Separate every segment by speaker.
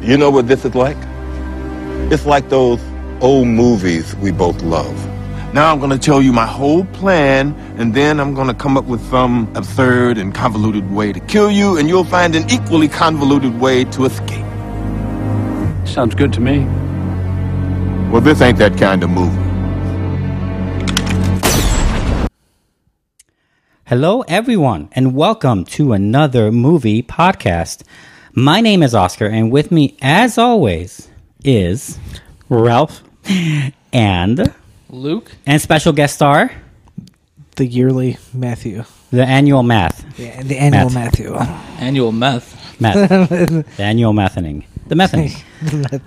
Speaker 1: You know what this is like? It's like those old movies we both love.
Speaker 2: Now I'm going to tell you my whole plan, and then I'm going to come up with some absurd and convoluted way to kill you, and you'll find an equally convoluted way to escape.
Speaker 3: Sounds good to me.
Speaker 2: Well, this ain't that kind of movie.
Speaker 4: Hello, everyone, and welcome to another movie podcast. My name is Oscar, and with me, as always, is
Speaker 5: Ralph,
Speaker 4: and
Speaker 5: Luke,
Speaker 4: and special guest star,
Speaker 6: the yearly Matthew,
Speaker 4: the annual math,
Speaker 6: the, the annual Matthew.
Speaker 5: annual meth.
Speaker 4: math, the annual mathening, the mething.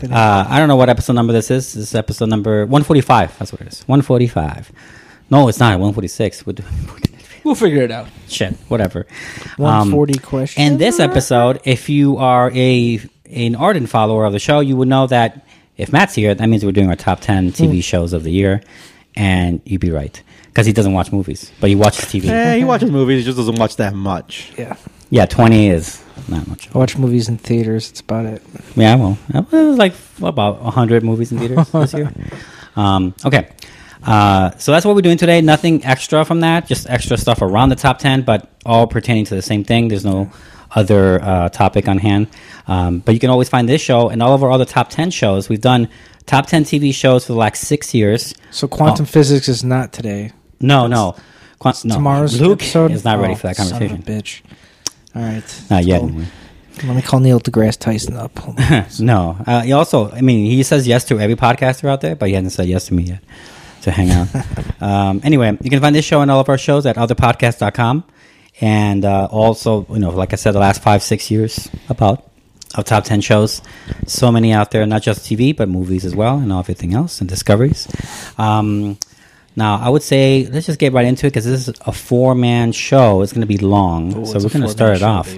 Speaker 4: Uh, I don't know what episode number this is. This is episode number one forty five. That's what it is. One forty five. No, it's not. One forty six. We're doing
Speaker 5: We'll figure it out.
Speaker 4: shit, whatever.
Speaker 6: One forty
Speaker 4: Um,
Speaker 6: question.
Speaker 4: And this episode, if you are a an ardent follower of the show, you would know that if Matt's here, that means we're doing our top ten TV shows of the year, and you'd be right because he doesn't watch movies, but he watches TV.
Speaker 7: Yeah, Eh, he watches movies. He just doesn't watch that much.
Speaker 6: yeah,
Speaker 4: yeah, twenty is not much.
Speaker 6: I watch movies in theaters. That's about it.
Speaker 4: Yeah, well, it was like about 100 movies in theaters this year. Um, okay. Uh, so that's what we're doing today. Nothing extra from that, just extra stuff around the top 10, but all pertaining to the same thing. There's no other uh, topic on hand. Um, but you can always find this show and all of our other top 10 shows. We've done top 10 TV shows for the last six years.
Speaker 6: So quantum physics is not today.
Speaker 4: No, no. Quan- Oh. Uh, no.
Speaker 6: Tomorrow's
Speaker 4: Luke
Speaker 6: episode
Speaker 4: is not ready
Speaker 6: Oh,
Speaker 4: for that
Speaker 6: son of a
Speaker 4: conversation.
Speaker 6: bitch. All right,
Speaker 4: Not yet.
Speaker 6: Well,
Speaker 4: anyway.
Speaker 6: Let me call Neil deGrasse Tyson up. Hold on.
Speaker 4: No. Uh, he also, I mean, he says yes to every podcaster out there, but he hasn't said yes to me yet to hang out. um, anyway, you can find this show and all of our shows at otherpodcast.com. And uh, also, you know, like I said, the last five, six years about of top 10 shows. So many out there, not just TV, but movies as well and everything else and discoveries. Um, now, I would say let's just get right into it because this is a four man show. It's going to be long. so we're going to start it off.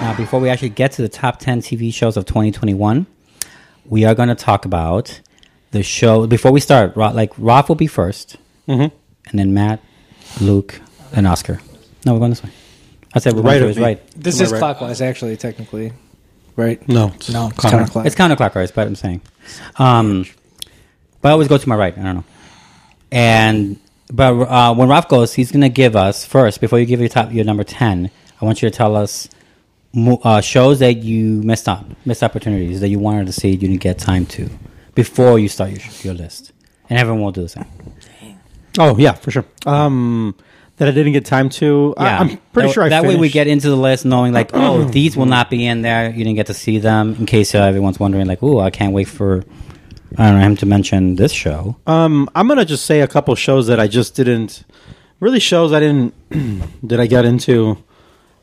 Speaker 4: Now, Uh, before we actually get to the top 10 TV shows of 2021, we are going to talk about the show. Before we start, Ra- like, Ralph will be 1st
Speaker 7: Mm-hmm.
Speaker 4: and then Matt, Luke, and Oscar. No, we're going this way. I said we're
Speaker 7: Right
Speaker 4: going
Speaker 7: of
Speaker 4: this
Speaker 7: me.
Speaker 4: way. Right.
Speaker 6: This
Speaker 7: Am I
Speaker 6: is
Speaker 7: right?
Speaker 6: clockwise, actually, technically. Right?
Speaker 7: No, it's
Speaker 6: no, it's
Speaker 7: counter-
Speaker 6: counterclockwise.
Speaker 4: Hmm. It's counterclockwise, but I'm saying. Um, but I always go to my right. I don't know. And but uh, when Ralph goes, he's going to give us first before you give your top your number ten. I want you to tell us mo- uh, shows that you missed out, missed opportunities that you wanted to see you didn't get time to before you start your your list. And everyone will do the same.
Speaker 7: Oh yeah, for sure. Um, that I didn't get time to. I, I'm pretty
Speaker 4: that,
Speaker 7: sure. I
Speaker 4: that way we
Speaker 7: finished.
Speaker 4: get into the list knowing like, oh, these will not be in there. You didn't get to see them. In case uh, everyone's wondering, like, oh, I can't wait for I don't know him to mention this show.
Speaker 7: Um, I'm gonna just say a couple shows that I just didn't. Really, shows I didn't that I got into.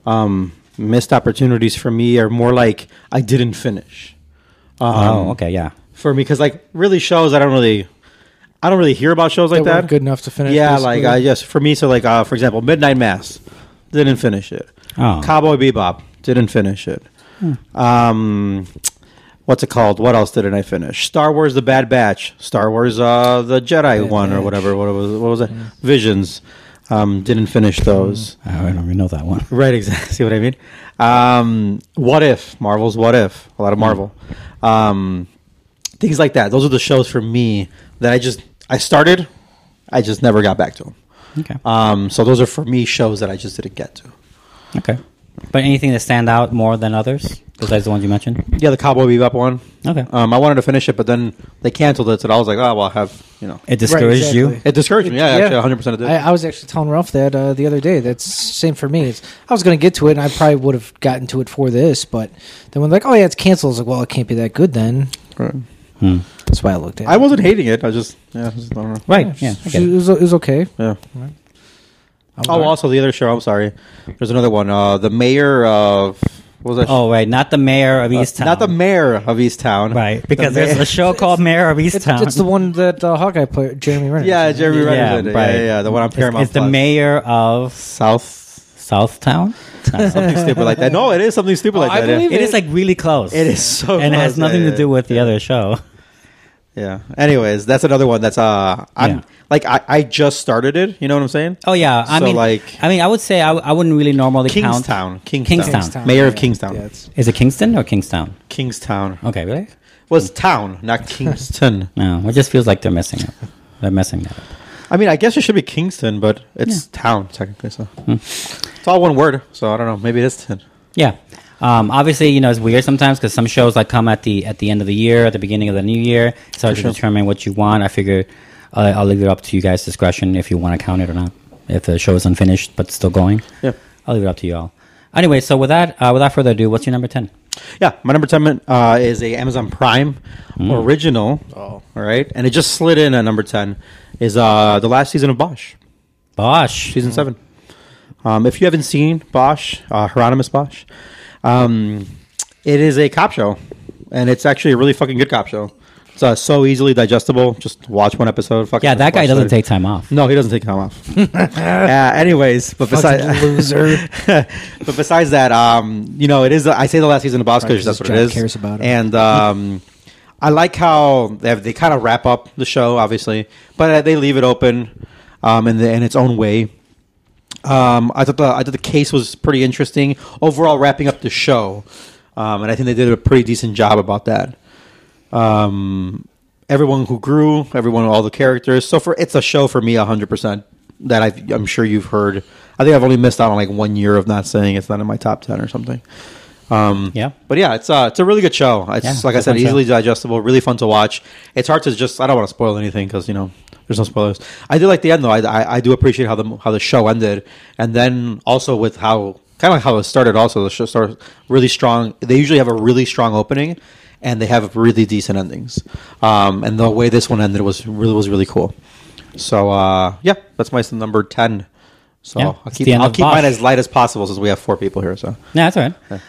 Speaker 7: Um, missed opportunities for me are more like I didn't finish. Um,
Speaker 4: oh, okay, yeah.
Speaker 7: For me, because like really shows I don't really, I don't really hear about shows like
Speaker 6: That
Speaker 7: that.
Speaker 6: weren't good enough to finish,
Speaker 7: Yeah,
Speaker 6: basically.
Speaker 7: like I just for me, so like uh, for example, Midnight Mass didn't finish it.
Speaker 4: Oh.
Speaker 7: Cowboy Bebop didn't finish it. Um, what's it called? What else didn't I finish? Star Wars: The Bad Batch, Star Wars: uh, The Jedi one or whatever. What was what was it? Visions. Um, didn't finish those.
Speaker 4: I don't even know that one.
Speaker 7: Right, exactly. See what I mean? Um, what if Marvel's What If? A lot of Marvel, um, things like that. Those are the shows for me that I just I started, I just never got back to them.
Speaker 4: Okay.
Speaker 7: Um, so those are for me shows that I just didn't get to.
Speaker 4: okay. But anything that stand out more than others besides the ones you mentioned?
Speaker 7: Yeah, the Cowboy Bebop one.
Speaker 4: Okay.
Speaker 7: Um, I wanted to finish it, but then they canceled it, so I was like, oh well, I have you know.
Speaker 4: It
Speaker 7: It,
Speaker 4: discouraged you.
Speaker 6: exactly.
Speaker 7: discouraged me. Yeah, actually, 100 percent it did.
Speaker 6: I, I was actually telling Ralph that uh, the other day. That's same for me. It's, I was going to get to it, and I probably would have gotten to it for this, but then when like, oh yeah, it's canceled. I was like, well, it can't be that good then.
Speaker 7: Right.
Speaker 4: Hmm.
Speaker 6: That's why I looked at.
Speaker 7: I
Speaker 6: it.
Speaker 7: wasn't hating it. I just yeah, I just don't know.
Speaker 4: Right. Yeah. I
Speaker 6: It
Speaker 4: get it.
Speaker 6: was, it was okay.
Speaker 7: Yeah.
Speaker 6: I'm
Speaker 7: Oh,
Speaker 6: all right.
Speaker 7: also the other show. I'm sorry. There's another one. Uh, the mayor of What was that?
Speaker 4: Oh, right. Not the mayor of
Speaker 7: Uh,
Speaker 4: East Town.
Speaker 7: Not the mayor of East Town.
Speaker 4: Right. Because
Speaker 7: The
Speaker 4: there's
Speaker 7: mayor-
Speaker 4: a show called Mayor of East
Speaker 6: It's,
Speaker 4: Town.
Speaker 6: it's the one that uh, Hawkeye played, Jeremy Renner.
Speaker 7: Yeah, Jeremy Renner
Speaker 4: Yeah,
Speaker 7: did it.
Speaker 4: right.
Speaker 7: Yeah, yeah, yeah, the one on Paramount.
Speaker 4: It's, it's the
Speaker 7: Plus.
Speaker 4: mayor of
Speaker 7: South.
Speaker 4: Southtown.
Speaker 7: Something stupid like that. No, it is something stupid like
Speaker 5: I
Speaker 7: that. yeah.
Speaker 5: believe
Speaker 4: It is like really close.
Speaker 7: It is so.
Speaker 4: And it has
Speaker 7: close.
Speaker 4: nothing
Speaker 7: Yeah,
Speaker 4: to do with the other show.
Speaker 7: Yeah. Anyways, that's another one that's uh, I'm
Speaker 4: Yeah.
Speaker 7: like I, I just started it. You know what I'm saying?
Speaker 4: Oh yeah, I
Speaker 7: So,
Speaker 4: mean,
Speaker 7: like-
Speaker 4: I mean, I would say I, I wouldn't really normally count.
Speaker 7: Kingstown, Kingstown,
Speaker 4: Kingstown.
Speaker 7: mayor of
Speaker 6: yeah.
Speaker 7: Kingstown,
Speaker 6: Yeah, it's-
Speaker 4: Is it Kingston or Kingstown?
Speaker 7: Kingstown
Speaker 4: Okay, really?
Speaker 7: was town, not Kingston.
Speaker 4: No, it just feels like they're messing up. They're messing that up.
Speaker 7: I mean, I guess it should be Kingston, but it's town technically. So
Speaker 4: Hmm.
Speaker 7: it's all one word. So I don't know. Maybe it is ten.
Speaker 4: Yeah. Um, obviously, you know it's weird sometimes because some shows like come at the at the end of the year, at the beginning of the new year. It's hard to determine what you want. I figure uh, I'll leave it up to you guys' discretion if you want to count it or not. If the show is unfinished but still going,
Speaker 7: Yeah.
Speaker 4: I'll leave it up to you all. Anyway, so with that, uh, without further ado, what's your number ten?
Speaker 7: Yeah, my number ten uh, is a Amazon Prime
Speaker 4: Hmm.
Speaker 7: original. Oh, all right, and it just slid in at number ten. Is uh the last season of Bosch
Speaker 4: Bosch.
Speaker 7: season seven? Um, if you haven't seen Bosch, uh, Hieronymus Bosch, um, it is a cop show, and it's actually a really fucking good cop show. It's uh, so easily digestible. Just watch one episode. Fucking
Speaker 4: yeah, that guy
Speaker 7: watch
Speaker 4: doesn't
Speaker 7: thirty.
Speaker 4: take time off.
Speaker 7: No, he doesn't take time off. uh, anyways, but besides loser. but besides that, um, you know, it is. I say the last season of Boss because that's what it
Speaker 6: John
Speaker 7: is.
Speaker 6: cares about it.
Speaker 7: And um, I like how they, have, they kind of wrap up the show, obviously, but uh, they leave it open um, in the, in its own way. Um, I thought the I thought the case was pretty interesting overall, wrapping up the show, um, and I think they did a pretty decent job about that. Um, everyone who grew, everyone, all the characters. So for it's a show for me, hundred percent that i I'm sure you've heard. I think I've only missed out on like one year of not saying it's not in my top ten or something. Um,
Speaker 4: Yeah.
Speaker 7: but yeah, it's uh, it's a really good show. It's
Speaker 4: Yeah,
Speaker 7: like I
Speaker 4: it's a
Speaker 7: said,
Speaker 4: fun show.
Speaker 7: easily digestible, really fun to watch. It's hard to just. I don't want to spoil anything because you know there's no spoilers. I do like the end though. I, I, I do appreciate how the how the show ended, and then also with how kind of how it started. Also, the show started really strong. They usually have a really strong opening, and they have really decent endings. Um, and the way this one ended was really was really cool. So uh, yeah, that's my number ten. So
Speaker 4: Yeah,
Speaker 7: I'll
Speaker 4: it's the
Speaker 7: keep
Speaker 4: end
Speaker 7: I'll
Speaker 4: of
Speaker 7: keep mine
Speaker 4: Bosch.
Speaker 7: as light as possible since we have four people here. So
Speaker 4: No, that's all right. Uh,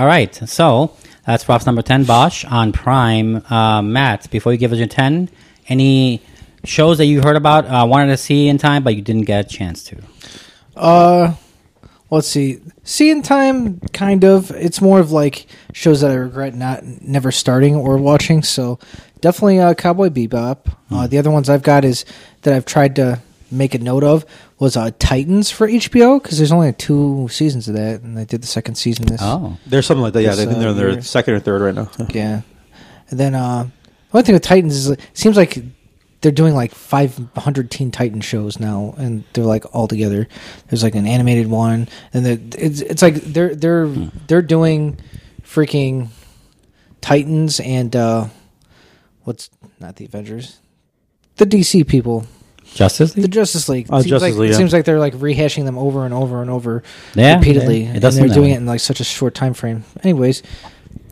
Speaker 4: all right. So that's props number 10, Bosch on Prime. Uh, Matt, before you give us your 10, any shows that you heard about, uh, wanted to see in time, but you didn't get a chance to?
Speaker 6: Uh, let's see. See in time, kind of. It's more of like shows that I regret not never starting or watching. So definitely uh, Cowboy Bebop. Uh, the other ones I've got is that I've tried to make a note of was uh, Titans for HBO because there's only two seasons of that, and they did the second season this.
Speaker 4: Oh.
Speaker 7: There's something like that. Yeah,
Speaker 6: This,
Speaker 7: I think
Speaker 6: uh,
Speaker 7: they're in their
Speaker 6: year.
Speaker 7: second or third right now. Yeah.
Speaker 6: Yeah. And then uh, one thing with Titans is it seems like they're doing like 500 Teen Titan shows now, and they're like all together. There's like an animated one, and the, it's it's like they're they're they're doing freaking Titans and uh, what's not the Avengers, the DC people,
Speaker 4: Justice
Speaker 6: the
Speaker 4: League?
Speaker 6: Justice League.
Speaker 7: Oh,
Speaker 6: It seems
Speaker 7: Justice
Speaker 6: like,
Speaker 7: League,
Speaker 6: It
Speaker 7: yeah.
Speaker 6: seems like they're like rehashing them over and over and over
Speaker 4: Yeah,
Speaker 6: repeatedly.
Speaker 4: yeah. It
Speaker 6: and
Speaker 4: does
Speaker 6: they're
Speaker 4: seem that
Speaker 6: doing
Speaker 4: way.
Speaker 6: it in like such a short time frame. Anyways,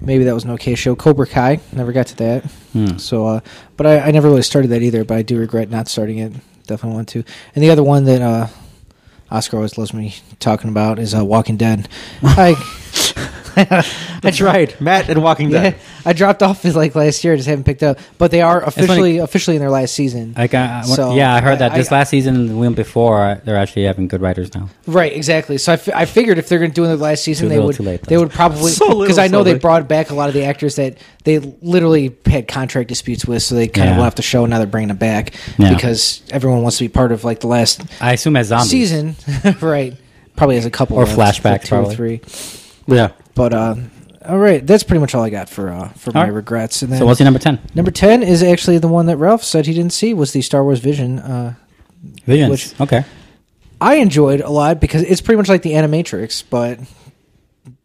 Speaker 6: maybe that was an okay show. Cobra Kai never got to that.
Speaker 4: Hmm.
Speaker 6: So, uh, but I, I never really started that either. But I do regret not starting it. Definitely want to. And the other one that uh, Oscar always loves me talking about is uh, Walking Dead. I I tried.
Speaker 7: Matt and Walking Dead.
Speaker 6: Yeah, I dropped off like last year. I just haven't picked up. But they are officially officially in their last season.
Speaker 4: Like, uh,
Speaker 6: So,
Speaker 4: yeah, I heard that
Speaker 6: I-
Speaker 4: this
Speaker 6: I-
Speaker 4: last season and the one before, uh, they're actually having good writers now.
Speaker 6: Right, exactly. So I, fi- I figured if they're going to do it in the last season,
Speaker 4: Too
Speaker 6: they
Speaker 4: little,
Speaker 6: would
Speaker 4: too late,
Speaker 6: they
Speaker 4: though.
Speaker 6: would probably
Speaker 7: So little,
Speaker 6: because I know
Speaker 7: so
Speaker 6: they
Speaker 7: late.
Speaker 6: brought back a lot of the actors that they literally had contract disputes with, so they kind
Speaker 4: Yeah.
Speaker 6: of went off the show. and Now they're bringing them back
Speaker 4: Yeah.
Speaker 6: because everyone wants to be part of like the last
Speaker 4: I assume as zombies.
Speaker 6: season, right? Probably has a couple
Speaker 4: Or
Speaker 6: left, like
Speaker 4: flashbacks,
Speaker 6: two
Speaker 4: probably.
Speaker 6: or three.
Speaker 7: Yeah.
Speaker 6: But uh, all right, that's pretty much all I got for uh, for my
Speaker 4: right.
Speaker 6: regrets. And then
Speaker 4: So what's your number 10?
Speaker 6: number ten is actually the one that Ralph said he didn't see was the Star Wars Vision. Uh,
Speaker 4: Visions.
Speaker 6: Which-
Speaker 4: okay.
Speaker 6: I enjoyed a lot because it's pretty much like the Animatrix, but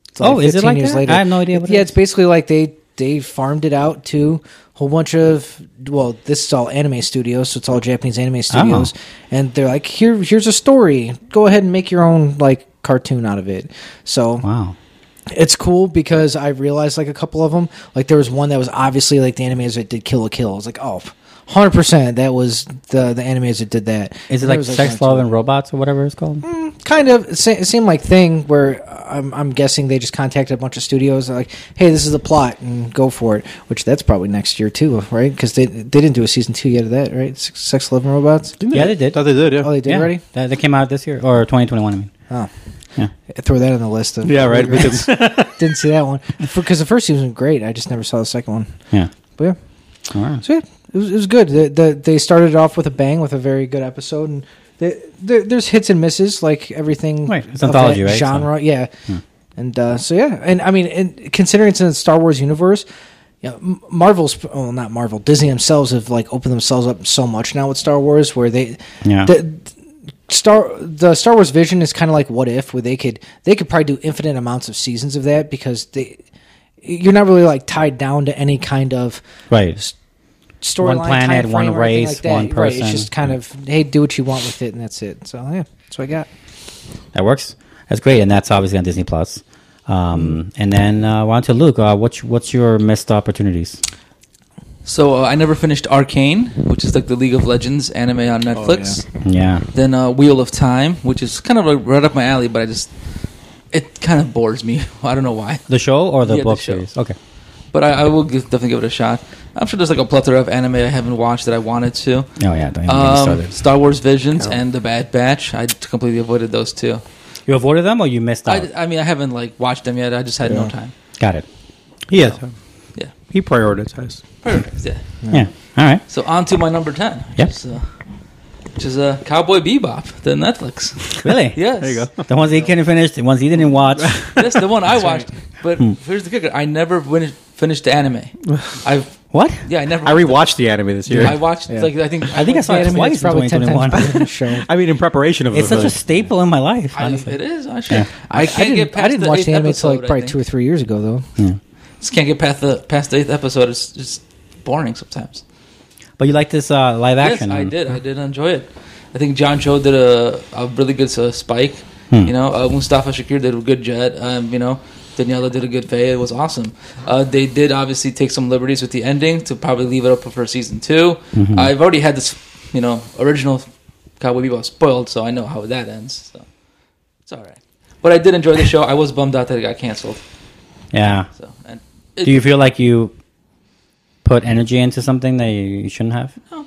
Speaker 6: it's
Speaker 4: Oh, is it like that? I have no idea what it
Speaker 6: yeah,
Speaker 4: is.
Speaker 6: it's basically like they they farmed it out to a whole bunch of well, this is all anime studios, so it's all Japanese
Speaker 4: Uh-huh.
Speaker 6: anime studios, and they're like, here here's a story. Go ahead and make your own like cartoon out of it. So
Speaker 4: Wow.
Speaker 6: it's cool because I realized like a couple of them. Like there was one that was obviously like the animators that did Kill a Kill. I was like, oh, hundred percent. That was the the animators that did that.
Speaker 4: Is it
Speaker 6: There
Speaker 4: like
Speaker 6: was, Mm,
Speaker 4: Sex,
Speaker 6: one or
Speaker 4: Love,
Speaker 6: two.
Speaker 4: and Robots or whatever it's called?
Speaker 6: kind of it se- it seemed like thing where I'm, I'm guessing they just contacted a bunch of studios like hey this is the plot and go for it which that's probably next year too right because they they didn't do a season two yet of that right sex, sex love and robots
Speaker 4: Yeah, they did.
Speaker 7: Thought they did, yeah.
Speaker 6: oh they did
Speaker 4: yeah,
Speaker 6: already
Speaker 4: That, that came out this year or 2021. I mean,
Speaker 6: oh
Speaker 4: Yeah.
Speaker 6: throw that on the list then.
Speaker 7: yeah, right. Because
Speaker 6: didn't see that one because the first season was great i just never saw the second one
Speaker 4: yeah.
Speaker 6: but yeah
Speaker 4: All right.
Speaker 6: So yeah, it was, it was good. The, the, they started off with a bang with a very good episode, and they, there there's hits and misses like everything.
Speaker 4: Right, it's
Speaker 6: of
Speaker 4: anthology,
Speaker 6: that
Speaker 4: right? Hmm.
Speaker 6: Genre, yeah. And uh, so yeah, and I mean, and considering it's in the Star Wars universe, you know, M- Marvel's well, not Marvel, Disney themselves have like opened themselves up so much now with Star Wars, where they
Speaker 4: Yeah.
Speaker 6: the, Star the Star Wars vision is kind of like what if where they could they could probably do infinite amounts of seasons of that because they you're not really like tied down to any kind of
Speaker 4: Right.
Speaker 6: storyline,
Speaker 4: One planet,
Speaker 6: timeframe,
Speaker 4: one
Speaker 6: or anything
Speaker 4: race, one
Speaker 6: Right, it's
Speaker 4: person.
Speaker 6: just kind of hey, do what you want with it, and that's it. So yeah, that's what I got.
Speaker 4: That works. That's great, and that's obviously on Disney Plus. Um, and then uh, on to Luke. Uh, what's what's your missed opportunities?
Speaker 5: So uh, I never finished Arcane, which is like the League of Legends anime on Netflix.
Speaker 4: Oh, Yeah.
Speaker 5: Then uh, Wheel of Time, which is kind of like right up my alley, but I just it kind of bores me. I don't know why.
Speaker 4: The show or the
Speaker 5: Yeah, the
Speaker 4: book
Speaker 5: show.
Speaker 4: series? Okay.
Speaker 5: But I, I will give, definitely give it a shot. I'm sure there's like a plethora of anime I haven't watched that I wanted to.
Speaker 4: Oh yeah. Don't even get me
Speaker 5: Um,
Speaker 4: started.
Speaker 5: Star Wars Visions and The Bad Batch. I completely avoided those two.
Speaker 4: You avoided them or you missed out?
Speaker 5: I, I mean, I haven't like watched them yet. I just had no time.
Speaker 4: Got it.
Speaker 7: yes,
Speaker 5: Yeah.
Speaker 7: he prioritized.
Speaker 5: Perfect. Yeah.
Speaker 4: Yeah. All right.
Speaker 5: So on to my number ten.
Speaker 4: Yep.
Speaker 5: Which is, uh, which is uh, Cowboy Bebop, the Netflix.
Speaker 4: Really?
Speaker 5: yes.
Speaker 7: There you go.
Speaker 4: The ones he couldn't finish, the ones he didn't watch.
Speaker 5: That's the one I watched. But
Speaker 4: Hmm.
Speaker 5: here's the kicker: I never win- finished the anime. I've
Speaker 4: what?
Speaker 5: yeah, I never.
Speaker 7: I rewatched the anime this year.
Speaker 5: I watched like I think
Speaker 4: I think I saw it
Speaker 6: Anime
Speaker 4: twice
Speaker 6: is
Speaker 4: in 2021.
Speaker 6: better than the show.
Speaker 7: I mean, in preparation of
Speaker 4: It's
Speaker 7: the
Speaker 4: such a staple in my life,
Speaker 5: I,
Speaker 4: honestly.
Speaker 5: it is actually.
Speaker 4: Yeah.
Speaker 5: I
Speaker 6: I
Speaker 5: can't get
Speaker 6: didn't.
Speaker 5: past
Speaker 6: I didn't
Speaker 5: the
Speaker 6: watch
Speaker 5: eighth
Speaker 6: the anime until like
Speaker 5: episode, I
Speaker 6: probably
Speaker 5: think.
Speaker 6: two or three years ago, though.
Speaker 5: Just can't get past the past the eighth episode. It's just boring sometimes.
Speaker 4: But you like this uh, live action?
Speaker 5: Yes, I
Speaker 4: one.
Speaker 5: did. I did enjoy it. I think John Cho did a, a really good uh, Spike.
Speaker 4: Hmm.
Speaker 5: You know, uh, Mustafa Shakir did a good Jet. Um, you know, Daniela did a good Faye. It was awesome. Uh, they did obviously take some liberties with the ending to probably leave it up for season 2
Speaker 4: Mm-hmm.
Speaker 5: i I've already had this, you know, original Cowboy Bebop spoiled, so I know how that ends. So it's all right. But I did enjoy the show. I was bummed out that it got canceled.
Speaker 4: Yeah.
Speaker 5: So and
Speaker 4: Do you feel like you put energy into something that you, you shouldn't have? No.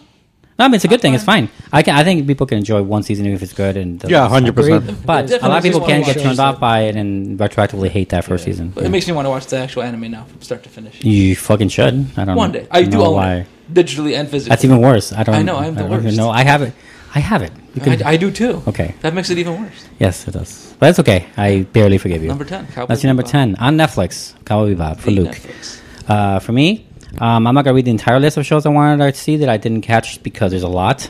Speaker 4: I mean, it's a good thing. It's fine. I can. I think people can enjoy one season even if it's good and
Speaker 7: yeah, hundred percent.
Speaker 6: Agreed.
Speaker 4: But a
Speaker 5: Definitely
Speaker 4: lot of people
Speaker 5: just
Speaker 4: can
Speaker 5: wanna
Speaker 4: get
Speaker 5: watch
Speaker 4: turned
Speaker 5: it.
Speaker 4: off by it and retroactively hate that first season.
Speaker 5: But it makes me want to watch the actual anime now from start to finish.
Speaker 4: you fucking should. I don't.
Speaker 5: One day. I do
Speaker 4: know
Speaker 5: own
Speaker 4: why.
Speaker 5: it. Digitally and physically.
Speaker 4: That's even worse. I don't.
Speaker 5: I know, I'm the
Speaker 4: I don't even
Speaker 5: worst.
Speaker 4: know. I have it. I have it. You can,
Speaker 5: I, I do too.
Speaker 4: Okay.
Speaker 5: That makes it even worse.
Speaker 4: yes, it does. But that's okay. I barely forgive you.
Speaker 5: Number 10. Cowboy
Speaker 4: That's your number
Speaker 5: Bebop.
Speaker 4: ten on Netflix. Cowboy Bebop for
Speaker 5: The
Speaker 4: Luke.
Speaker 5: Netflix.
Speaker 4: Uh, for me, um, I'm not gonna read the entire list of shows I wanted to see that I didn't catch because there's a lot.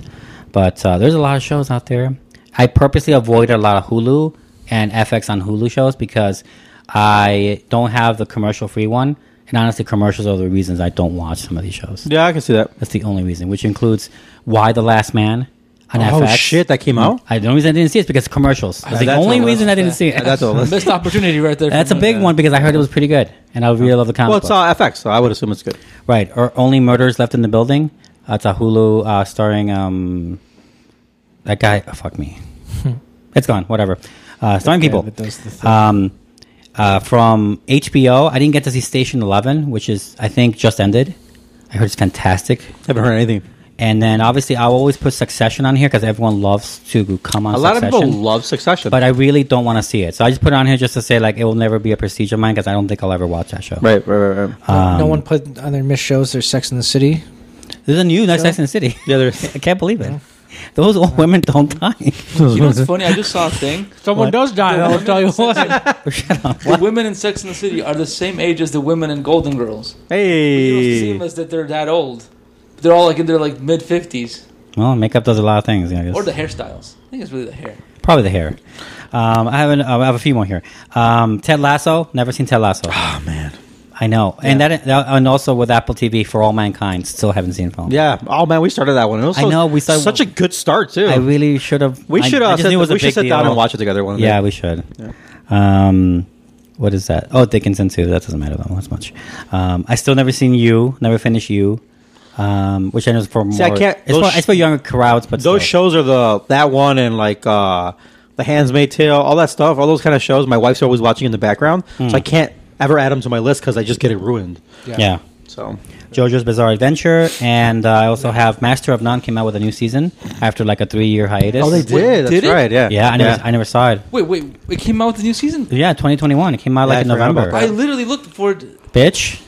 Speaker 4: But uh, there's a lot of shows out there. I purposely avoided a lot of Hulu and FX on Hulu shows because I don't have the commercial free one. And honestly, commercials are the reasons I don't watch some of these shows.
Speaker 7: Yeah, I can see that.
Speaker 4: That's the only reason, which includes Why the Last Man on
Speaker 7: Oh,
Speaker 4: FX.
Speaker 7: shit, that came out?
Speaker 4: I, the only reason I didn't see it is because of commercials. That's the
Speaker 7: that's
Speaker 4: only
Speaker 7: all.
Speaker 4: reason I didn't see it.
Speaker 7: That's all.
Speaker 5: Missed opportunity right there.
Speaker 4: That's a
Speaker 5: from,
Speaker 4: big
Speaker 5: uh,
Speaker 4: one because I heard it was pretty good, and I really love the comic
Speaker 7: Well, it's
Speaker 4: book.
Speaker 7: uh, FX, so I would assume it's good.
Speaker 4: Right, or Only Murders Left in the Building. That's a Hulu uh, starring um, that guy. oh, fuck me, it's gone. Whatever. Uh, starring people.
Speaker 6: but that's the thing.
Speaker 4: um, uh, from HBO, I didn't get to see Station Eleven, which is I think just ended. I heard it's fantastic.
Speaker 7: Haven't heard anything.
Speaker 4: And then obviously I'll always put Succession on here because everyone loves to come on.
Speaker 7: A lot of
Speaker 4: Succession.
Speaker 7: people love Succession,
Speaker 4: but I really don't want to see it. So I just put it on here just to say like it will never be a prestige of mine because I don't think I'll ever watch that show.
Speaker 7: right, right, right, right.
Speaker 4: Um,
Speaker 6: no one put on their missed shows their Sex in the City.
Speaker 4: There's a new Nice Sex in the City.
Speaker 7: Yeah, there's-
Speaker 4: I can't believe it. Those old women don't die.
Speaker 5: You know what's funny? I just saw a thing.
Speaker 4: Someone What?
Speaker 5: does die. I'll tell you what.
Speaker 4: Shut up.
Speaker 5: The women in Sex and the City are the same age as the women in Golden Girls. It doesn't
Speaker 7: hey,
Speaker 5: seem as that they're that old. They're all like in their like mid fifties,
Speaker 4: Well, makeup does a lot of things. I guess.
Speaker 5: or the hairstyles. I think it's really the hair.
Speaker 4: Probably the hair. Um, I have an, I have a few more here. Um, Ted Lasso. Never seen Ted Lasso.
Speaker 7: oh man,
Speaker 4: I know, and that and also with Apple TV for All Mankind. Still haven't seen it.
Speaker 7: yeah. Oh man, we started that one. It was
Speaker 4: I
Speaker 7: so-
Speaker 4: know, we started-
Speaker 7: such a good start too.
Speaker 4: I really should have.
Speaker 7: we
Speaker 4: I-
Speaker 7: should
Speaker 4: I
Speaker 7: uh,
Speaker 4: just knew
Speaker 7: sit,
Speaker 4: it was a
Speaker 7: we should
Speaker 4: big
Speaker 7: sit down
Speaker 4: deal.
Speaker 7: and watch it together one day.
Speaker 4: Yeah, we should. Um, what is that? Oh, Dickinson too. That doesn't matter that much. much. Um, I still never seen you. Never finished you. um, which I know is for more.
Speaker 7: See, I can't-
Speaker 4: It's,
Speaker 7: those
Speaker 4: for,
Speaker 7: sh-
Speaker 4: it's for younger crowds, but
Speaker 7: Those
Speaker 4: still.
Speaker 7: shows are the that one and like uh the Handmaid's Tale, all that stuff, all those kind of shows. My wife's always watching in the background,
Speaker 4: Hmm.
Speaker 7: so I can't ever add them to my list because I just get it ruined.
Speaker 4: yeah.
Speaker 7: So
Speaker 4: JoJo's Bizarre Adventure, and uh, I also have Master of None came out with a new season after like a three-year hiatus.
Speaker 7: Oh, did. That's
Speaker 5: did it?
Speaker 7: right. Yeah.
Speaker 4: Oh, Yeah, I never, I never saw it.
Speaker 5: Wait, wait. It came out with the new season.
Speaker 4: Yeah, 2021. It came out
Speaker 7: Yeah,
Speaker 4: like
Speaker 7: I
Speaker 4: in
Speaker 7: forgot about
Speaker 4: November.
Speaker 5: I literally looked for it.
Speaker 4: Bitch.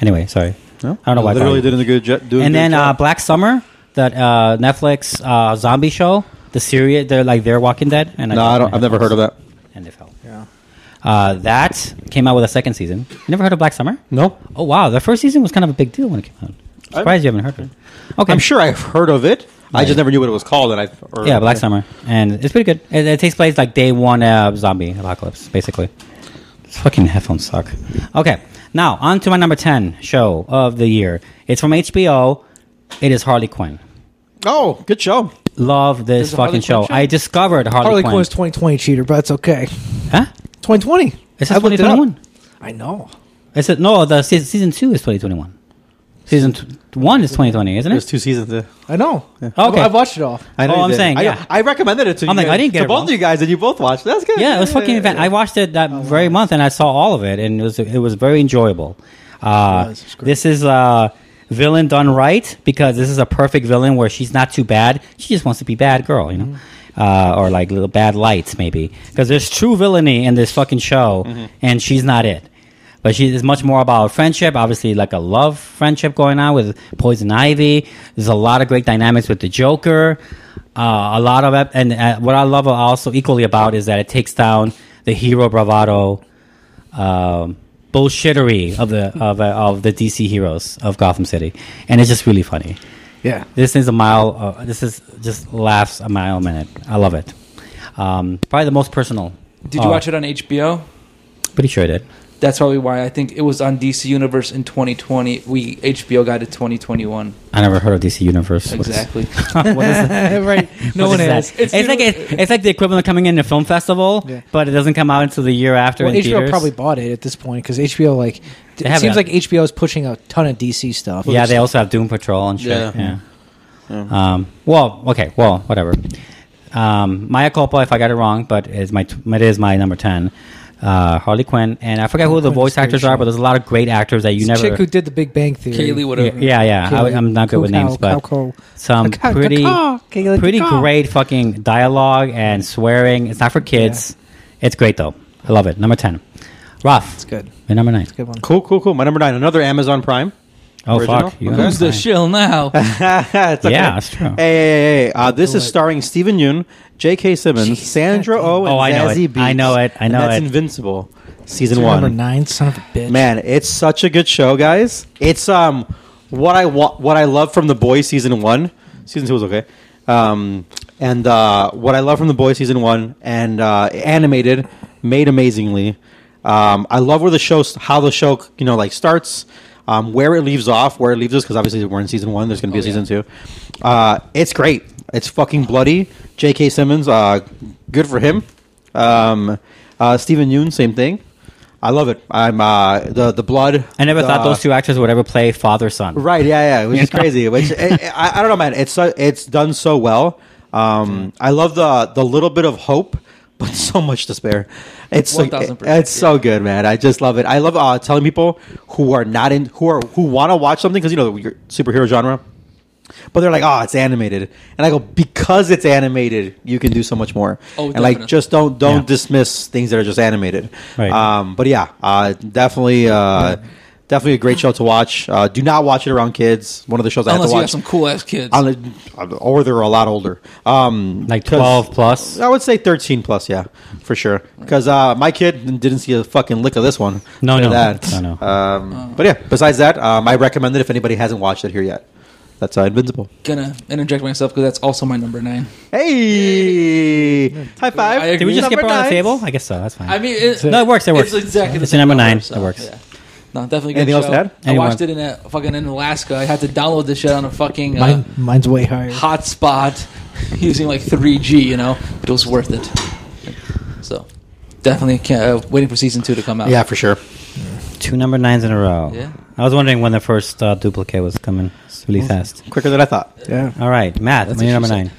Speaker 4: Anyway, sorry.
Speaker 7: No?
Speaker 4: I don't know why I
Speaker 7: Literally
Speaker 4: brought it
Speaker 7: did a good, jo- doing a
Speaker 4: and
Speaker 7: good
Speaker 4: then uh,
Speaker 7: job.
Speaker 4: Black Summer, that uh, Netflix uh, zombie show, the series, they're like they're Walking Dead. And
Speaker 7: no, I don't, I've never heard of that.
Speaker 4: NFL. Yeah. Uh, that came out with a second season. You never heard of Black Summer?
Speaker 7: No,
Speaker 4: Oh wow, the first season was kind of a big deal when it came out. Surprised you haven't heard of it. Okay,
Speaker 7: I'm sure I've heard of it. I just never knew what it was called. And I or,
Speaker 4: Yeah, Black Summer, and it's pretty good. It, it takes place like day one uh, zombie apocalypse, basically. These fucking headphones suck. Okay, now on to my number ten show of the year. It's from HBO. It is Harley Quinn.
Speaker 7: Oh, good show.
Speaker 4: Love this
Speaker 5: There's a
Speaker 4: fucking
Speaker 5: Harley
Speaker 4: show.
Speaker 5: Quinn show?
Speaker 4: I discovered Harley,
Speaker 6: Harley
Speaker 4: Quinn.
Speaker 6: Quinn's 2020 cheater, but it's okay.
Speaker 4: huh?
Speaker 6: 2020.
Speaker 4: It's
Speaker 6: I looked it up.
Speaker 4: 2021.
Speaker 6: I know.
Speaker 4: Is it no? The season, season two is 2021. Season t- one is 2020, isn't
Speaker 7: There's
Speaker 4: it?
Speaker 7: two seasons. There.
Speaker 6: I know. Okay.
Speaker 4: Okay.
Speaker 6: I've, I've watched it all.
Speaker 7: I know
Speaker 4: Oh,
Speaker 7: you
Speaker 4: I'm
Speaker 7: did.
Speaker 4: saying,
Speaker 7: I,
Speaker 4: yeah.
Speaker 7: I recommended it to
Speaker 4: I'm
Speaker 7: you
Speaker 4: like, I
Speaker 7: guys-
Speaker 4: didn't get
Speaker 7: to
Speaker 4: it
Speaker 7: both
Speaker 4: wrong.
Speaker 7: of you guys, and you both watched. it. That's good.
Speaker 4: Yeah, it was fucking. Event. I watched it
Speaker 5: Oh,
Speaker 4: that very month, and I saw all of it, and it was it was very enjoyable. Uh,
Speaker 6: was. It's great.
Speaker 4: this is uh, villain done right because this is a perfect villain where she's not too bad. She just wants to be bad girl, you know,
Speaker 5: Mm-hmm.
Speaker 4: uh, or like little bad lights maybe. Because there's true villainy in this fucking show,
Speaker 6: Mm-hmm.
Speaker 4: and she's not it. But she is much more about friendship, obviously, like a love friendship going on with Poison Ivy. There's a lot of great dynamics with the Joker. Uh, a lot of it, and uh, what I love also equally about is that it takes down the hero bravado um, bullshittery of the of, uh, of the DC heroes of Gotham City, and it's just really funny.
Speaker 6: Yeah.
Speaker 4: This is a mile. Uh, this is just laughs a mile a minute. I love it. Um, probably the most personal. Uh,
Speaker 5: Did
Speaker 4: Oh.
Speaker 5: you watch it on HBO?
Speaker 4: Pretty sure I did.
Speaker 5: That's probably why I think it was on DC Universe in 2020. We HBO got it 2021.
Speaker 4: I never heard of DC Universe. What is-
Speaker 5: Exactly.
Speaker 4: what is that?
Speaker 6: right.
Speaker 5: No
Speaker 4: What
Speaker 5: one
Speaker 4: is that?
Speaker 5: has.
Speaker 4: It's, like it's, it's like the equivalent of coming in a film festival,
Speaker 6: Yeah.
Speaker 4: but it doesn't come out until the year after
Speaker 6: Well,
Speaker 4: in
Speaker 6: HBO
Speaker 4: theaters.
Speaker 6: probably bought it at this point because HBO like
Speaker 4: They
Speaker 6: it
Speaker 4: have
Speaker 6: seems
Speaker 4: that.
Speaker 6: like HBO is pushing a ton of DC stuff.
Speaker 4: yeah, they also have Doom Patrol and shit. Yeah.
Speaker 5: Yeah.
Speaker 4: Um, well, okay. Well, whatever. Um, Maya culpa if I got it wrong, but it's my it is my number ten. Uh, Harley Quinn, and I forget who the
Speaker 6: Quinn's
Speaker 4: voice actors
Speaker 6: great
Speaker 4: are, but there's a lot of great actors that you
Speaker 6: This
Speaker 4: never.
Speaker 6: chick who did the Big Bang Theory.
Speaker 5: Kaylee, whatever.
Speaker 4: yeah, yeah. I,
Speaker 6: Kaylee
Speaker 4: am not good with
Speaker 6: Kukow,
Speaker 4: names, but
Speaker 6: Kauko.
Speaker 4: some
Speaker 6: Kukow,
Speaker 4: pretty,
Speaker 6: Kukow, Kaylee
Speaker 4: pretty
Speaker 6: Kukow.
Speaker 4: great fucking dialogue and swearing. It's not for kids. It's great though. I love it. Number ten, Roth. It's
Speaker 6: good.
Speaker 4: number nine.
Speaker 6: Good one.
Speaker 7: Cool, cool, cool. My number nine, another Amazon Prime.
Speaker 4: Oh
Speaker 7: Original?
Speaker 4: fuck. You
Speaker 7: Okay.
Speaker 4: know,
Speaker 5: Who's
Speaker 4: fine.
Speaker 5: the shill now?
Speaker 7: It's okay.
Speaker 4: Yeah, that's true.
Speaker 7: Hey, hey, hey, hey. Uh, this is starring Stephen Yoon, J.K. Simmons, Sandra Oh, and
Speaker 4: Oh, I know
Speaker 7: Zazie
Speaker 4: it.
Speaker 7: Beetz.
Speaker 4: I know it. I
Speaker 7: And
Speaker 4: know
Speaker 7: that's
Speaker 4: it.
Speaker 7: Invincible, season
Speaker 6: Number
Speaker 7: one.
Speaker 6: nine, son of a bitch.
Speaker 7: Man, it's such a good show, guys. It's um what I wa- what I love from the boys season one. Season two was okay. Um, and uh, what I love from the boys season one and uh, animated, made amazingly. Um, I love where the show, how the show, you know, like starts, um, where it leaves off, where it leaves us, because obviously we're in season one. There's going to be a season two. Uh, it's great. It's fucking bloody. J.K. Simmons, uh, good for him. Um, uh, Stephen Yoon, same thing. I love it. I'm uh, the the blood.
Speaker 4: I never thought
Speaker 7: uh,
Speaker 4: those two actors would ever play father son.
Speaker 7: Right? Yeah, yeah. Which is crazy. Which I, I, I don't know, man. It's so, it's done so well. Um, I love the the little bit of hope, but so much despair. It's so,
Speaker 5: 1000%,
Speaker 7: it's so good, man. I just love it. I love uh, telling people who are not in who are who want to watch something because you know your superhero genre. But they're like, oh, it's animated, and I go because it's animated, you can do so much more.
Speaker 5: Oh,
Speaker 7: and like,
Speaker 5: definitely.
Speaker 7: just don't don't
Speaker 4: Yeah.
Speaker 7: dismiss things that are just animated.
Speaker 4: Right.
Speaker 7: Um, but yeah, uh, definitely, uh, definitely a great show to watch. Uh, do not watch it around kids. One of the shows I have
Speaker 5: Unless
Speaker 7: to
Speaker 5: you
Speaker 7: watch.
Speaker 5: have some cool ass kids.
Speaker 7: Unle- or they're a lot older. Um,
Speaker 4: Like
Speaker 7: 'cause-
Speaker 4: 12 plus?
Speaker 7: I would say thirteen plus. Yeah, for sure. Because uh, my kid didn't see a fucking lick of this one.
Speaker 4: No,
Speaker 7: Say
Speaker 4: no.
Speaker 7: that.
Speaker 4: No, no.
Speaker 7: Um, but yeah, besides that, um, I recommend it if anybody hasn't watched it here yet. That's uh, Invincible.
Speaker 5: Gonna interject myself because that's also my number nine.
Speaker 7: Hey, high five!
Speaker 5: I agree.
Speaker 4: Did we just skip
Speaker 7: Number
Speaker 4: around the
Speaker 7: nine.
Speaker 4: table? I guess so. That's fine.
Speaker 5: I mean, it,
Speaker 4: No, it works, it works.
Speaker 5: It's exactly
Speaker 4: It's
Speaker 5: the
Speaker 4: a
Speaker 5: same
Speaker 4: number nine,
Speaker 5: It
Speaker 4: it works.
Speaker 5: No, definitely. a Good
Speaker 7: Anything else
Speaker 5: show.
Speaker 7: to add?
Speaker 5: I
Speaker 4: Anyone?
Speaker 5: watched it in a, fucking in Alaska. I had to download this shit on a fucking uh,
Speaker 6: Mine, mine's way higher.
Speaker 5: hotspot using like 3G. You know, but it was worth it. So, definitely can't, uh, waiting for season two to come out.
Speaker 7: Yeah, for sure.
Speaker 4: Two number nines in a row.
Speaker 5: Yeah.
Speaker 4: I was wondering when the first uh, duplicate was coming. It's really fast.
Speaker 7: Quicker than I thought.
Speaker 6: Yeah.
Speaker 4: All right, Matt,
Speaker 7: That's
Speaker 4: what's your number
Speaker 7: what she
Speaker 4: nine?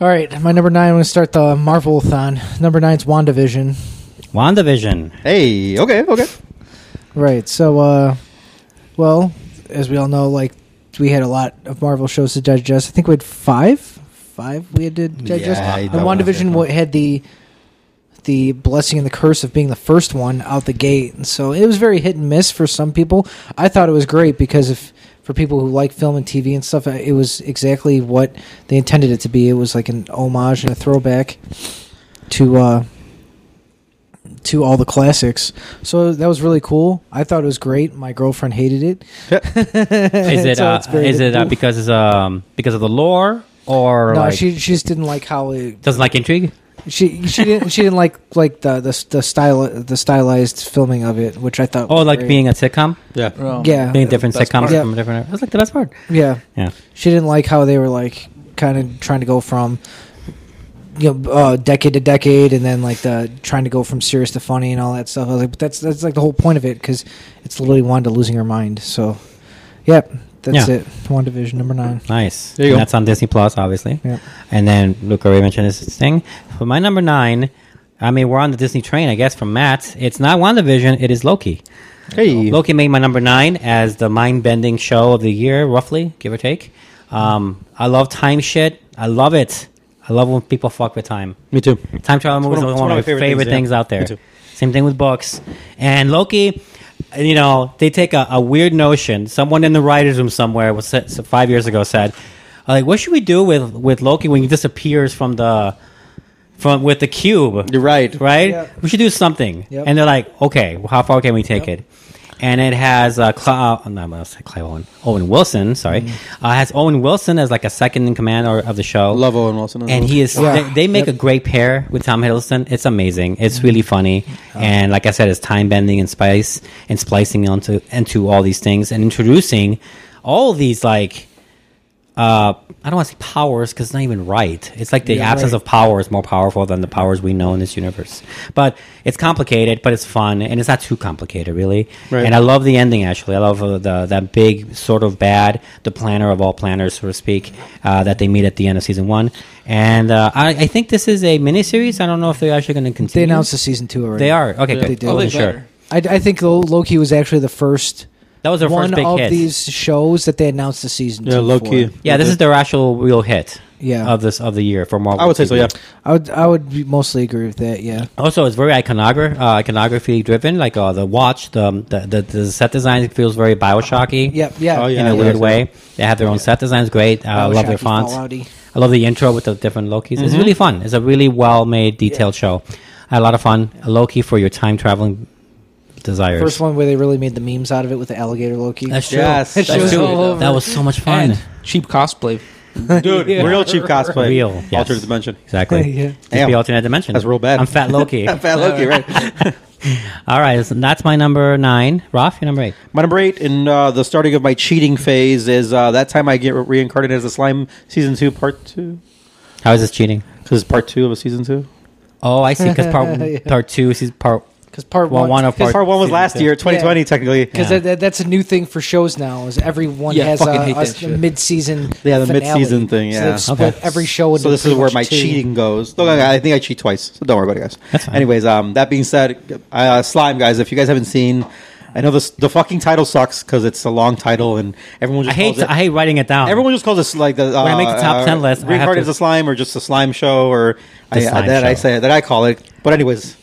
Speaker 6: All right, my number nine. I'm going to start the Marvel-a-thon. Number nine's WandaVision.
Speaker 4: WandaVision.
Speaker 7: Hey, okay, okay.
Speaker 6: Right. So, uh, well, as we all know, like we had a lot of Marvel shows to digest. I think we had five, five we had to digest.
Speaker 7: I
Speaker 6: and
Speaker 7: know.
Speaker 6: WandaVision wa- had the the blessing and the curse of being the first one out the gate, and so it was very hit and miss for some people. I thought it was great because if for people who like film and TV and stuff, uh, it was exactly what they intended it to be. It was like an homage and a throwback to uh, to all the classics. So that was really cool. I thought it was great. My girlfriend hated it.
Speaker 4: Is it
Speaker 6: So
Speaker 4: uh,
Speaker 6: it's very
Speaker 4: is it uh,
Speaker 6: difficult.
Speaker 4: because it's, um because of the lore or
Speaker 6: No,
Speaker 4: like,
Speaker 6: she she just didn't like how it.
Speaker 4: doesn't like intrigue?
Speaker 6: She she didn't she didn't like like the the the style the stylized filming of it, which I thought.
Speaker 4: Oh,
Speaker 6: was
Speaker 4: like
Speaker 6: great.
Speaker 4: being a sitcom,
Speaker 7: Yeah.
Speaker 5: Bro.
Speaker 6: yeah
Speaker 4: being different
Speaker 5: That's
Speaker 4: sitcoms
Speaker 6: part.
Speaker 4: from different. That's like the best part.
Speaker 6: yeah
Speaker 4: Yeah.
Speaker 6: she didn't like how they were like kind of trying to go from you know uh, decade to decade and then like the trying to go from serious to funny and all that stuff i was like but that's that's like the whole point of it because it's literally wanda losing her mind so yep that's
Speaker 4: Yeah.
Speaker 6: it one division number nine
Speaker 4: Nice.
Speaker 7: There you
Speaker 4: And
Speaker 7: go.
Speaker 4: That's on Disney Plus, obviously.
Speaker 6: Yep.
Speaker 4: And then Luke already mentioned this thing. For my number nine, I mean, we're on the Disney train, I guess, from Matt. It's not WandaVision, it is Loki.
Speaker 7: Hey.
Speaker 4: Loki made my number nine as the mind bending show of the year, roughly, give or take. Um, I love time shit. I love it. I love when people fuck with time.
Speaker 7: Me too.
Speaker 4: Time travel movies
Speaker 7: one of-
Speaker 4: are
Speaker 7: it's
Speaker 4: one of my favorite, things,
Speaker 7: yeah.
Speaker 4: out there.
Speaker 7: Me too.
Speaker 4: Same thing with books. And Loki, you know, they take a, a weird notion. Someone in the writers' room somewhere was said, so five years ago said, uh, like, what should we do with with Loki when he disappears from the from with the cube?
Speaker 7: You're right.
Speaker 4: Right?
Speaker 6: Yeah.
Speaker 4: We should do something.
Speaker 6: Yep.
Speaker 4: And they're like, okay, well, how far can we take it? And it has uh, Cl- uh, no, I'm gonna say Clive Owen, Owen Wilson. Sorry, uh, has Owen Wilson as like a second in command or, of the show.
Speaker 7: Love Owen Wilson.
Speaker 4: And he is.
Speaker 6: Yeah.
Speaker 4: They, they make
Speaker 6: Yep.
Speaker 4: a great pair with Tom Hiddleston. It's amazing. It's really funny, and like I said, it's time bending and spice and splicing onto into all these things and introducing all these like. Uh, I don't want to say powers because it's not even right. It's like the absence of power is more powerful than the powers we know in this universe. But it's complicated, but it's fun, and it's not too complicated, really.
Speaker 7: Right.
Speaker 4: And I love the ending actually. I love uh, the that big sort of bad, the planner of all planners, so to speak, uh, that they meet at the end of season one. And uh, I, I think this is a miniseries. I don't know if they're actually going to
Speaker 6: they
Speaker 4: continue.
Speaker 6: announced the season two already
Speaker 4: They are okay.
Speaker 6: Yeah.
Speaker 4: good.
Speaker 6: They did.
Speaker 4: I
Speaker 5: Oh, they
Speaker 4: wasn't sure.
Speaker 5: better.
Speaker 6: i, I think Lo- loki was actually the first
Speaker 4: That was their
Speaker 6: one
Speaker 4: first big
Speaker 6: of
Speaker 4: hit.
Speaker 6: these shows that they announced the season
Speaker 7: Yeah,
Speaker 6: two
Speaker 7: Loki.
Speaker 6: for.
Speaker 4: yeah, this is their actual real hit.
Speaker 6: Yeah.
Speaker 4: of this of the year for Marvel.
Speaker 7: I would say so,
Speaker 4: TV.
Speaker 7: yeah.
Speaker 6: i would i would be- mostly agree with that yeah
Speaker 4: Also, it's very iconogra- uh, iconography driven. Like uh, the watch, the, the the the set design feels very Bioshocky.
Speaker 6: yep yeah
Speaker 7: Oh, yeah.
Speaker 4: in a weird
Speaker 7: yeah.
Speaker 4: way. They have their own set designs. Great. Uh, I love their
Speaker 6: Bioshocky,
Speaker 4: fonts.
Speaker 6: Fallouty.
Speaker 4: I love the intro with the different Lokis.
Speaker 7: Mm-hmm.
Speaker 4: It's really fun. It's a really well made, detailed show. I had a lot of fun. Loki for your time traveling desires.
Speaker 6: First one where they really made the memes out of it with the alligator Loki.
Speaker 4: That's true.
Speaker 7: Yes,
Speaker 4: That's
Speaker 7: that
Speaker 6: was
Speaker 4: true.
Speaker 6: all
Speaker 4: That was so much fun.
Speaker 5: And cheap cosplay.
Speaker 7: Dude, real cheap cosplay.
Speaker 4: Real, yes.
Speaker 7: Alternate dimension.
Speaker 4: Exactly.
Speaker 6: Yeah.
Speaker 4: Just
Speaker 7: Damn.
Speaker 4: be alternate dimension.
Speaker 7: That's real bad.
Speaker 4: I'm fat Loki.
Speaker 7: Fat Loki, right?
Speaker 4: All right. so That's my number nine. Roth, your number eight.
Speaker 7: My number eight in uh, the starting of my cheating phase is uh, that time I get reincarnated as a slime season two, part two.
Speaker 4: How is this cheating?
Speaker 7: Because it's part two of a season two.
Speaker 4: Oh, I see. Because part, part two is part.
Speaker 6: Because part
Speaker 4: Well,
Speaker 6: one,
Speaker 4: one of
Speaker 7: Because part one was
Speaker 4: season
Speaker 7: last
Speaker 4: two.
Speaker 7: year, 2020,
Speaker 6: Yeah.
Speaker 7: technically.
Speaker 6: because
Speaker 4: Yeah.
Speaker 6: that, that- that's a new thing for shows now. Is everyone
Speaker 5: Yeah, I
Speaker 6: has a,
Speaker 5: fucking hate
Speaker 6: a
Speaker 5: that shit.
Speaker 6: mid-season?
Speaker 7: Yeah, the
Speaker 6: finale.
Speaker 7: mid-season thing,
Speaker 6: So
Speaker 7: yeah.
Speaker 6: they've split
Speaker 4: Okay.
Speaker 6: every show. Into
Speaker 7: So this
Speaker 6: pretty
Speaker 7: is where
Speaker 6: much
Speaker 7: my
Speaker 6: two.
Speaker 7: cheating goes. Look, I, I think I cheat twice, so don't worry about it, guys.
Speaker 4: That's fine.
Speaker 7: Anyways, um, that being said, uh, slime guys, if you guys haven't seen, I know this the fucking title sucks because it's a long title and everyone
Speaker 4: I
Speaker 7: just
Speaker 4: hate,
Speaker 7: calls it,
Speaker 4: I hate writing it down.
Speaker 7: everyone just calls this like the uh,
Speaker 4: When I make the top 10 list, I have
Speaker 7: Reincarnated
Speaker 4: to-
Speaker 7: as a slime or just a slime show or I,
Speaker 4: slime
Speaker 7: that I
Speaker 4: show.
Speaker 7: say that I call it. But anyways,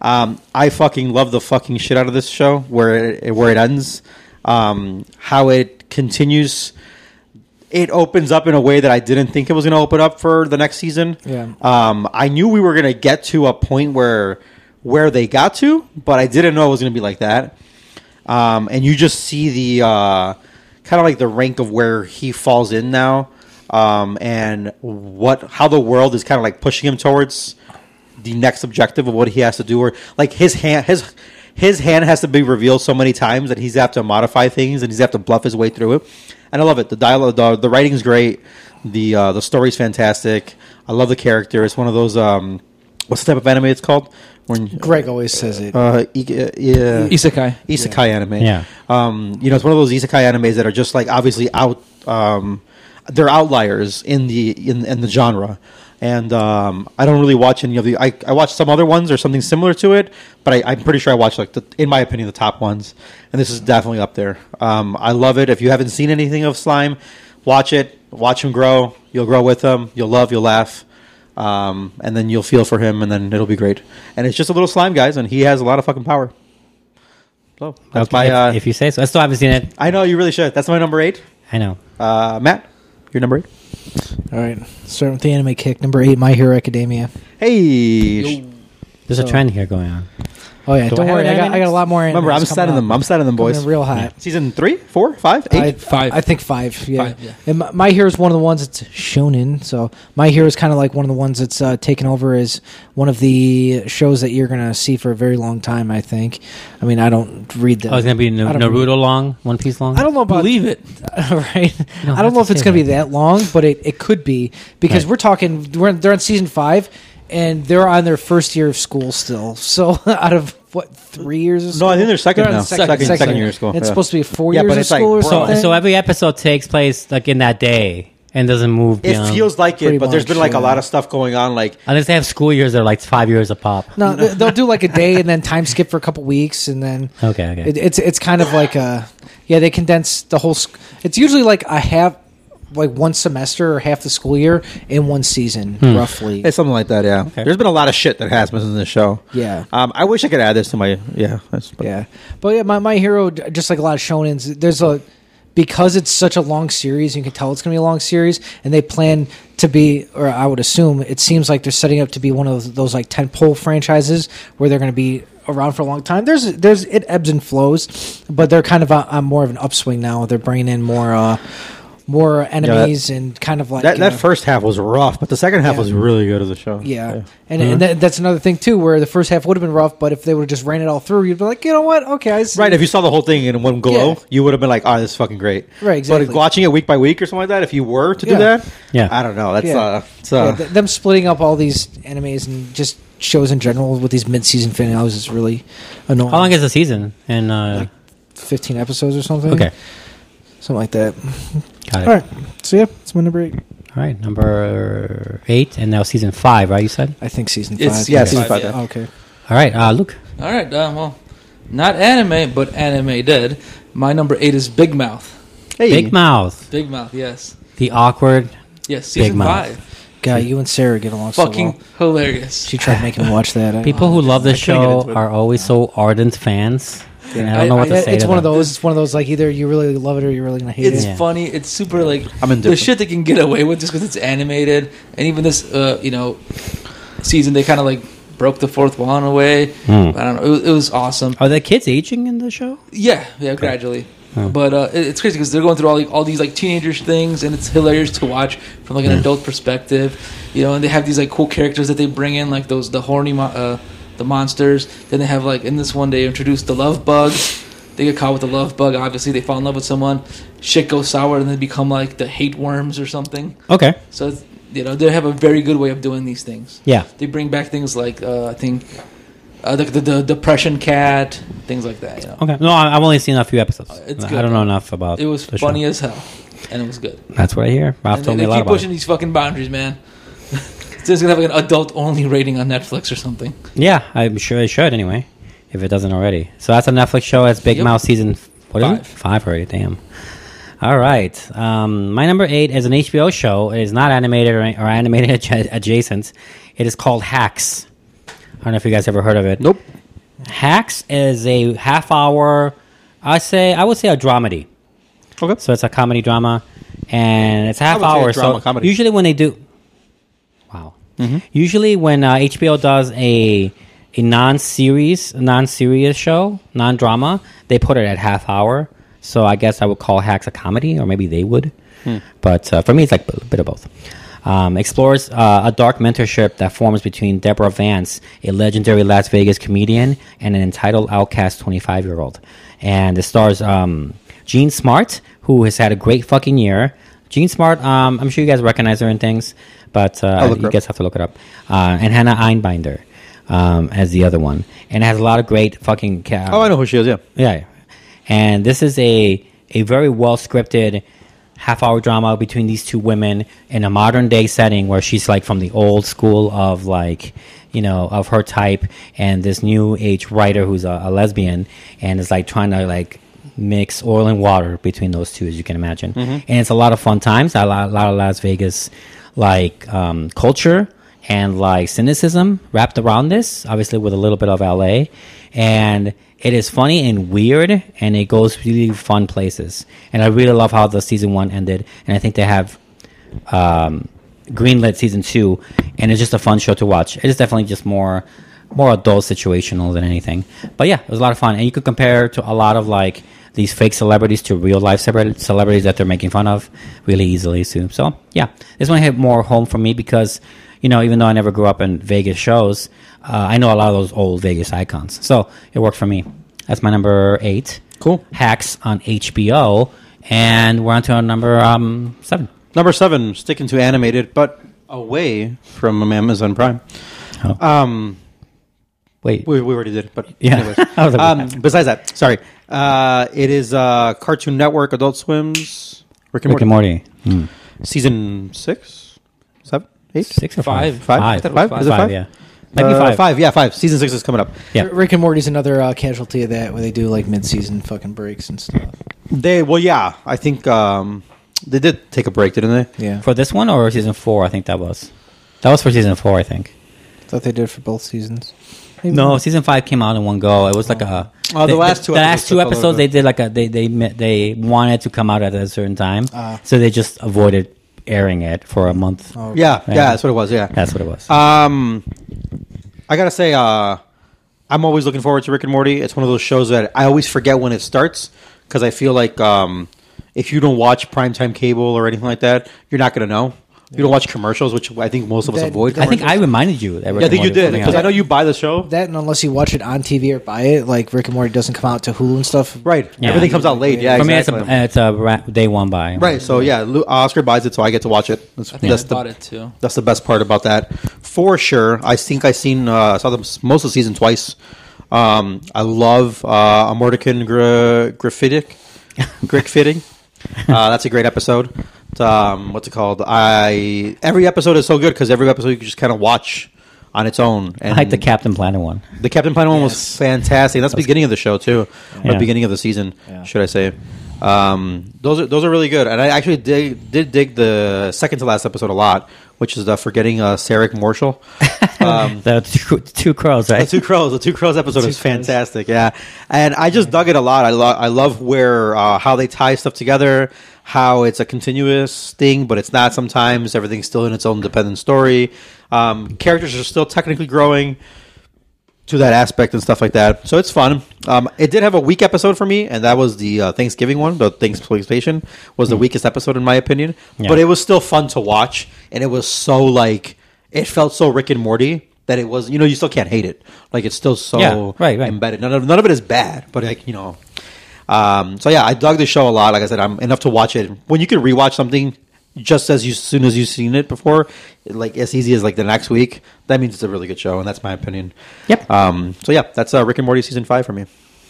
Speaker 7: um, I fucking love the fucking shit out of this show where it, where it ends, um, how it continues. It opens up in a way that I didn't think it was going to open up for the next season.
Speaker 6: Yeah.
Speaker 7: Um, I knew we were going to get to a point where where they got to, but I didn't know it was going to be like that um, and you just see the uh, kind of like the rank of where he falls in now, um, and what how the world is kind of like pushing him towards the next objective of what he has to do, or like his hand his his hand has to be revealed so many times that he's have to modify things and he's have to bluff his way through it. And I love it. The dialogue, the, the writing's great. The uh, the story's fantastic. I love the character. It's one of those. Um, what's the type of anime it's called? When
Speaker 6: Greg always says it.
Speaker 7: uh, I- uh, yeah.
Speaker 5: Isekai.
Speaker 7: isekai anime.
Speaker 4: Yeah.
Speaker 7: Um, you know, it's one of those isekai animes that are just like obviously out. Um, they're outliers in the in, in the genre, and um, I don't really watch any of the. I, I watch some other ones or something similar to it, but I, I'm pretty sure I watch like the, in my opinion the top ones, and this is definitely up there. Um, I love it. If you haven't seen anything of slime, watch it. Watch him grow. You'll grow with him. You'll love. You'll laugh. Um, and then you'll feel for him, and then it'll be great. And it's just a little slime, guys, and he has a lot of fucking power. So that's
Speaker 4: Okay,
Speaker 7: my.
Speaker 4: if-
Speaker 7: uh,
Speaker 4: if, you say so. I still haven't seen it.
Speaker 7: I know you really should. That's my number eight.
Speaker 4: I know.
Speaker 7: Uh, Matt, your number eight.
Speaker 6: All right, starting with the anime kick number eight, My Hero Academia.
Speaker 7: Hey,
Speaker 4: There's a trend here going on.
Speaker 6: Oh yeah, don't
Speaker 7: I have
Speaker 6: worry, I got,
Speaker 7: anime
Speaker 6: I got a
Speaker 7: next?
Speaker 6: lot more.
Speaker 7: remember I'm
Speaker 6: animes coming
Speaker 7: standing them.
Speaker 6: up.
Speaker 7: I'm standing them,
Speaker 6: Coming
Speaker 7: boys.
Speaker 6: in real hot.
Speaker 7: Season three, four, five, eight.
Speaker 6: I,
Speaker 5: Five.
Speaker 6: I think five. Yeah.
Speaker 5: Five, yeah.
Speaker 6: And my, my hero is one of the ones that's shonen. So my hero is kind of like one of the ones that's uh, taken over as one of the shows that you're going to see for a very long time. I think. I mean, I don't read them.
Speaker 4: Oh, it's gonna be
Speaker 6: I
Speaker 4: Na-
Speaker 6: don't-
Speaker 4: Naruto long, One Piece long.
Speaker 6: I don't know about
Speaker 5: Believe it.
Speaker 6: right.
Speaker 4: No,
Speaker 6: I don't know
Speaker 4: that's
Speaker 6: if it's
Speaker 4: okay,
Speaker 6: going to be
Speaker 4: right.
Speaker 6: that long, but it, it could be because
Speaker 4: Right.
Speaker 6: we're talking. We're they're on season five, and they're on their first year of school still. So out of what three years? Of
Speaker 7: No, I think they're second
Speaker 6: on
Speaker 7: now. Second- second year of school,
Speaker 6: It's
Speaker 7: yeah.
Speaker 6: supposed to be four
Speaker 7: Yeah,
Speaker 6: years
Speaker 7: but
Speaker 6: of
Speaker 7: it's like,
Speaker 6: school or
Speaker 7: bro,
Speaker 4: So,
Speaker 6: something.
Speaker 4: so every episode takes place like in that day and doesn't move.
Speaker 7: it
Speaker 4: beyond-
Speaker 7: feels like
Speaker 6: Pretty
Speaker 7: it, but there's
Speaker 6: much,
Speaker 7: been like
Speaker 6: yeah.
Speaker 7: a lot of stuff going on. Like
Speaker 4: unless they have school years that are like five years of pop.
Speaker 6: No, they- they'll do like a day and then time skip for a couple weeks, and then
Speaker 4: Okay, okay.
Speaker 6: It, it's it's kind of like a yeah. They condense the whole. sc- It's usually like a half, like one semester or half the school year in one season,
Speaker 4: Hmm.
Speaker 6: roughly.
Speaker 7: it's something like that. Yeah, there's been a lot of shit that has been in this show.
Speaker 6: Yeah.
Speaker 7: Um, I wish I could add this to my. Yeah. That's, but
Speaker 6: yeah, but yeah, my my hero, d- just like a lot of shonens, there's a because it's such a long series, you can tell it's going to be a long series, and they plan to be, or I would assume, it seems like they're setting up to be one of those, those like ten pole franchises where they're going to be around for a long time. There's there's it ebbs and flows, but they're kind of on, on more of an upswing now. They're bringing in more. uh more enemies and kind of like
Speaker 7: That,
Speaker 6: uh,
Speaker 7: that first half was rough, but the second half
Speaker 6: Yeah.
Speaker 7: was really good of the show.
Speaker 6: yeah. And,
Speaker 7: Mm-hmm.
Speaker 6: and that, that's another thing too, where the first half would have been rough, but if they would have just ran it all through, you'd be like, you know what? Okay, I see.
Speaker 7: Right, if you saw the whole thing in one glow,
Speaker 6: Yeah.
Speaker 7: you would have been like, "Oh, this is fucking great."
Speaker 6: Right,
Speaker 7: But
Speaker 6: exactly.
Speaker 7: watching it week by week or something like that, if you were to
Speaker 6: Yeah.
Speaker 7: do that,
Speaker 4: Yeah.
Speaker 7: I don't know. That's
Speaker 6: Yeah.
Speaker 7: uh, it's,
Speaker 6: Yeah,
Speaker 7: uh,
Speaker 6: th- them splitting up all these animes and just shows in general with these mid-season finales is really annoying.
Speaker 4: How long is the season? And uh,
Speaker 6: Fifteen episodes or something.
Speaker 4: okay,
Speaker 6: something like that.
Speaker 4: got it.
Speaker 6: All right. So yeah, it's my number eight.
Speaker 4: All right, number eight, and now season five, right? You said.
Speaker 6: I think season five.
Speaker 5: It's-
Speaker 7: yeah,
Speaker 5: yeah,
Speaker 7: season
Speaker 5: five,
Speaker 7: five.
Speaker 5: yeah.
Speaker 7: yeah.
Speaker 6: Oh, okay.
Speaker 4: All right, uh, Luke.
Speaker 5: All right. Uh, well, not anime, but anime dead. My number eight is Big Mouth.
Speaker 7: Hey,
Speaker 4: Big Mouth,
Speaker 5: Big Mouth. Yes.
Speaker 4: the awkward.
Speaker 5: Yes. Season
Speaker 4: Mouth.
Speaker 5: five.
Speaker 6: God, you and Sarah get along so
Speaker 5: Fucking
Speaker 6: well.
Speaker 5: hilarious.
Speaker 6: She tried making me watch that. I-
Speaker 4: People who love this
Speaker 7: couldn't get
Speaker 4: show
Speaker 7: into it.
Speaker 4: are always so ardent fans. And I
Speaker 5: I-
Speaker 4: don't know what
Speaker 5: I-
Speaker 4: to say.
Speaker 6: it's
Speaker 4: to
Speaker 6: one of
Speaker 4: them.
Speaker 6: those. It's one of those. Like either you really love it or you're really gonna hate
Speaker 5: It's
Speaker 6: it.
Speaker 4: Yeah.
Speaker 5: funny. It's super like
Speaker 7: I'm
Speaker 5: the
Speaker 7: indifferent.
Speaker 5: shit they can get away with just because it's animated, and even this, uh, you know, season they kind of like broke the fourth wall in a way. I don't know. It was, it was awesome.
Speaker 4: Are the kids aging in the show?
Speaker 5: Yeah, yeah, gradually. But uh, it- it's crazy because they're going through all like, all these like teenagers things, and it's hilarious to watch from like an adult perspective, you know. And they have these like cool characters that they bring in, like those the horny mo- uh, the monsters. Then they have like in this one they introduce the love bugs. They get caught with the love bug. Obviously, they fall in love with someone. Shit goes sour, and they become like the hate worms or something.
Speaker 4: Okay.
Speaker 5: So it's, you know they have a very good way of doing these things.
Speaker 4: Yeah.
Speaker 5: They bring back things like uh, I think uh, the, the the depression cat, things like that. You know.
Speaker 4: Okay. No, I- I've only seen a few episodes.
Speaker 5: It's
Speaker 4: I
Speaker 5: good,
Speaker 4: don't know
Speaker 5: though.
Speaker 4: enough about.
Speaker 5: It was
Speaker 4: the show.
Speaker 5: funny as hell, and it was good.
Speaker 4: That's what I hear. Ralph
Speaker 5: And they,
Speaker 4: told
Speaker 5: they
Speaker 4: me a lot
Speaker 5: keep
Speaker 4: about.
Speaker 5: pushing
Speaker 4: It.
Speaker 5: these fucking boundaries, man. it's just gonna have like an adult-only rating on Netflix or something.
Speaker 4: Yeah, I'm sure it should anyway, if it doesn't already. So that's a Netflix show. That's Big
Speaker 5: Yep.
Speaker 4: Mouth season f- what is it?
Speaker 5: Five.
Speaker 4: Five already. Damn. All right. Um, my number eight is an HBO show. It is not animated or, or animated adja- adjacent. It is called Hacks. I don't know if you guys ever heard of it.
Speaker 7: Nope.
Speaker 4: Hacks is a half hour. I say I would say a dramedy.
Speaker 7: Okay.
Speaker 4: So it's a comedy drama, and it's a half
Speaker 7: would say a
Speaker 4: hour.
Speaker 7: drama
Speaker 4: so
Speaker 7: comedy.
Speaker 4: usually when they do, wow. Usually when uh, HBO does a a non series, non serious show, non drama, they put it at half hour. So I guess I would call Hacks a comedy, or maybe they would. But uh, for me, it's like a bit of both. Um, explores uh, a dark mentorship that forms between Deborah Vance, a legendary Las Vegas comedian, and an entitled outcast 25 year old. And it stars um, Gene Smart, who has had a great fucking year. Gene Smart, um, I'm sure you guys recognize her in things, but
Speaker 7: I'll
Speaker 4: uh,
Speaker 7: look her
Speaker 4: you
Speaker 7: up.
Speaker 4: guys have to look it up. Uh, and Hannah Einbinder um, as the other one, and it has a lot of great fucking. Ca-
Speaker 7: Oh, I know who she is. Yeah.
Speaker 4: yeah, yeah. And this is a a very well scripted half hour drama between these two women in a modern day setting where she's like from the old school of like you know of her type and this new age writer who's a, a lesbian and is like trying to like mix oil and water between those two as you can imagine and it's a lot of fun times a lot, a lot of las vegas like um, culture and like cynicism wrapped around this, obviously with a little bit of LA. And it is funny and weird, and it goes really fun places. And I really love how the season one ended, and I think they have um, greenlit season two, and it's just a fun show to watch. It is definitely just more more adult situational than anything. But yeah, it was a lot of fun, and you could compare to a lot of like these fake celebrities to real life celebra- celebrities that they're making fun of really easily too. So yeah, this one hit more home for me because you know even though I never grew up in Vegas shows, uh, I know a lot of those old Vegas icons, so it worked for me. That's my number eight.
Speaker 7: Cool.
Speaker 4: Hacks on HBO, and we're on to our number um, seven.
Speaker 7: Number seven, sticking to animated, but away from Amazon Prime.
Speaker 4: Oh.
Speaker 7: Um,
Speaker 4: Wait,
Speaker 7: we, we already did, it, but
Speaker 4: Yeah.
Speaker 7: anyways.
Speaker 4: I was like,
Speaker 7: um, besides that, sorry. Uh, it is uh, Cartoon Network, Adult Swim's Rick and,
Speaker 4: Rick and
Speaker 7: Morty.
Speaker 4: Morty. Hmm.
Speaker 7: season six, seven, eight,
Speaker 4: Six or five?
Speaker 5: Five.
Speaker 7: five,
Speaker 4: Five.
Speaker 7: I thought it was
Speaker 4: Five,
Speaker 7: Is it five?
Speaker 4: yeah. Maybe
Speaker 7: Uh,
Speaker 4: five.
Speaker 7: Five, yeah, five. Season six is coming up.
Speaker 4: Yeah.
Speaker 6: Rick and Morty's another uh, casualty of that, where they do like mid-season fucking breaks and stuff.
Speaker 7: They well, yeah. I think um, they did take a break, didn't they?
Speaker 6: Yeah,
Speaker 4: For this one or season four? I think that was. That was for season four, I think.
Speaker 6: thought they did for both seasons.
Speaker 4: No, season five came out in one go. It was like a.
Speaker 7: Oh, the last two
Speaker 4: The last two
Speaker 7: episodes took a little
Speaker 4: episodes,
Speaker 7: bit.
Speaker 4: they did like a. They they mi- they wanted to come out at a certain time,
Speaker 7: Ah.
Speaker 4: so they just avoided airing it for a month.
Speaker 7: Yeah, yeah.
Speaker 4: Yeah.
Speaker 7: That's what it was. Yeah.
Speaker 4: That's what it was.
Speaker 7: Um, I gotta say, uh, I'm always looking forward to Rick and Morty. It's one of those shows that I always forget when it starts because I feel like um, if you don't watch primetime cable or anything like that, you're not gonna know. You don't watch commercials, which I think most of us
Speaker 6: That-
Speaker 7: avoid.
Speaker 4: I think I reminded you. That Rick and
Speaker 7: yeah, I think you
Speaker 4: Morty was
Speaker 7: did
Speaker 4: coming
Speaker 7: because
Speaker 4: out.
Speaker 7: I know you buy the show.
Speaker 6: That and unless you watch it on TV or buy it, like Rick and Morty doesn't come out to Hulu and stuff.
Speaker 7: Right.
Speaker 4: Yeah.
Speaker 7: Everything comes out late. Yeah,
Speaker 4: For
Speaker 7: exactly.
Speaker 4: me, it's a, it's a ra- day one by.
Speaker 7: right. So yeah, Lu- Oscar buys it, so I get to watch it. That's,
Speaker 5: I think
Speaker 7: that's
Speaker 5: I
Speaker 7: the
Speaker 5: bought it too.
Speaker 7: that's the best part about that for sure. I think I seen uh, saw the s- most of the season twice. Um, I love uh, Amortican Gr- Griffitic, Grick fitting. Uh, that's a great episode. It's, um, what's it called? I every episode is so good because every episode you can just kind of watch on its own. And
Speaker 4: I like the Captain Planet one.
Speaker 7: the Captain Planet one was fantastic. That's the beginning of the show too, or
Speaker 4: Yeah.
Speaker 7: beginning of the season,
Speaker 6: Yeah.
Speaker 7: should I say? Um, those are those are really good, and I actually dig, did dig the second to last episode a lot, which is the forgetting uh, Sarek Marshall. Um,
Speaker 4: The two, two crows, right?
Speaker 7: the two crows, the two crows episode
Speaker 6: Two
Speaker 7: is
Speaker 6: Crows.
Speaker 7: fantastic. Yeah, and I just dug it a lot. I love I love where uh, how they tie stuff together, how it's a continuous thing, but it's not. Sometimes everything's still in its own dependent story. Um, characters are still technically growing to that aspect and stuff like that. So it's fun. Um, it did have a weak episode for me, and that was the uh, Thanksgiving one. The Thanksgiving was the weakest episode in my opinion,
Speaker 4: Hmm. Yeah.
Speaker 7: but it was still fun to watch, and it was so like it felt so Rick and Morty that it was. You know, you still can't hate it. Like it's still so
Speaker 4: Yeah, right, right.
Speaker 7: embedded. None of none of it is bad, but like you know. Um, so yeah, I dug the show a lot. Like I said, I'm enough to watch it. When you can rewatch something just as you, soon as you've seen it before, like as easy as like the next week, that means it's a really good show, and that's my opinion.
Speaker 4: Yep.
Speaker 7: Um, so yeah, that's uh, Rick and Morty season five for me.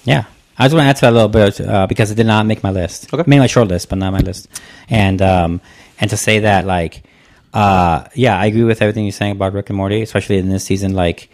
Speaker 4: Yeah. I just want to add to that a little bit uh, because it did not make my list.
Speaker 7: Okay.
Speaker 4: Made my short list, but not my list. And um, and to say that, like, uh, yeah, I agree with everything you're saying about Rick and Morty, especially in this season. Like,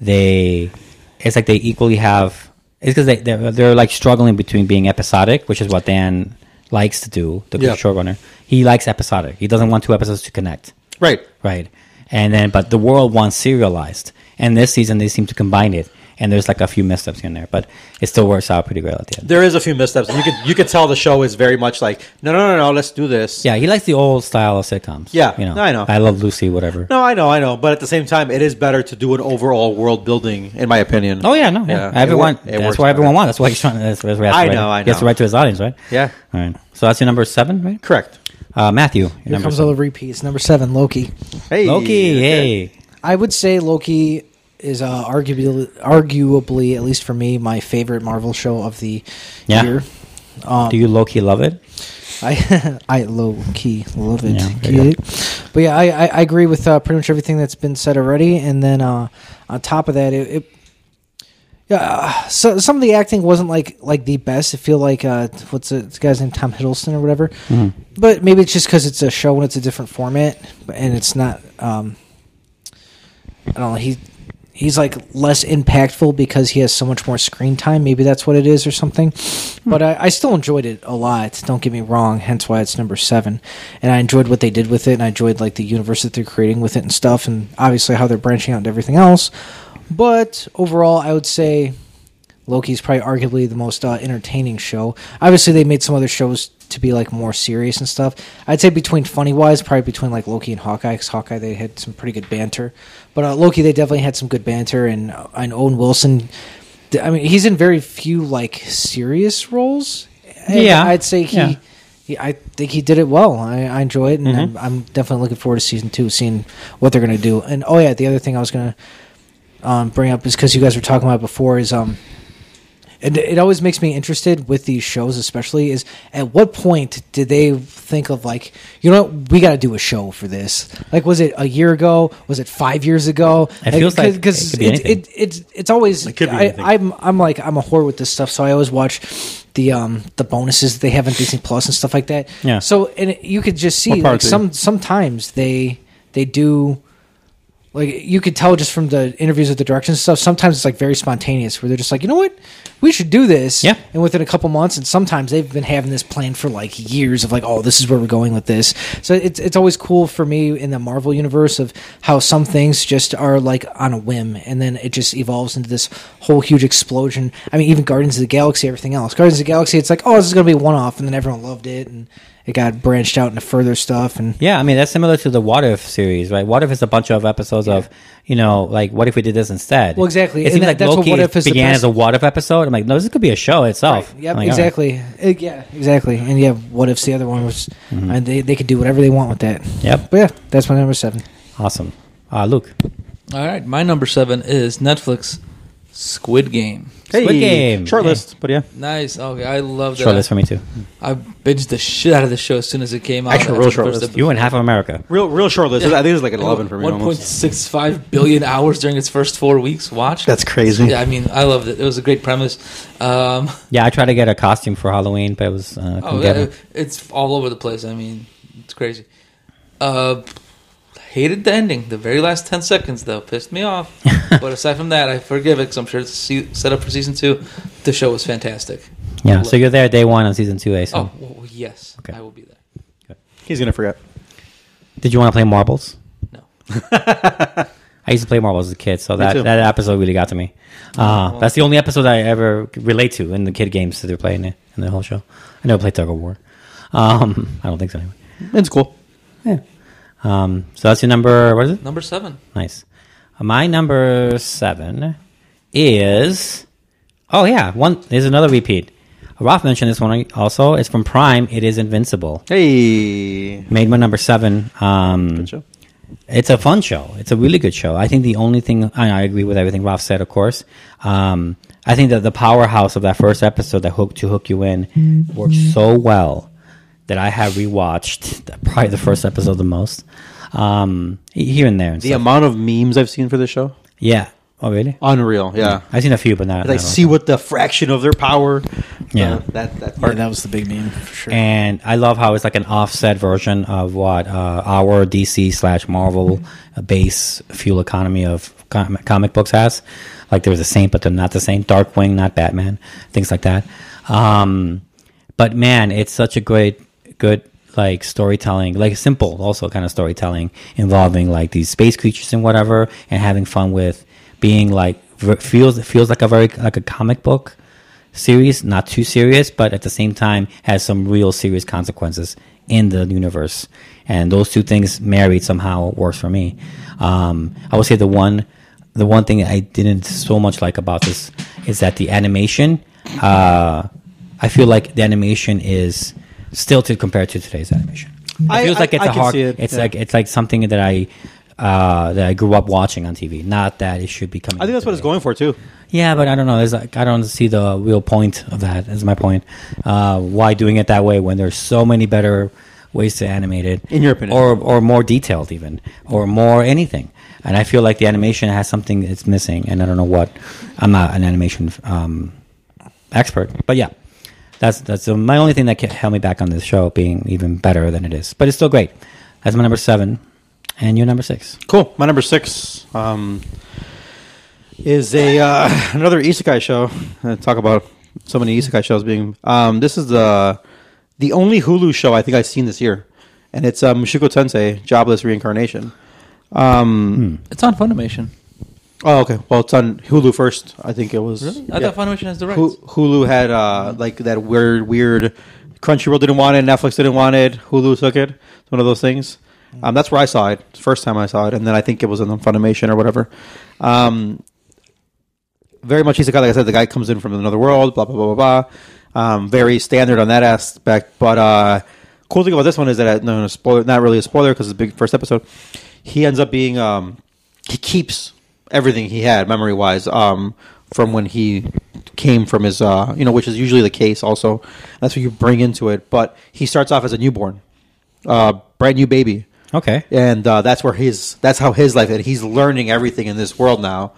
Speaker 4: they, it's like they equally have. It's because they they're, they're like struggling between being episodic, which is what Dan likes to do, the
Speaker 7: Yeah.
Speaker 4: showrunner. He likes episodic. He doesn't want two episodes to connect
Speaker 7: Right.
Speaker 4: right? And then, but the world wants serialized, and this season they seem to combine it. And there's like a few missteps in there, but it still works out pretty well at the end.
Speaker 7: There is a few missteps. You could you could tell the show is very much like no no no no let's do this.
Speaker 4: Yeah, he likes the old style of sitcoms.
Speaker 7: Yeah,
Speaker 4: you know,
Speaker 7: I know.
Speaker 4: I love Lucy, whatever.
Speaker 7: No, I know, I know, but at the same time, it is better to do an overall world building, in my opinion.
Speaker 4: Oh yeah, no, yeah. Everyone,
Speaker 7: It wor- it
Speaker 4: that's
Speaker 7: works
Speaker 4: what everyone
Speaker 7: better.
Speaker 4: wants. That's why he's trying. That's, that's why he has
Speaker 7: I
Speaker 4: to write-
Speaker 7: know, I
Speaker 4: He has to
Speaker 7: know.
Speaker 4: write to his audience, right?
Speaker 7: Yeah.
Speaker 4: All right. So that's your number seven, right?
Speaker 7: Correct.
Speaker 4: Uh, Matthew, your
Speaker 6: Here
Speaker 4: number
Speaker 6: comes all
Speaker 4: seven.
Speaker 6: the repeats. Number seven, Loki.
Speaker 7: Hey,
Speaker 4: Loki. Hey,
Speaker 6: I would say Loki is uh, arguably, arguably, at least for me, my favorite Marvel show of the
Speaker 4: Yeah.
Speaker 6: year.
Speaker 7: Um,
Speaker 4: do you Loki love it?
Speaker 6: I I low key love it.
Speaker 4: Yeah, there you
Speaker 6: kid. But yeah, I, I, I agree with uh, pretty much everything that's been said already. And then uh, on top of that, it, it yeah, uh, so some of the acting wasn't like like the best. It feel like uh, what's it, this guy's name, Tom Hiddleston or whatever. But maybe it's just because it's a show and it's a different format, and it's not. Um, I don't know. He he's like less impactful because he has so much more screen time. Maybe that's what it is or something. But I, I still enjoyed it a lot. Don't get me wrong. Hence why it's number seven. And I enjoyed what they did with it. And I enjoyed like the universe that they're creating with it and stuff. And obviously how they're branching out into everything else. But overall, I would say Loki's probably arguably the most uh, entertaining show. Obviously, they made some other shows to be like more serious and stuff. I'd say between funny wise, probably between like Loki and Hawkeye, because Hawkeye they had some pretty good banter. But uh, Loki, they definitely had some good banter, and uh, and Owen Wilson. th- I mean, he's in very few like serious roles. And
Speaker 4: Yeah.
Speaker 6: I'd say he.
Speaker 4: Yeah.
Speaker 6: he- I think he did it well. I, I enjoy it, and
Speaker 4: Mm-hmm.
Speaker 6: I'm, I'm definitely looking forward to season two, seeing what they're going to do. And oh yeah, the other thing I was going to um, bring up is because you guys were talking about before is um, and it always makes me interested with these shows, especially is at what point did they think of like, you know, what, we got to do a show for this? Like, was it a year ago? Was it five years ago?
Speaker 4: It feels like it
Speaker 6: because
Speaker 4: could be
Speaker 6: it,
Speaker 4: anything.
Speaker 6: it, it's it's always
Speaker 8: could be
Speaker 6: I,
Speaker 8: anything.
Speaker 6: I'm I'm like I'm a whore with this stuff, so I always watch the um the bonuses that they have on Disney Plus and stuff like that.
Speaker 4: Yeah.
Speaker 6: So and it- you could just see
Speaker 7: What part
Speaker 6: like
Speaker 7: do you-
Speaker 6: some sometimes they they do like you could tell just from the interviews with the directors and stuff sometimes it's like very spontaneous where they're just like you know what we should do this
Speaker 4: Yeah.
Speaker 6: and within a couple months and sometimes they've been having this plan for like years of like oh this is where we're going with this so it's, it's always cool for me in the marvel universe of how some things just are like on a whim and then it just evolves into this whole huge explosion i mean even guardians of the galaxy everything else guardians of the galaxy it's like oh this is going to be a one-off and then everyone loved it and it got branched out into further stuff and
Speaker 4: Yeah, I mean that's similar to the What If series, right? What If is a bunch of episodes of, you know, like what if we did this instead?
Speaker 6: Well, exactly.
Speaker 4: It
Speaker 6: And
Speaker 4: seems
Speaker 6: that-
Speaker 4: like
Speaker 6: that's what
Speaker 4: Loki
Speaker 6: What If is the
Speaker 4: began
Speaker 6: best-
Speaker 4: as a What If episode. I'm like, no, this could be a show itself.
Speaker 6: Yep,
Speaker 4: I'm like, all right.
Speaker 6: exactly. Uh, yeah, exactly. And yeah, what if the other one was? And they, they could do whatever they want with that.
Speaker 4: Mm-hmm. Yep.
Speaker 6: But yeah, that's my number seven.
Speaker 4: Awesome. Uh, Luke,
Speaker 5: All right, my number seven is Netflix Squid Game.
Speaker 4: Squid Game.
Speaker 7: Short
Speaker 4: Hey.
Speaker 7: list, but yeah.
Speaker 5: Nice. Okay, I love that.
Speaker 4: short list for me too.
Speaker 5: I binged the shit out of the show as soon as it came out.
Speaker 7: Actually,
Speaker 5: after
Speaker 7: real
Speaker 5: the
Speaker 7: short
Speaker 5: first
Speaker 7: list.
Speaker 5: episode.
Speaker 4: You and half of America.
Speaker 7: Real, real short list. I think it's like an eleven for me.
Speaker 5: One point
Speaker 7: Almost.
Speaker 5: six five billion hours during its first four weeks watched.
Speaker 8: That's crazy.
Speaker 5: Yeah, I mean, I loved it. It was a great premise. Um,
Speaker 4: Yeah, I tried to get a costume for Halloween, but it was uh,
Speaker 5: oh,
Speaker 4: couldn't get
Speaker 5: yeah,
Speaker 4: it.
Speaker 5: it's all over the place. I mean, it's crazy. Uh, hated the ending. The very last ten seconds though pissed me off. but aside from that, I forgive it because I'm sure it's se- set up for season two. The show was fantastic.
Speaker 4: yeah. So you're there day one on season two, A. So
Speaker 5: Oh well, yes,
Speaker 4: Okay.
Speaker 5: I will be there.
Speaker 7: He's gonna forget.
Speaker 4: did you want to play marbles?
Speaker 5: No.
Speaker 4: I used to play marbles as a kid, so that,
Speaker 7: too.
Speaker 4: that episode really got to me. Uh, that's the only episode I ever could relate to in the kid games that they're playing in in the whole show. I never played tug of war. Um, I don't think so anyway.
Speaker 7: It's cool.
Speaker 4: Um, so that's your number. What is it?
Speaker 5: Number seven.
Speaker 4: Nice. Uh, My number seven is. Oh yeah, one. There's another repeat. Roth mentioned this one also. It's from Prime. It is Invincible.
Speaker 7: Hey,
Speaker 4: Made my number seven. Um,
Speaker 7: show.
Speaker 4: it's a fun show. It's a really good show. I think the only thing I, I agree with everything Ralph said, of course. Um, I think that the powerhouse of that first episode, that hook to hook you in, worked so well that I have rewatched the- probably the first episode the most, um, here and there. And
Speaker 7: the
Speaker 4: stuff.
Speaker 7: amount of memes I've seen for this show,
Speaker 4: yeah. Oh really?
Speaker 7: unreal. Yeah,
Speaker 4: I've seen a few, but not.
Speaker 7: I
Speaker 4: not all.
Speaker 7: see what the fraction of their power.
Speaker 4: Yeah.
Speaker 7: Uh, that that
Speaker 8: Yeah,
Speaker 7: part.
Speaker 8: that was the big meme for sure.
Speaker 4: And I love how it's like an offset version of what uh, our DC slash Marvel base fuel economy of com- comic books has. Like there's a saint, but they're not the same. Darkwing, not Batman, things like that. Um, but man, it's such a great, good like storytelling, like simple also kind of storytelling involving like these space creatures and whatever, and having fun with being like ver- feels feels like a very like a comic book serious, not too serious, but at the same time has some real serious consequences in the universe. And those two things married somehow works for me. Um, I would say the one, the one thing I didn't so much like about this is that the animation. Uh, I feel like the animation is still to compare to today's animation. It
Speaker 7: I-
Speaker 4: feels like
Speaker 7: I-
Speaker 4: it's
Speaker 7: I
Speaker 4: a
Speaker 7: can
Speaker 4: hard.
Speaker 7: see it,
Speaker 4: It's
Speaker 7: yeah.
Speaker 4: like it's like something that I. Uh, that I grew up watching on TV. Not that it should be coming.
Speaker 7: I think that's what it's going for too.
Speaker 4: Yeah, but I don't know. There's like I don't see the real point of that. Is my point. Uh, why doing it that way when there's so many better ways to animate it.
Speaker 7: In your opinion.
Speaker 4: or or more detailed even, or more anything. And I feel like the animation has something that's missing, and I don't know what. I'm not an animation um, expert, but yeah, that's that's the- my only thing that ca- held me back on this show being even better than it is. But it's still great. That's my number seven, and your number six.
Speaker 7: Cool. My number six um, is a uh, another isekai show. I talk about so many isekai shows being. Um, this is the the only Hulu show I think I've seen this year, and it's uh, Mushoku Tensei: Jobless Reincarnation.
Speaker 5: It's on Funimation.
Speaker 7: Oh, okay. Well, it's on Hulu first. I think it was.
Speaker 5: I
Speaker 7: Yeah.
Speaker 5: thought Funimation has the rights.
Speaker 7: Hu- Hulu had uh, like that weird, weird. Crunchyroll didn't want it. Netflix didn't want it. Hulu took it. It's one of those things.
Speaker 5: Mm.
Speaker 7: Um, that's where I saw it. First time I saw it, and then I think it was on Funimation or whatever. Um, very much isekai. Like I said, the guy comes in from another world. Blah blah blah blah blah. Um, very standard on that aspect. But uh, cool thing about this one is that uh, no, no spoiler. Not really a spoiler because it's a big first episode. He ends up being. Um, he keeps everything he had memory wise um, from when he came from his. Uh, you know, which is usually the case. Also, that's what you bring into it. But he starts off as a newborn, uh, brand new baby
Speaker 4: Okay.
Speaker 7: and uh, that's where his that's how his life and he's learning everything in this world now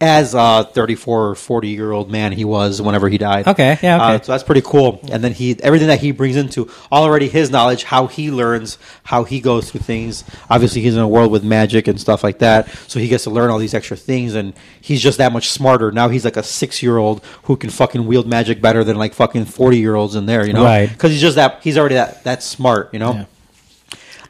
Speaker 7: as a 34 or 40 year old man he was whenever he died
Speaker 4: Okay, yeah, okay.
Speaker 7: Uh, so that's pretty cool and then he everything that he brings into already his knowledge how he learns how he goes through things obviously he's in a world with magic and stuff like that so he gets to learn all these extra things and he's just that much smarter now he's like a six year old who can fucking wield magic better than like fucking 40 year olds in there you know
Speaker 4: Right.
Speaker 7: because he's just that he's already that that smart you know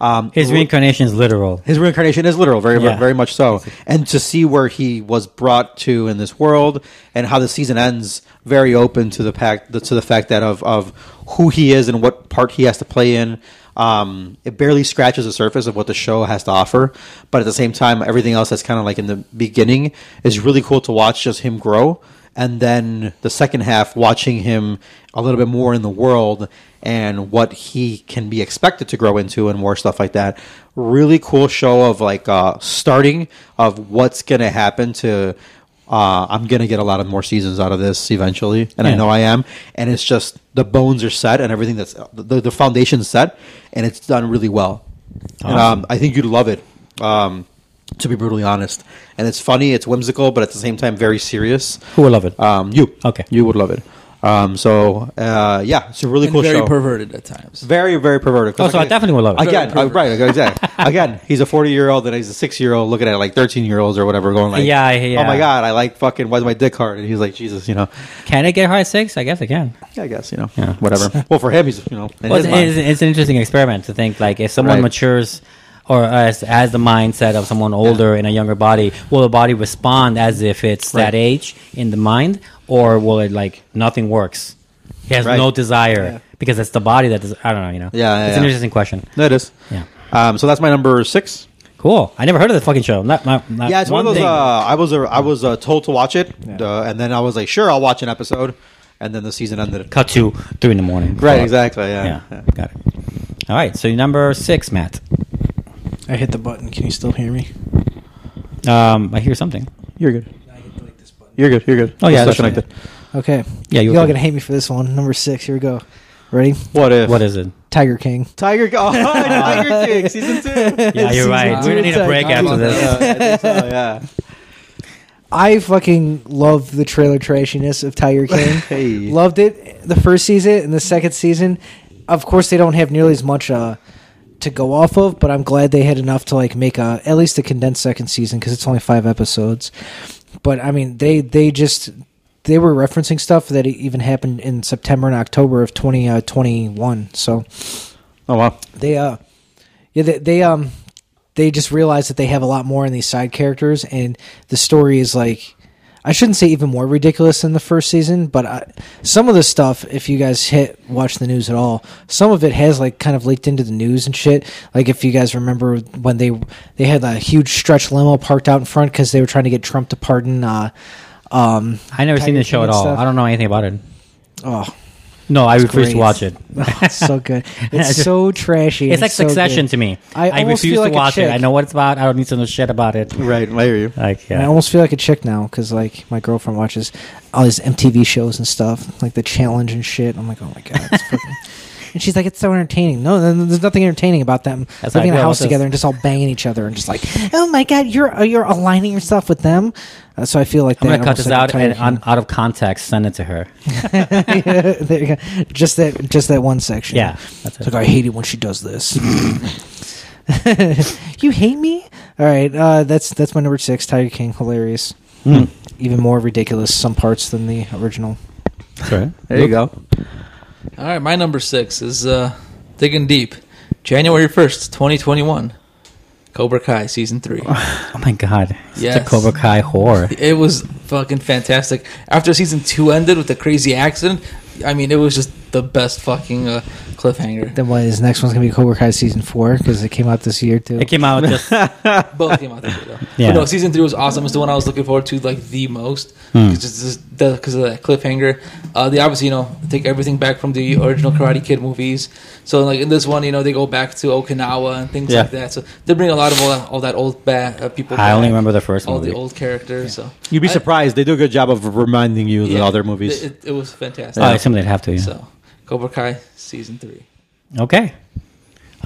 Speaker 7: um,
Speaker 4: His
Speaker 7: re-
Speaker 4: reincarnation is literal.
Speaker 7: his reincarnation is literal, very,
Speaker 4: Yeah.
Speaker 7: very much so. And to see where he was brought to in this world, and how the season ends, very open to the fact to the fact that of of who he is and what part he has to play in. Um, it barely scratches the surface of what the show has to offer, but at the same time, everything else that's kind of like in the beginning is really cool to watch. Just him grow, and then the second half, watching him a little bit more in the world and what he can be expected to grow into and more stuff like that. Really cool show of like uh, starting of what's gonna happen to. Uh, I'm gonna get a lot of more seasons out of this eventually, and I
Speaker 4: Yeah.
Speaker 7: know I am. And it's just the bones are set and everything that's the, the foundation's set, and it's done really well. And, um, I think you'd love it. Um, to be brutally honest, and it's funny, it's whimsical, but at the same time very serious.
Speaker 4: Who will love it?
Speaker 7: Um, you
Speaker 4: Okay.
Speaker 7: You would love it. Um, so uh, yeah, it's a really
Speaker 5: And
Speaker 7: cool
Speaker 5: very
Speaker 7: show.
Speaker 5: perverted at times.
Speaker 7: very very perverted.
Speaker 4: Oh, so I definitely would love it.
Speaker 7: Again,
Speaker 5: Very
Speaker 7: uh, right? Exactly. Again, he's a forty year old and he's a six year old looking at like thirteen year olds or whatever, going like,
Speaker 4: Yeah, yeah.
Speaker 7: Oh my god, I like fucking. Why's my dick hard? And he's like, Jesus, you know.
Speaker 4: Can I get high six? I guess I can.
Speaker 7: Yeah, I guess you know.
Speaker 4: Yeah.
Speaker 7: Whatever. well, for him, he's you know. in
Speaker 4: Well,
Speaker 7: his
Speaker 4: it's,
Speaker 7: mind.
Speaker 4: it's, it's an interesting experiment to think like if someone
Speaker 7: Right.
Speaker 4: matures or as, as the mindset of someone older in a younger body, will the body respond as if it's
Speaker 7: Right.
Speaker 4: that age in the mind, or will it like nothing works? He has
Speaker 7: Right.
Speaker 4: no desire because it's the body that does. I don't know. You know.
Speaker 7: Yeah, yeah,
Speaker 4: it's an
Speaker 7: yeah.
Speaker 4: interesting question.
Speaker 7: No, it is.
Speaker 4: Yeah.
Speaker 7: Um, so that's my number six.
Speaker 4: Cool. I never heard of the fucking show. Not, not, not
Speaker 7: yeah, it's one, of those.
Speaker 4: thing.
Speaker 7: Uh, I was uh, I was uh, told to watch it, uh, and then I was like, sure, I'll watch an episode, and then the season ended.
Speaker 4: Cut to three in the morning.
Speaker 7: Right,
Speaker 4: Fuck.
Speaker 7: exactly.
Speaker 4: Yeah.
Speaker 7: Yeah.
Speaker 4: Got it. All right. So you're number six, Matt.
Speaker 6: I hit the button. Can you still hear me?
Speaker 4: Um, I hear something.
Speaker 7: You're good. You're good. You're good.
Speaker 4: Oh, yeah,
Speaker 7: Let's
Speaker 4: that's
Speaker 7: disconnect it.
Speaker 6: Okay.
Speaker 4: Yeah, you
Speaker 6: you
Speaker 4: were
Speaker 6: all
Speaker 4: good.
Speaker 6: gonna hate me for this one. Number six. Here we go. Ready?
Speaker 7: What if?
Speaker 4: What is it?
Speaker 6: Tiger King.
Speaker 7: Tiger King? Oh, Tiger King season two.
Speaker 4: Yeah, you're right. We're gonna need a break after this.
Speaker 7: Uh, I think so, yeah.
Speaker 6: I fucking love the trailer trashiness of Tiger King.
Speaker 7: Hey.
Speaker 6: Loved it the first season and the second season. Of course, they don't have nearly as much uh, to go off of, but I'm glad they had enough to like make a at least a condensed second season because it's only five episodes. But I mean, they they just they were referencing stuff that even happened in September and October of 2021. So
Speaker 7: Oh wow.
Speaker 6: they uh yeah they, they um they just realize that they have a lot more in these side characters and the story is like i shouldn't say even more ridiculous than the first season but I, some of the stuff if you guys hit watch the news at all some of it has like kind of leaked into the news and shit like if you guys remember when they they had a huge stretch limo parked out in front because they were trying to get trump to pardon uh um
Speaker 4: I never seen
Speaker 6: Tiger
Speaker 4: this show
Speaker 6: King
Speaker 4: at
Speaker 6: and
Speaker 4: all.
Speaker 6: stuff.
Speaker 4: I don't know anything about it.
Speaker 6: oh
Speaker 4: No, I refuse
Speaker 6: great.
Speaker 4: to watch it.
Speaker 6: Oh, it's so good. It's so trashy.
Speaker 4: It's
Speaker 6: and
Speaker 4: like
Speaker 6: so good.
Speaker 4: Succession to me.
Speaker 6: I
Speaker 4: I,
Speaker 6: almost
Speaker 4: refuse
Speaker 6: feel
Speaker 4: to
Speaker 6: like a
Speaker 4: watch it.
Speaker 6: chick.
Speaker 4: I know what it's about. I don't need to know shit about it.
Speaker 7: Right. I hear you.
Speaker 4: Like,
Speaker 6: And I
Speaker 4: yeah.
Speaker 6: almost feel like a chick now because like my girlfriend watches all these MTV shows and stuff, like the challenge and shit. I'm like, oh my god, it's fucking, and she's like, "It's so entertaining." No, th- th- there's nothing entertaining about them
Speaker 4: That's
Speaker 6: living
Speaker 4: how I
Speaker 6: in a
Speaker 4: feel
Speaker 6: house
Speaker 4: about this.
Speaker 6: together and just all banging each other and just like, "Oh my god, you're uh, you're aligning yourself with them." Uh, so I feel like
Speaker 4: I'm
Speaker 6: that
Speaker 4: gonna cut
Speaker 6: almost
Speaker 4: this
Speaker 6: like
Speaker 4: out
Speaker 6: entire
Speaker 4: and on, out of context send it to her.
Speaker 6: There you go. just that just that one section.
Speaker 4: Yeah, that's
Speaker 6: It's
Speaker 4: it.
Speaker 6: like I hate it when she does this. you hate me? All right, uh, that's that's my number six. Tiger King, hilarious.
Speaker 7: Hmm.
Speaker 6: Even more ridiculous some parts than the original.
Speaker 7: There you go.
Speaker 5: Mm-hmm. All right, my number six is uh, digging deep. January first, twenty twenty one. Cobra Kai season three.
Speaker 4: Oh my god, it's
Speaker 5: Yes.
Speaker 4: a Cobra Kai whore.
Speaker 5: It was fucking fantastic. After season two ended with the crazy accident, I mean, it was just the best fucking uh, cliffhanger.
Speaker 6: Then what is next one's gonna be Cobra Kai season four because it came out this year too.
Speaker 4: It came out just uh,
Speaker 5: Both came out this year, though.
Speaker 4: Yeah.
Speaker 5: But no, season three was awesome. It's the one I was looking forward to like the most
Speaker 4: Hmm.
Speaker 5: because of that cliffhanger. Uh, they obviously you know take everything back from the original Karate Kid movies. So like in this one, you know they go back to Okinawa and things
Speaker 4: Yeah.
Speaker 5: like that. So they bring a lot of all that, all that old ba- uh, people.
Speaker 4: I only
Speaker 5: back,
Speaker 4: remember the first
Speaker 5: all
Speaker 4: movie.
Speaker 5: the old characters. So
Speaker 7: You'd be
Speaker 5: I-
Speaker 7: surprised. They do a good job of reminding you of the
Speaker 5: yeah,
Speaker 7: other movies.
Speaker 5: It, it, it was fantastic.
Speaker 4: Oh, I assume they'd have to. Yeah.
Speaker 5: So Cobra Kai season three.
Speaker 4: Okay.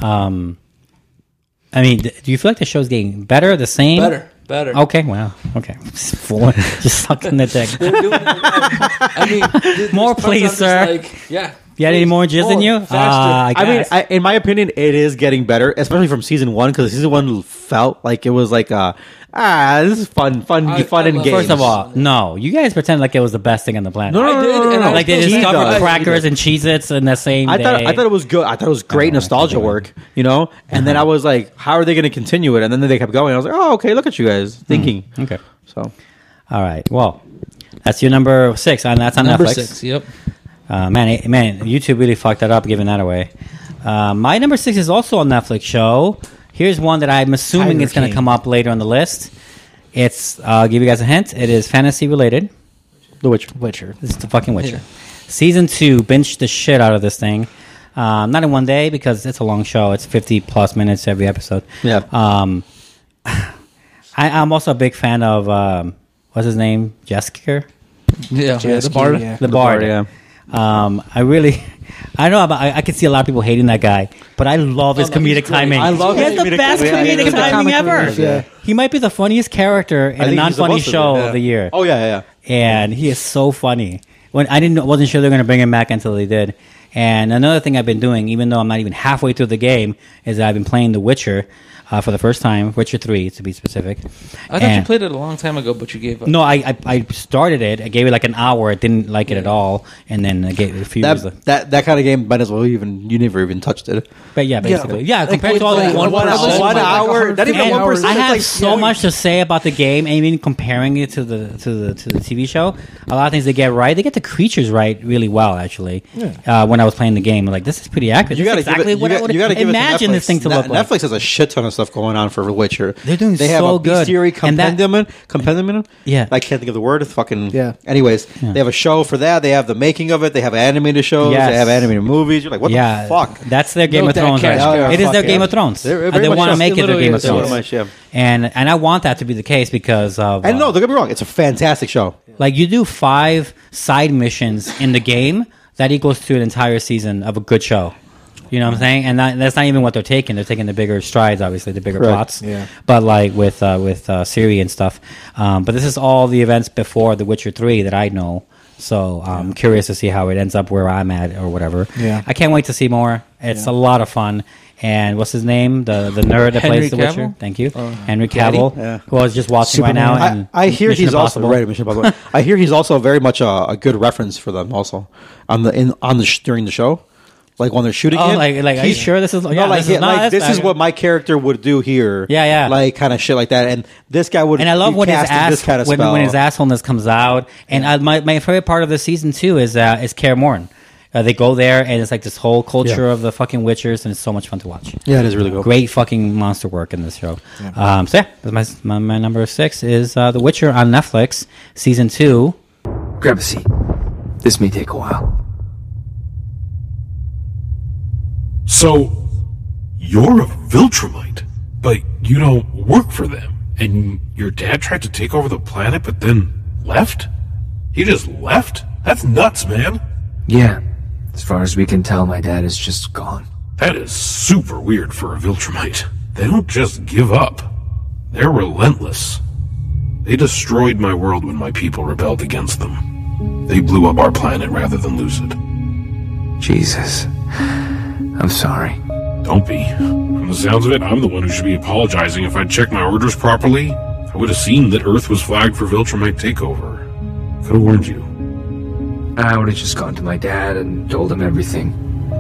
Speaker 4: Um, I mean, th- do you feel like the show's getting better, the same?
Speaker 5: Better, better.
Speaker 4: Okay. Wow. Okay. Just, full- just sucking the dick.
Speaker 5: They're doing it right. I mean, th- there's
Speaker 4: More,
Speaker 5: parts I'm
Speaker 4: please,
Speaker 5: just
Speaker 4: sir.
Speaker 5: Like, yeah.
Speaker 4: You had any
Speaker 5: please,
Speaker 4: more jizz in
Speaker 5: more,
Speaker 4: you? Ah,
Speaker 5: Faster.
Speaker 4: I
Speaker 7: I mean,
Speaker 4: guess.
Speaker 7: I, in my opinion, it is getting better, especially from season one, because season one felt like it was like, uh, ah, this is fun, fun,
Speaker 5: I-
Speaker 7: fun,
Speaker 5: I
Speaker 7: and
Speaker 5: love-
Speaker 7: games.
Speaker 4: First of all, no. You guys pretend like it was the best thing on the planet.
Speaker 7: no, no,
Speaker 5: I
Speaker 7: no,
Speaker 5: did,
Speaker 7: no, no,
Speaker 5: and
Speaker 7: no,
Speaker 5: I
Speaker 4: Like they
Speaker 5: was
Speaker 7: He
Speaker 4: discovered
Speaker 7: does.
Speaker 4: crackers and Cheez-Its in the same
Speaker 7: I
Speaker 4: day.
Speaker 7: thought I thought it was good. I Uh-huh. thought it was great nostalgia work, you know. And then I was like, "How are they going to continue it?" And then they kept going. I was like, "Oh, okay. Look at you guys thinking."
Speaker 4: Okay.
Speaker 7: So
Speaker 4: All right. Well, that's your number six. On that's on
Speaker 5: Number
Speaker 4: Netflix.
Speaker 5: six. Yep.
Speaker 4: Uh, man, it- man, YouTube really fucked that up, giving that away. Uh, my number six is also a Netflix show. Here's one that I'm assuming
Speaker 6: Tiger
Speaker 4: is going to
Speaker 6: King.
Speaker 4: come up later on the list. It's uh, I'll give you guys a hint. It is fantasy related.
Speaker 7: The Witcher.
Speaker 6: Witcher.
Speaker 4: It's the fucking Witcher. Season two, binge the shit out of this thing. Um, not in one day because it's a long show. It's 50 plus minutes every episode.
Speaker 7: Yeah.
Speaker 4: Um, I, I'm also a big fan of um, what's his name, Jesker,
Speaker 5: Yeah. yeah the
Speaker 6: Jasky,
Speaker 5: bar.
Speaker 6: yeah.
Speaker 4: the,
Speaker 7: The
Speaker 4: Bard.
Speaker 7: Bard, yeah.
Speaker 4: Um, I really, I know, about, I, I can see a lot of people hating that guy, but I love his
Speaker 5: no,
Speaker 7: Oh,
Speaker 5: he's
Speaker 4: comedic
Speaker 5: great.
Speaker 4: timing.
Speaker 5: I love
Speaker 4: he
Speaker 5: his
Speaker 4: has the
Speaker 7: comedic
Speaker 4: best
Speaker 7: timing. Yeah,
Speaker 4: comedic
Speaker 7: he's the
Speaker 4: timing
Speaker 6: comic
Speaker 4: ever.
Speaker 6: relief, yeah.
Speaker 4: He might be the funniest character in
Speaker 7: I
Speaker 4: a
Speaker 7: think he's the
Speaker 4: non-funny
Speaker 7: most of
Speaker 4: show
Speaker 7: it, yeah.
Speaker 4: of the year
Speaker 7: Oh yeah, yeah.
Speaker 4: and he is so funny. When I didn't wasn't sure they were going to bring him back until they did. And another thing I've been doing, even though I'm not even halfway through the game, is that I've been playing The Witcher uh, for the first time, Witcher Three to be specific.
Speaker 5: I thought you
Speaker 4: And-
Speaker 5: played it a long time ago, but you gave up.
Speaker 4: No, I, I I started it. I gave it like an hour. I didn't like it at
Speaker 5: Yeah.
Speaker 4: all, and then I gave it a few. years later.
Speaker 7: That that that kind of game might as well even you never even touched it.
Speaker 4: But yeah, basically, yeah. compared
Speaker 6: we
Speaker 4: to all
Speaker 6: played
Speaker 4: the one,
Speaker 6: one
Speaker 4: percent-
Speaker 6: hour- one
Speaker 7: hour, not even
Speaker 4: And
Speaker 7: one percent.
Speaker 4: I
Speaker 7: It's
Speaker 4: have
Speaker 7: like-
Speaker 4: so
Speaker 7: yeah.
Speaker 4: much to say about the game. I mean, comparing it to the to the to the TV show, a lot of things they get right. They get the creatures right really well, actually. Uh, when I was playing the game, like this is pretty accurate.
Speaker 7: You
Speaker 4: This
Speaker 7: got
Speaker 4: is exactly what I would imagine this thing to look like.
Speaker 7: Netflix has a shit ton of stuff going on for Witcher.
Speaker 4: They're doing
Speaker 7: they have
Speaker 4: so
Speaker 7: a Beast
Speaker 4: good.
Speaker 7: Theory
Speaker 4: And that-
Speaker 7: compendium, compendium.
Speaker 4: Yeah.
Speaker 7: I can't think of the word. It's fucking
Speaker 6: Yeah.
Speaker 7: Anyways, they have a show for that. They have the making of it. They have animated shows.
Speaker 4: Yes.
Speaker 7: They have animated movies. You're like, what
Speaker 4: yeah,
Speaker 7: the fuck?
Speaker 4: That's their Game
Speaker 5: Milk
Speaker 4: of
Speaker 5: that
Speaker 4: Thrones.
Speaker 5: cash
Speaker 4: right?
Speaker 5: cow.
Speaker 7: Yeah,
Speaker 4: It is
Speaker 7: fuck
Speaker 4: their
Speaker 7: yeah.
Speaker 4: Game of Thrones.
Speaker 7: They're-
Speaker 4: Uh,
Speaker 7: very
Speaker 4: They
Speaker 7: much
Speaker 4: want
Speaker 7: so.
Speaker 4: to make
Speaker 7: It
Speaker 4: it their
Speaker 7: literally
Speaker 4: Game of
Speaker 7: is. Very
Speaker 4: Thrones.
Speaker 7: much, yeah.
Speaker 4: And and I want that to be the case because of
Speaker 7: And
Speaker 4: uh,
Speaker 7: no, don't get me wrong. It's a fantastic show.
Speaker 4: Like you do five side missions in the game, that equals to an entire season of a good show. You know what I'm saying? And that, that's not even what they're taking. They're taking the bigger strides, obviously, the bigger
Speaker 7: Correct.
Speaker 4: plots.
Speaker 6: Yeah.
Speaker 4: But like with uh, with uh, Siri and stuff. Um, but this is all the events before The Witcher Three that I know. So I'm curious to see how it ends up where I'm at or whatever.
Speaker 6: Yeah.
Speaker 4: I can't wait to see more. It's a lot of fun. And what's his name? The the nerd that
Speaker 5: Henry
Speaker 4: plays The Witcher.
Speaker 5: Cavill?
Speaker 4: Thank you, Henry Cavill,
Speaker 7: Oh. Yeah.
Speaker 4: who I was just watching
Speaker 6: Superman.
Speaker 4: right now. And
Speaker 7: I, I hear
Speaker 4: Mission
Speaker 7: he's
Speaker 4: Impossible.
Speaker 7: also right. Mission Impossible. I hear he's also very much a, a good reference for them. Also on the in on the sh- during the show, like when they're shooting.
Speaker 4: Oh,
Speaker 7: it,
Speaker 4: like- like, are you
Speaker 7: he's-
Speaker 4: sure this is-
Speaker 7: No,
Speaker 4: yeah,
Speaker 7: like
Speaker 4: this
Speaker 7: he-
Speaker 4: is not
Speaker 7: like,
Speaker 4: this
Speaker 7: this is
Speaker 4: bad.
Speaker 7: what my character would do here.
Speaker 4: Yeah, yeah.
Speaker 7: like kind of shit like that. And this guy would.
Speaker 4: And I love
Speaker 7: be
Speaker 4: when his
Speaker 7: cast in
Speaker 4: ass
Speaker 7: this kind of
Speaker 4: when,
Speaker 7: spell.
Speaker 4: when his assholeness comes out. And I, my my favorite part of the season too is uh, is Kaer Morn. Uh, they go there and it's like this whole culture
Speaker 7: Yeah.
Speaker 4: of the fucking Witchers, and it's so much fun to watch.
Speaker 7: Yeah, it is really cool.
Speaker 4: Great fucking monster work in this show. Um, so yeah, that's my, my my number six is uh, The Witcher on Netflix season two.
Speaker 9: Grab a seat. This may take a while.
Speaker 10: So, you're a Viltrumite, but you don't work for them. And your dad tried to take over the planet, but then left? He just left? That's nuts, man.
Speaker 9: Yeah,
Speaker 11: As far as we can tell, my dad is just gone.
Speaker 10: That is super weird for a Viltrumite. They don't just give up. They're relentless. They destroyed my world when my people rebelled against them. They blew up our planet rather than lose it.
Speaker 11: Jesus. I'm sorry.
Speaker 10: Don't be. From the sounds of it, I'm the one who should be apologizing. If I'd checked my orders properly, I would have seen that Earth was flagged for Viltrumite takeover. Could have warned you.
Speaker 11: I would have just gone to my dad and told him everything.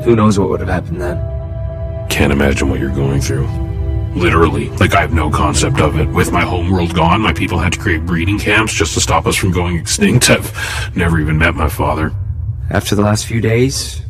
Speaker 11: Who knows what would have happened then?
Speaker 10: Can't imagine what you're going through. Literally, like I have no concept of it. With my homeworld gone, my people had to create breeding camps just to stop us from going extinct. I've never even met my father.
Speaker 11: After the last few days,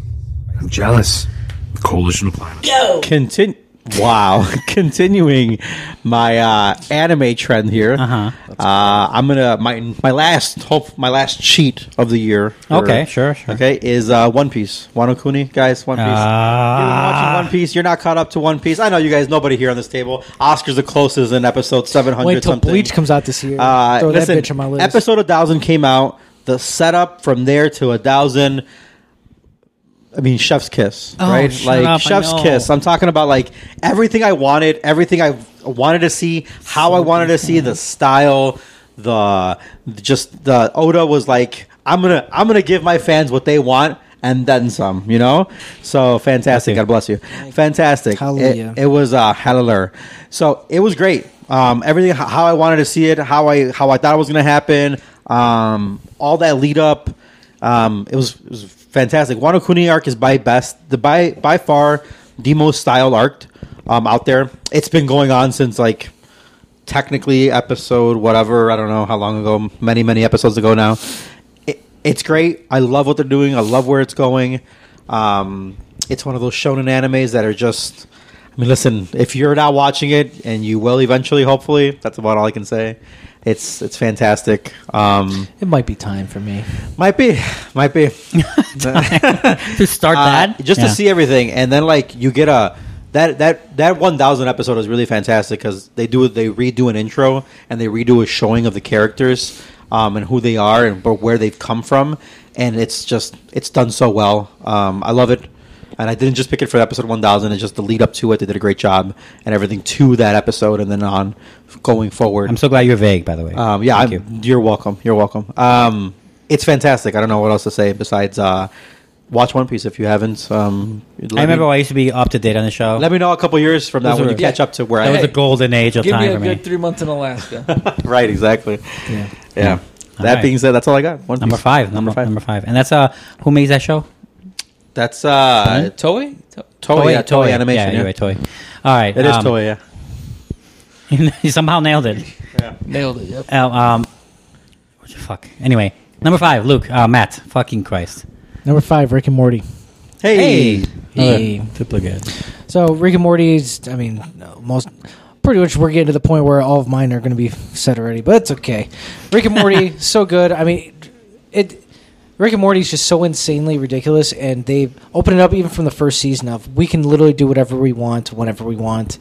Speaker 11: I'm jealous.
Speaker 10: The coalition of planets.
Speaker 7: Continue. Wow, continuing my uh, anime trend here. Uh-huh. Uh, I'm gonna my my last hope my last cheat of the year. for-
Speaker 4: Okay, sure, sure. Ah.
Speaker 7: Okay, is uh, One Piece. Wano Kuni, guys, One Piece. You've been watching One Piece. You're not caught up to One Piece. I know you guys. Nobody here on this table. Oscar's the closest in episode 700.
Speaker 6: Wait till
Speaker 7: something.
Speaker 6: Bleach comes out this year.
Speaker 7: Uh,
Speaker 6: Throw
Speaker 7: listen,
Speaker 6: that bitch on my list.
Speaker 7: Episode 1000 came out. The setup from there to 1000. I mean, Chef's Kiss,
Speaker 6: Oh,
Speaker 7: right?
Speaker 4: shut
Speaker 7: Like
Speaker 4: up, I
Speaker 7: Chef's
Speaker 4: know.
Speaker 7: Kiss. I'm talking about like everything I wanted, everything I wanted to see, how I wanted to see the style, the just the Oda was like, I'm gonna I'm gonna give my fans what they want and then some, you know. So fantastic. God bless you. Fantastic.
Speaker 6: Hallelujah.
Speaker 7: It, it was uh hallelujah. So it was great. Um, everything h- how I wanted to see it, how I how I thought it was going to happen, um, all that lead up. Um, it was it was fantastic. Wano Kuni arc is by best the by by far the most style arc um, out there. It's been going on since like technically episode whatever I don't know how long ago, many many episodes ago now. It, it's great. I love what they're doing. I love where it's going. Um, it's one of those shonen animes that are just. I mean, listen. If you're not watching it, and you will eventually, hopefully, that's about all I can say. It's it's fantastic. Um,
Speaker 6: it might be time for me.
Speaker 7: might be, might be.
Speaker 4: to start that
Speaker 7: Uh, just to see everything, and then like you get a that that that one thousand episode is really fantastic because they do they redo an intro and they redo a showing of the characters um, and who they are and wh- where they've come from, and it's just it's done so well. Um, I love it. And I didn't just pick it for episode 1000. It's just the lead up to it. They did a great job and everything to that episode and then on going forward.
Speaker 4: I'm so glad you're vague, by the way.
Speaker 7: Um, yeah,
Speaker 4: Thank
Speaker 7: I'm, you. are welcome. You're welcome. Um, it's fantastic. I don't know what else to say besides uh, watch One Piece if you haven't. Um, let
Speaker 4: I remember
Speaker 7: Me,
Speaker 4: I used to be up to date on the show.
Speaker 7: let me know a couple years from now
Speaker 4: Those
Speaker 7: when you
Speaker 4: were-
Speaker 7: catch up to where
Speaker 4: that
Speaker 7: I
Speaker 4: was the golden age of
Speaker 5: Give me
Speaker 4: time
Speaker 5: a
Speaker 4: for me.
Speaker 5: good three months in Alaska.
Speaker 7: right. Exactly. Yeah. That
Speaker 4: right.
Speaker 7: being said, that's all I got. One
Speaker 4: Number
Speaker 7: Piece.
Speaker 4: five, number five, number five, and that's uh, who makes that show?
Speaker 7: That's uh,
Speaker 5: Toei? To-
Speaker 7: Toei. yeah, Toei, animation.
Speaker 4: Yeah,
Speaker 7: Yeah,
Speaker 4: you're right, Toy. All right,
Speaker 7: It is
Speaker 4: um,
Speaker 7: Toei. Yeah.
Speaker 4: you somehow nailed it.
Speaker 5: Nailed it. Yep.
Speaker 4: Um, um, what the fuck? Anyway, number five, Luke, uh, Matt. Fucking Christ.
Speaker 6: Number five, Rick and Morty.
Speaker 7: Hey.
Speaker 6: Hey. So Rick and Morty's. I mean, most pretty much we're getting to the point where all of mine are going to be said already, but it's okay. Rick and Morty, so good. I mean, it. Rick and Morty's just so insanely ridiculous, and they open it up even from the first season of we can literally do whatever we want whenever we want,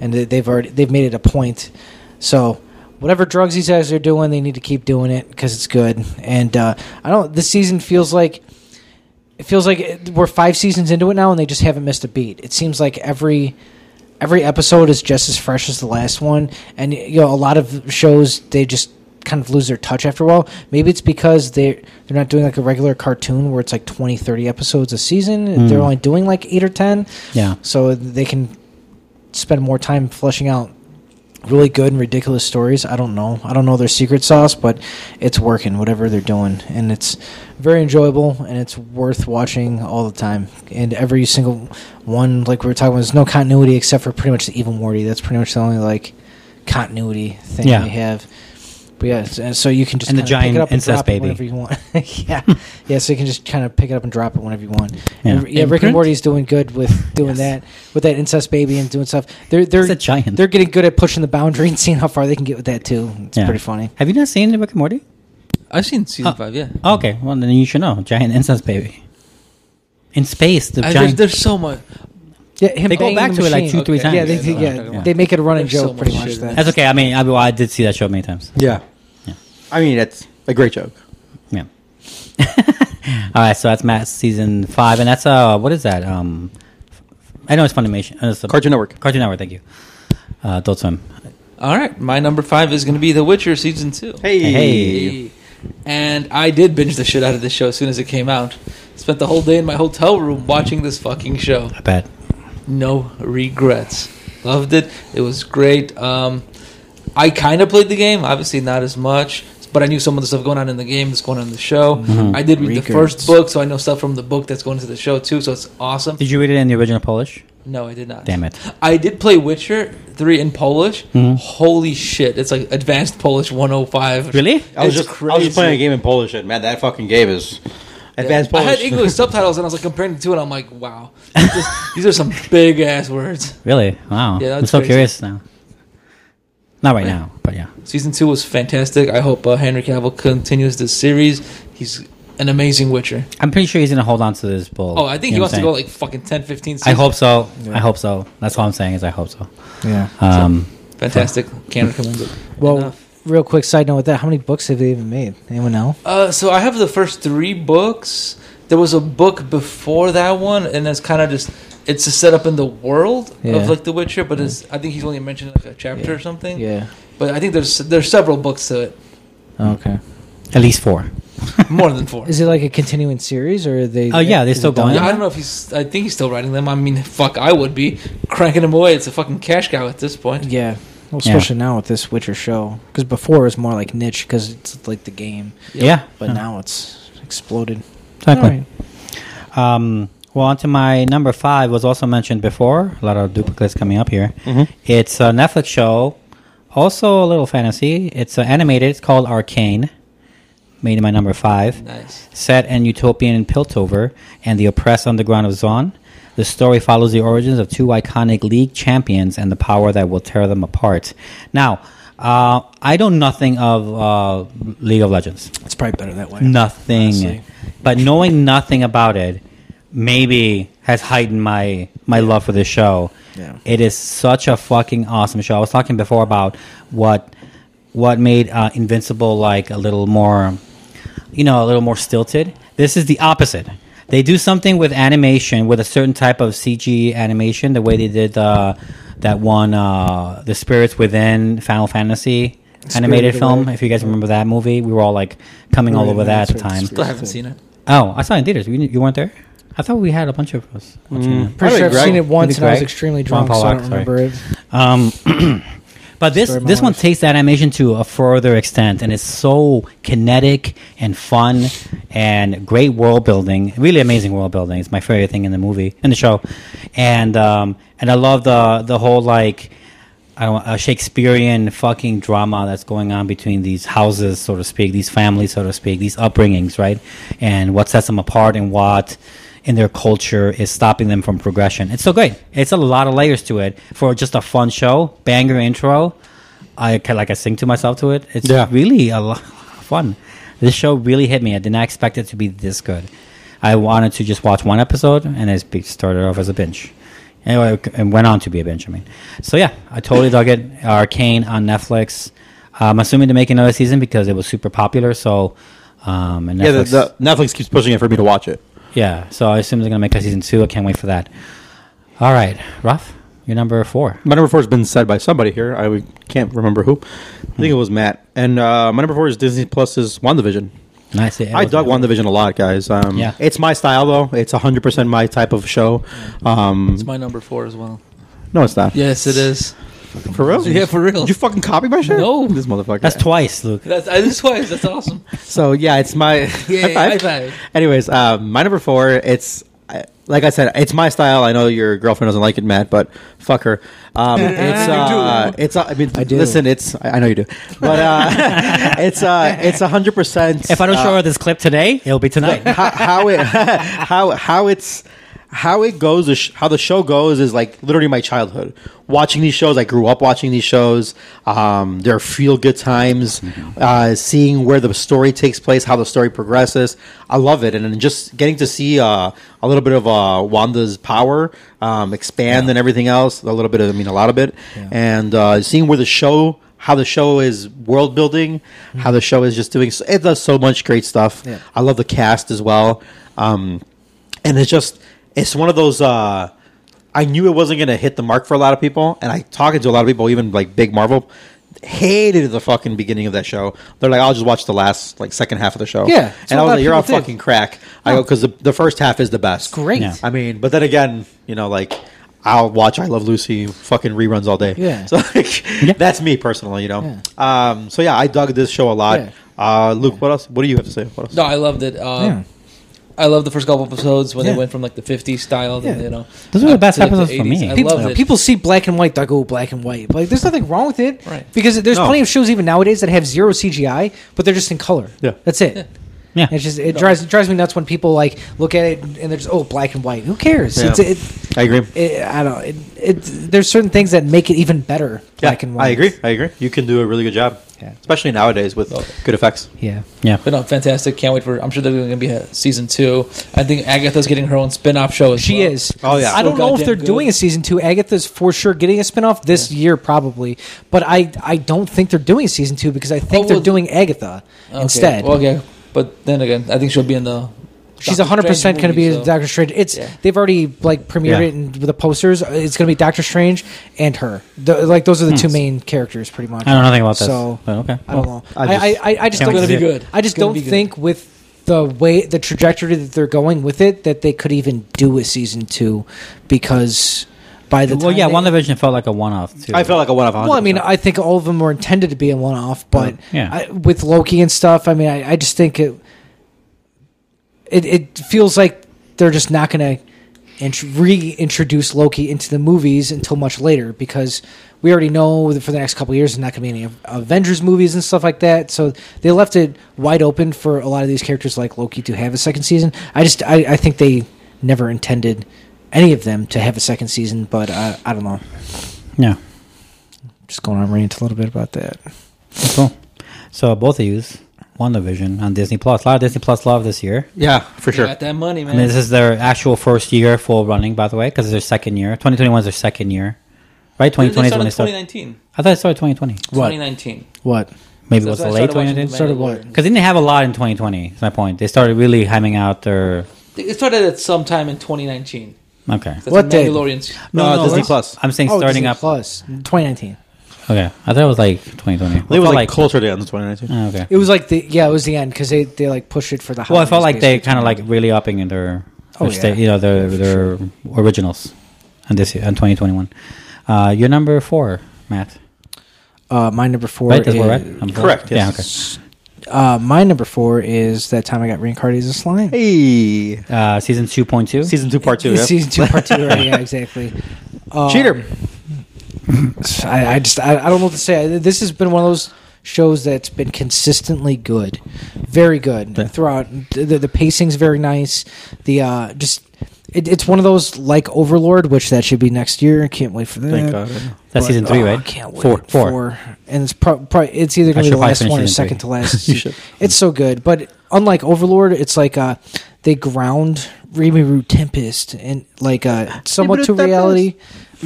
Speaker 6: and they- they've already they've made it a point. So whatever drugs these guys are doing, they need to keep doing it because it's good. And uh, I don't. This season feels like it feels like it- we're five seasons into it now and they just haven't missed a beat it seems like every every episode is just as fresh as the last one and you know a lot of shows they just kind of lose their touch after a while maybe it's because they they're not doing like a regular cartoon where it's like 20 30 episodes a season they're only doing like 8 or 10
Speaker 4: Yeah.
Speaker 6: so they can spend more time fleshing out really good and ridiculous stories. I don't know. I don't know their secret sauce, but it's working, whatever they're doing. And it's very enjoyable and it's worth watching all the time. And every single one, like we were talking about, there's no continuity except for pretty much the Evil Morty. That's pretty much the only, like, continuity thing
Speaker 4: Yeah.
Speaker 6: they have. But yeah, so so you can just
Speaker 4: And the
Speaker 6: kinda pick
Speaker 4: giant
Speaker 6: it up and
Speaker 4: incest
Speaker 6: drop
Speaker 4: baby.
Speaker 6: it whenever you want. yeah, yeah. So you can just kind of pick it up and drop it whenever you want.
Speaker 4: Yeah.
Speaker 6: And, yeah Rick
Speaker 4: Imprint?
Speaker 6: and Morty's doing good with doing that with that incest baby and doing stuff. They're they're
Speaker 4: It's a giant.
Speaker 6: They're getting good at pushing the boundary and seeing how far they can get with that too. It's
Speaker 4: Yeah.
Speaker 6: pretty funny.
Speaker 4: Have you not seen Rick and Morty?
Speaker 5: I've seen season
Speaker 4: Oh.
Speaker 5: five, yeah.
Speaker 4: Okay, well then you should know. Giant incense baby. In space, the
Speaker 5: I- there's,
Speaker 4: giant.
Speaker 5: there's so much.
Speaker 6: Yeah, him
Speaker 4: They go
Speaker 6: banging
Speaker 4: back
Speaker 6: the
Speaker 4: to it, like,
Speaker 6: machine.
Speaker 4: two, three
Speaker 6: Yeah,
Speaker 4: times.
Speaker 6: they,
Speaker 4: Yeah,
Speaker 6: yeah,
Speaker 5: that's what I'm
Speaker 6: they make it a running
Speaker 5: talking about.
Speaker 6: joke
Speaker 5: There's so
Speaker 6: pretty much.
Speaker 5: much
Speaker 6: Then.
Speaker 4: That's okay. I mean, I, well, I did see that show many times.
Speaker 7: Yeah. I mean, it's a great joke.
Speaker 4: Yeah. All right, so that's Matt season five, and that's uh, what is that? Um, I know it's Funimation. Uh, it's a-
Speaker 7: Cartoon Network.
Speaker 4: Cartoon Network. Thank you. Uh, Adult Swim.
Speaker 5: All right, my number five is going to be The Witcher season two.
Speaker 4: Hey.
Speaker 5: And I did binge the shit out of this show as soon as it came out. Spent the whole day in my hotel room watching this fucking show.
Speaker 4: I bet.
Speaker 5: No regrets. Loved it. It was great. Um, I kind of played the game, obviously not as much, but I knew some of the stuff going on in the game that's going on in the show. I did read the
Speaker 6: Regrets.
Speaker 5: first book, so I know stuff from the book that's going to the show too. So it's awesome.
Speaker 4: Did you read it in the original Polish?
Speaker 5: No, I did not.
Speaker 4: Damn it.
Speaker 5: I did play Witcher 3 in Polish. Holy shit. It's like advanced Polish 105.
Speaker 4: Really?
Speaker 7: I was
Speaker 5: It's
Speaker 7: just I was just playing a
Speaker 5: crazy.
Speaker 7: game in Polish, and man, that fucking game is advanced
Speaker 5: I
Speaker 7: Polish.
Speaker 5: had English subtitles and I was like comparing the two, and I'm like, wow, this- these are some big ass words.
Speaker 4: Really? Wow.
Speaker 5: Yeah,
Speaker 4: I'm
Speaker 5: that's
Speaker 4: so
Speaker 5: crazy.
Speaker 4: curious now. Not right now, but yeah.
Speaker 5: Season two was fantastic. I hope uh, Henry Cavill continues this series. He's an amazing Witcher.
Speaker 4: I'm pretty sure he's gonna hold on to this bull.
Speaker 5: Oh, I
Speaker 4: You
Speaker 5: think he
Speaker 4: know
Speaker 5: wants
Speaker 4: what
Speaker 5: to
Speaker 4: I'm
Speaker 5: go
Speaker 4: saying?
Speaker 5: like fucking 10, 15
Speaker 4: I
Speaker 5: seasons.
Speaker 4: hope so. I hope so. That's all I'm saying is I hope so.
Speaker 6: Yeah.
Speaker 4: Um,
Speaker 5: Fantastic. Can't recommend it.
Speaker 6: Well,
Speaker 5: enough.
Speaker 6: real quick side note with that, how many books have they even made? Anyone know?
Speaker 5: Uh, so I have the first three books. There was a book before that one, and it's kind of just it's just set up in the world
Speaker 6: Yeah.
Speaker 5: of like The Witcher, but it's I think he's only mentioned like a chapter or something.
Speaker 6: Yeah.
Speaker 5: But I think there's there's several books to it,
Speaker 6: Okay.
Speaker 4: at least four.
Speaker 5: more than four.
Speaker 6: Is it like a continuing series or are they?
Speaker 4: Oh, yeah, they're
Speaker 6: is it
Speaker 4: still
Speaker 6: done?
Speaker 4: going.
Speaker 5: yeah, I don't know if he's. I think he's still writing them. I mean, fuck, I would be cranking them away. It's a fucking cash cow at this point.
Speaker 6: Yeah. Well, especially now with this Witcher show, because before it was more like niche because it's like the game,
Speaker 4: Yeah.
Speaker 6: but now it's exploded.
Speaker 4: Exactly.
Speaker 6: All right.
Speaker 4: Um, well, onto my number five was also mentioned before. A lot of duplicates coming up here. It's a Netflix show, also a little fantasy. It's uh, animated. It's called Arcane. Made it my number five.
Speaker 5: Nice.
Speaker 4: Set in utopian Piltover and the oppressed underground of Zon, the story follows the origins of two iconic league champions and the power that will tear them apart. Now, uh, I know nothing of uh, League of Legends
Speaker 6: It's probably better that way.
Speaker 4: nothing.
Speaker 6: honestly.
Speaker 4: But knowing nothing about it, maybe has heightened my my love for this show.
Speaker 6: Yeah.
Speaker 4: It is such a fucking awesome show. I was talking before about what what made uh, Invincible like a little more, you know, a little more stilted. This is the opposite. They do something with animation, with a certain type of CG animation, the way they did uh, that one, uh, the Spirits Within Final Fantasy animated
Speaker 6: Spirited
Speaker 4: film.
Speaker 6: Away.
Speaker 4: If you guys remember that movie, we were all like coming all
Speaker 6: Right,
Speaker 4: over that
Speaker 6: that's
Speaker 4: at the
Speaker 6: right,
Speaker 4: time.
Speaker 5: Still haven't seen it.
Speaker 4: Oh, I saw it in theaters. You, you weren't there? I thought we had a bunch of us. watching it.
Speaker 6: Pretty sure I've
Speaker 7: Greg.
Speaker 6: seen it
Speaker 4: Maybe
Speaker 6: once, and I was
Speaker 4: Greg?
Speaker 6: extremely
Speaker 4: Ron
Speaker 6: drunk, so I
Speaker 4: Pollock,
Speaker 6: don't remember it.
Speaker 4: Um, but this
Speaker 6: Story of my
Speaker 4: this one
Speaker 6: life.
Speaker 4: takes that animation to a further extent, and it's so kinetic and fun and great world building. Really amazing world building. It's my favorite thing in the movie in the show, and um, and I love the the whole like. I don't, a Shakespearean fucking drama that's going on between these houses, so to speak, these families, so to speak, these upbringings, right? And what sets them apart and what in their culture is stopping them from progression. It's so great. It's a lot of layers to it for just a fun show. Banger intro. I can, like I sing to myself to it. It's
Speaker 7: Yeah.
Speaker 4: really a lot of fun. This show really hit me. I did not expect it to be this good. I wanted to just watch one episode, and it be- started off as a binge. Anyway, and went on to be a binge. I mean, so yeah, I totally dug it. Arcane on Netflix. I'm assuming to make another season because it was super popular. So, um, and Netflix,
Speaker 7: yeah, the, the Netflix keeps pushing it for me to watch it.
Speaker 4: yeah. So I assume they're gonna make a season two. I can't wait for that. All right, Ralph, you're number four.
Speaker 7: My number four has been said by somebody here. I w- can't remember who. I think it was Matt. And uh, my number four is Disney Plus's WandaVision.
Speaker 4: Nice. It
Speaker 7: I
Speaker 4: was-
Speaker 7: dug WandaVision a lot, guys. Um,
Speaker 4: Yeah.
Speaker 7: It's my style, though. It's 100% my type of show. Um,
Speaker 5: It's my number four as well.
Speaker 7: no, it's not.
Speaker 5: Yes, it is.
Speaker 7: For real?
Speaker 5: Yeah, for real.
Speaker 7: Did you fucking copy my shit?
Speaker 5: No.
Speaker 7: This motherfucker.
Speaker 4: That's twice, Luke.
Speaker 5: That's I just twice. That's awesome.
Speaker 7: So yeah, it's my
Speaker 5: Yeah,
Speaker 7: high five.
Speaker 5: high five.
Speaker 7: Anyways, um, my number four. It's I- like I said, it's my style. I know your girlfriend doesn't like it, Matt, but fuck her. Um, it's uh, it's. uh, I mean,
Speaker 6: do.
Speaker 7: listen. It's I I know you do, but uh, it's uh, it's hundred percent.
Speaker 4: If I don't show her this clip today, it'll be tonight.
Speaker 7: how, how it how how it's how it goes the sh- how the show goes is like literally my childhood watching these shows i grew up watching these shows um, their feel good times uh, seeing where the story takes place how the story progresses i love it and then just getting to see uh, a little bit of uh, wanda's power um, expand and everything else a little bit of i mean a lot of it and uh, seeing where the show how the show is world building, how the show is just doing. so- It does so much great stuff.
Speaker 6: Yeah.
Speaker 7: I love the cast as well, um, and it's just it's one of those. Uh, I knew it wasn't going to hit the mark for a lot of people, and I talking to a lot of people, even like big Marvel, hated the fucking beginning of that show. They're like, I'll just watch the last like second half of the show.
Speaker 6: Yeah, that's what
Speaker 7: and I
Speaker 6: a lot
Speaker 7: was
Speaker 6: of
Speaker 7: like, you're on
Speaker 6: people did.
Speaker 7: fucking crack. I go because the, the first half is the best.
Speaker 6: Great.
Speaker 4: Yeah.
Speaker 7: I mean, but then again, you know, like I'll watch I Love Lucy fucking reruns all day.
Speaker 6: Yeah.
Speaker 7: So like, that's me personally, you know. Um, so yeah, I dug this show a lot.
Speaker 6: Yeah.
Speaker 7: Uh, Luke, what else? What do you have to say? What else?
Speaker 5: No, I loved it. Uh,
Speaker 6: Yeah.
Speaker 5: I loved the first couple episodes when
Speaker 6: Yeah.
Speaker 5: they went from like the 50s style, to,
Speaker 6: Yeah.
Speaker 5: you know.
Speaker 4: Those were the
Speaker 5: up
Speaker 4: best
Speaker 5: to, like, the
Speaker 4: episodes for me.
Speaker 5: 80s. I
Speaker 6: People,
Speaker 5: loved it.
Speaker 6: people see black and white, they go "Oh, black and white. Like, there's nothing wrong with it,
Speaker 5: Right.
Speaker 6: Because there's
Speaker 7: No.
Speaker 6: plenty of shows even nowadays that have zero CGI, but they're just in color.
Speaker 7: Yeah.
Speaker 6: that's it.
Speaker 4: Yeah.
Speaker 6: It's just it drives it drives me nuts when people like look at it and they're just oh black and white. Who cares? It's, it,
Speaker 7: I agree.
Speaker 6: it, I don't. It, it, there's certain things that make it even better.
Speaker 7: Yeah,
Speaker 6: black and white.
Speaker 7: I agree. I agree. You can do a really good job,
Speaker 6: Yeah.
Speaker 7: especially nowadays with good effects.
Speaker 6: Yeah.
Speaker 4: Yeah.
Speaker 5: But no, fantastic. Can't wait for. I'm sure there's going to be a season two. I think Agatha's getting her own spin off show as
Speaker 6: She
Speaker 5: well.
Speaker 6: is.
Speaker 7: Oh, yeah.
Speaker 6: I don't
Speaker 5: So
Speaker 6: know if
Speaker 5: goddamn
Speaker 6: they're
Speaker 5: good.
Speaker 6: doing a season two. Agatha's for sure getting a spinoff this year, probably. But I, I don't think they're doing season two because I think
Speaker 5: Oh,
Speaker 6: they're
Speaker 5: well,
Speaker 6: doing Agatha
Speaker 5: Okay.
Speaker 6: instead.
Speaker 5: Well, okay. But then again, I think she'll be in the.
Speaker 6: She's
Speaker 5: Doctor
Speaker 6: hundred percent
Speaker 5: Strange
Speaker 6: going to be
Speaker 5: movie, so-
Speaker 6: a Doctor Strange. It's
Speaker 5: Yeah.
Speaker 6: they've already like premiered
Speaker 7: Yeah.
Speaker 6: it and with the posters. It's going to be Doctor Strange and her. The, like those are the two main characters, pretty much.
Speaker 4: Hmm. I don't know nothing about this.
Speaker 6: So
Speaker 4: but okay.
Speaker 6: I don't know.
Speaker 7: I
Speaker 6: I I,
Speaker 7: just-
Speaker 6: I, I just
Speaker 4: Can't
Speaker 6: don't
Speaker 4: wait to
Speaker 5: see it.
Speaker 6: I just
Speaker 5: It's gonna
Speaker 6: don't
Speaker 5: be good.
Speaker 6: think with the way the trajectory that they're going with it that they could even do a season two because by the
Speaker 4: Well,
Speaker 6: time
Speaker 4: yeah,
Speaker 6: they-
Speaker 4: WandaVision felt like a one-off too.
Speaker 7: I felt like a one-off.
Speaker 6: well, I mean, uh, I think all of them were intended to be a one-off, but
Speaker 4: Yeah.
Speaker 6: I, with Loki and stuff, I mean, I, I just think it, it it feels like they're just not going to int- reintroduce Loki into the movies until much later because we already know that for the next couple of years there's not going to be any Avengers movies and stuff like that. So they left it wide open for a lot of these characters like Loki to have a second season. I just I, I think they never intended any of them to have a second season, but uh, I don't know
Speaker 4: yeah.
Speaker 6: just going on rant a little bit about that.
Speaker 4: Cool. So both of yous, WandaVision on Disney Plus. A lot of Disney Plus love this year.
Speaker 7: yeah, for sure.
Speaker 5: Got that money, man.
Speaker 4: And this is their actual first year full running, by the way, because it's their second year. 2021 is their second year, right?
Speaker 5: When did
Speaker 4: 2020
Speaker 5: they
Speaker 4: is
Speaker 5: start
Speaker 4: when they
Speaker 5: in
Speaker 4: started.
Speaker 5: 2019.
Speaker 4: I thought it started 2020.
Speaker 5: 2019.
Speaker 6: What?
Speaker 4: Maybe it
Speaker 5: That's
Speaker 4: was the
Speaker 5: when I
Speaker 4: late
Speaker 5: started watching
Speaker 4: 2019.
Speaker 5: The
Speaker 6: Started what?
Speaker 5: Mandalorian.
Speaker 4: Because they didn't have a lot in 2020. That's my point. They started really hamming out their.
Speaker 5: It started at some time in 2019.
Speaker 4: Okay.
Speaker 5: That's
Speaker 6: What
Speaker 5: when
Speaker 6: date?
Speaker 5: Mandalorians.
Speaker 7: Uh, Disney
Speaker 4: let's-
Speaker 7: Plus.
Speaker 4: I'm saying
Speaker 6: Oh,
Speaker 4: starting
Speaker 6: Disney
Speaker 4: up.
Speaker 6: Plus 2019.
Speaker 4: Okay. I thought it was like 2020.
Speaker 7: it
Speaker 4: It
Speaker 7: was
Speaker 4: felt
Speaker 7: like closer to the end of 2019.
Speaker 4: Oh, okay.
Speaker 6: It was like the yeah, it was the end because they they like pushed it for the.
Speaker 4: Well, I felt like
Speaker 6: holidays,
Speaker 4: they
Speaker 6: basically.
Speaker 4: kind of like really upping in their,
Speaker 6: Oh,
Speaker 4: their sta-
Speaker 6: yeah.
Speaker 4: you know, their their originals, on this on 2021. Uh, your number four, Matt.
Speaker 6: Uh, my number four.
Speaker 4: Right,
Speaker 6: is,
Speaker 4: that's what, right? I'm
Speaker 7: Correct,
Speaker 4: Yeah. Okay.
Speaker 7: yes.
Speaker 6: Uh, my number four is that time I got reincarnated as a slime.
Speaker 7: Hey,
Speaker 4: Uh, season two point two.
Speaker 7: season two, part two. Uh,
Speaker 6: It's
Speaker 7: Yeah.
Speaker 6: Season two, part two. right, yeah, exactly. Um,
Speaker 7: Cheater.
Speaker 6: I, I just I, I don't know what to say. I- This has been one of those shows that's been consistently good, very good throughout. The, the, the pacing's very nice. The uh, just it, it's one of those like Overlord, which that should be next year. Can't wait for that.
Speaker 7: Thank God.
Speaker 4: That's
Speaker 6: But,
Speaker 4: season three,
Speaker 6: oh, I
Speaker 4: right?
Speaker 6: can't wait.
Speaker 4: Four. Four.
Speaker 6: And it's probably it's either
Speaker 4: I
Speaker 6: going
Speaker 4: should
Speaker 6: to be the
Speaker 4: probably
Speaker 6: last
Speaker 4: finish
Speaker 6: one or
Speaker 4: season
Speaker 6: second
Speaker 4: three.
Speaker 6: to last. season. It's so good, but unlike Overlord, it's like uh, they ground Rimuru Tempest and like uh, somewhat to reality,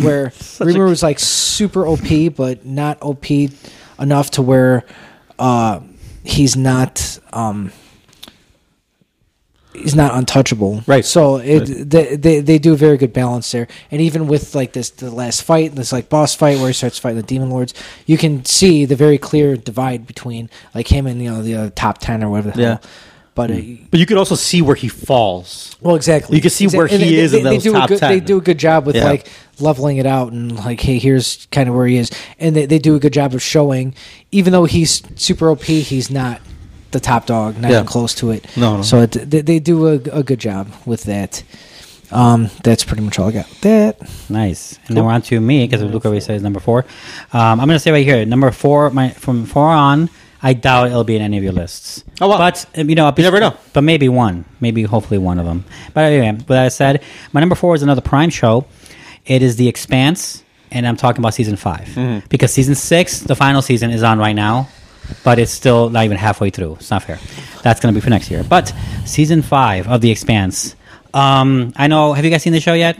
Speaker 6: where Rimuru was like super OP, but not OP enough to where uh, he's not. Um, he's not untouchable.
Speaker 7: Right.
Speaker 6: So it They, they they do a very good balance there. And even with like this the last fight, this like boss fight where he starts fighting the demon lords, you can see the very clear divide between like him and you know the uh, top ten or whatever the hell.
Speaker 7: Yeah.
Speaker 6: But uh,
Speaker 7: But you could also see where he falls.
Speaker 6: well, exactly.
Speaker 7: You can see
Speaker 6: Exact-
Speaker 7: where he is in those
Speaker 6: do
Speaker 7: top
Speaker 6: a good,
Speaker 7: 10.
Speaker 6: They do a good job with
Speaker 7: Yeah.
Speaker 6: like leveling it out and like, hey, here's kind of where he is, and they, they do a good job of showing, even though he's super OP, he's not the top dog, not
Speaker 7: Yeah.
Speaker 6: even close to it.
Speaker 7: No, no.
Speaker 6: So it, they, they do a, a good job with that. Um, that's pretty much all I got. That
Speaker 4: Nice. And then we're on to me because Luke already says number four. Um, I'm going to say right here, number four. My from four on, I doubt it'll be in any of your lists.
Speaker 7: Oh, wow.
Speaker 4: But um, you know, you
Speaker 7: never know.
Speaker 4: But maybe one, maybe hopefully one of them. But anyway, with that said, my number four is another Prime show. It is The Expanse, and I'm talking about season 5
Speaker 7: Mm-hmm.
Speaker 4: because season six, the final season, is on right now. But it's still not even halfway through. It's not fair. That's going to be for next year. But season five of The Expanse. Um, I know. Have you guys seen the show yet?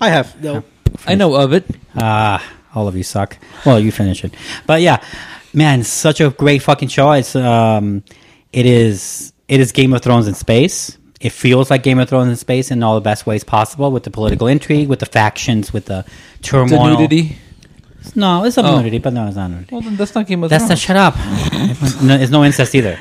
Speaker 7: I have.
Speaker 5: I know of it.
Speaker 4: Ah, All of you suck. Well, you finish it. But yeah, man, such a great fucking show. It's um, it is it is Game of Thrones in space. It feels like Game of Thrones in space in all the best ways possible, with the political intrigue, with the factions, with the
Speaker 5: The
Speaker 4: turmoil.
Speaker 5: nudity.
Speaker 4: No, it's not
Speaker 5: Oh.
Speaker 4: nudity, but no, it's not nudity.
Speaker 5: Well, then that's not Game of
Speaker 4: That's not.
Speaker 5: Thrones.
Speaker 4: Shut up. no, it's no incest either.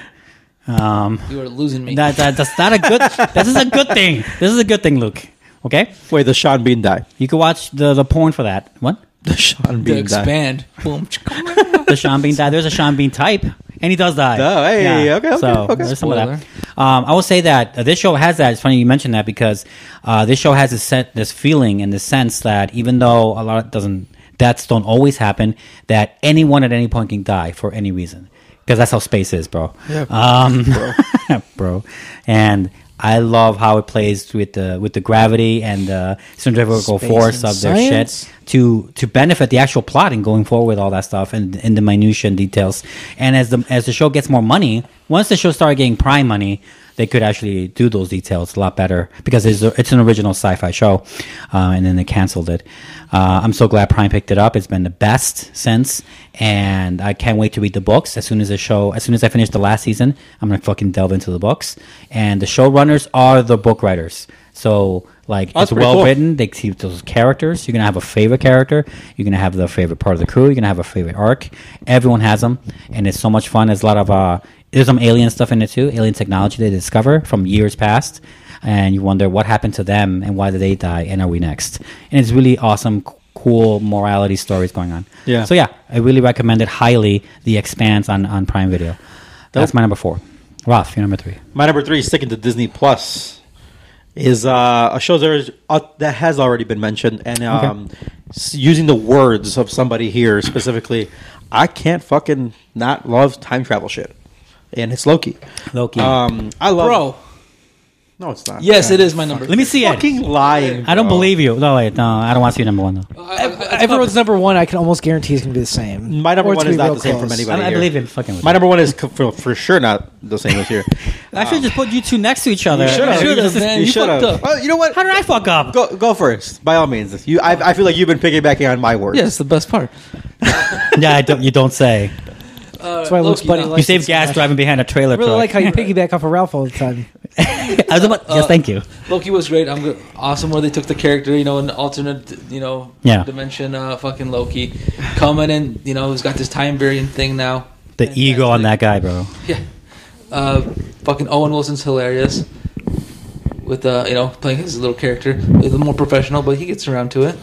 Speaker 4: Um,
Speaker 5: you are losing me.
Speaker 4: that, that, that's not a good. this is a good thing. This is a good thing, Luke. Okay,
Speaker 7: Wait, the Sean Bean die.
Speaker 4: you can watch the the porn for that. What
Speaker 7: The Sean
Speaker 5: to
Speaker 7: Bean die.
Speaker 5: expand. Boom.
Speaker 4: the Sean Bean die? There's a Sean Bean type, and he does die.
Speaker 7: Oh, hey, okay, okay,
Speaker 4: so
Speaker 7: okay.
Speaker 4: There's some of that. Um, I will say that uh, this show has that. It's funny you mentioned that because uh, this show has this set this feeling and the sense that even though a lot doesn't deaths don't always happen, that anyone at any point can die for any reason because that's how space is, bro. um, bro. And I love how it plays with the with the gravity and the centrifugal
Speaker 6: Space
Speaker 4: force
Speaker 6: and
Speaker 4: of their
Speaker 6: science.
Speaker 4: shit to to benefit the actual plot and going forward with all that stuff and in the minutia and details. And as the as the show gets more money, once the show started getting prime money, they could actually do those details a lot better because it's, it's an original sci-fi show, uh, and then they canceled it. Uh, I'm so glad Prime picked it up. It's been the best since, and I can't wait to read the books. As soon as the show, as soon as I finish the last season, I'm gonna fucking delve into the books. And the showrunners are the book writers, so like
Speaker 7: Oh, that's
Speaker 4: it's
Speaker 7: pretty
Speaker 4: well
Speaker 7: cool.
Speaker 4: written written. They keep those characters. You're gonna have a favorite character. You're gonna have the favorite part of the crew. You're gonna have a favorite arc. Everyone has them, and it's so much fun. There's a lot of uh, there's some alien stuff in it too. Alien technology they discover from years past, and you wonder what happened to them and why did they die and are we next? And it's really awesome, c- cool morality stories going on.
Speaker 7: Yeah.
Speaker 4: So yeah, I really recommend it highly. The Expanse on on Prime Video. That's my number four. Ralph, your number three.
Speaker 7: My number three, sticking to Disney Plus, is uh, a show that, is, uh, that has already been mentioned, and um, s- using the words of somebody here specifically, I can't fucking not love time travel shit, and it's Loki.
Speaker 4: Loki.
Speaker 7: Um, I love.
Speaker 5: Bro.
Speaker 7: no, it's not.
Speaker 5: Yes, it is my number.
Speaker 4: Let me see it.
Speaker 7: Fucking lying.
Speaker 4: I don't
Speaker 7: bro.
Speaker 4: believe you. No, wait, no, I don't want to see your number one though.
Speaker 6: Everyone's number one, I can almost guarantee is going to be the same.
Speaker 7: My number
Speaker 6: Or it's
Speaker 7: one
Speaker 6: gonna be
Speaker 7: is not
Speaker 6: real
Speaker 7: the same from
Speaker 6: close.
Speaker 7: anybody.
Speaker 4: I, I
Speaker 7: here.
Speaker 4: believe in fucking with
Speaker 7: My
Speaker 4: you.
Speaker 7: number one is co- for, for sure not the same as here. Uh,
Speaker 4: I should just put you two next to each other.
Speaker 5: should've. You should've, man. You
Speaker 7: should've.
Speaker 5: fucked up.
Speaker 7: Well, you know what?
Speaker 4: How did I fuck up?
Speaker 7: Go, go first, by all means. You, I, I feel like you've been piggybacking on my words.
Speaker 5: Yeah, it's the best part.
Speaker 4: yeah, I don't, you don't say.
Speaker 6: That's why Luke's
Speaker 5: Uh, Loki,
Speaker 6: buddy.
Speaker 5: no.
Speaker 6: likes
Speaker 4: You save
Speaker 6: it so
Speaker 4: gas
Speaker 6: much.
Speaker 4: driving behind a trailer.
Speaker 6: I really
Speaker 4: truck.
Speaker 6: like how you piggyback off of Ralph all the time.
Speaker 4: I was about, yes, thank you.
Speaker 5: Loki was great. I'm go- awesome where they took the character, you know, an alternate, you know,
Speaker 4: Yeah.
Speaker 5: dimension. Uh, fucking Loki coming in, you know, who's got this time variant thing now.
Speaker 4: The ego on that guy, bro.
Speaker 5: Yeah. Uh, fucking Owen Wilson's hilarious. With uh, you know, playing his little character, a little more professional, but he gets around to it.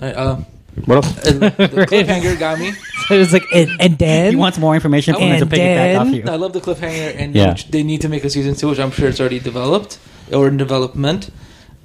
Speaker 5: All right, uh,
Speaker 7: What else?
Speaker 5: uh, the cliffhanger got me.
Speaker 6: it's like and, and then
Speaker 4: He wants more information from him to
Speaker 6: And
Speaker 4: piggyback off
Speaker 6: then-
Speaker 4: you.
Speaker 5: I love the cliffhanger, and
Speaker 4: Yeah.
Speaker 5: which they need to make a season two, which I'm sure it's already developed or in development.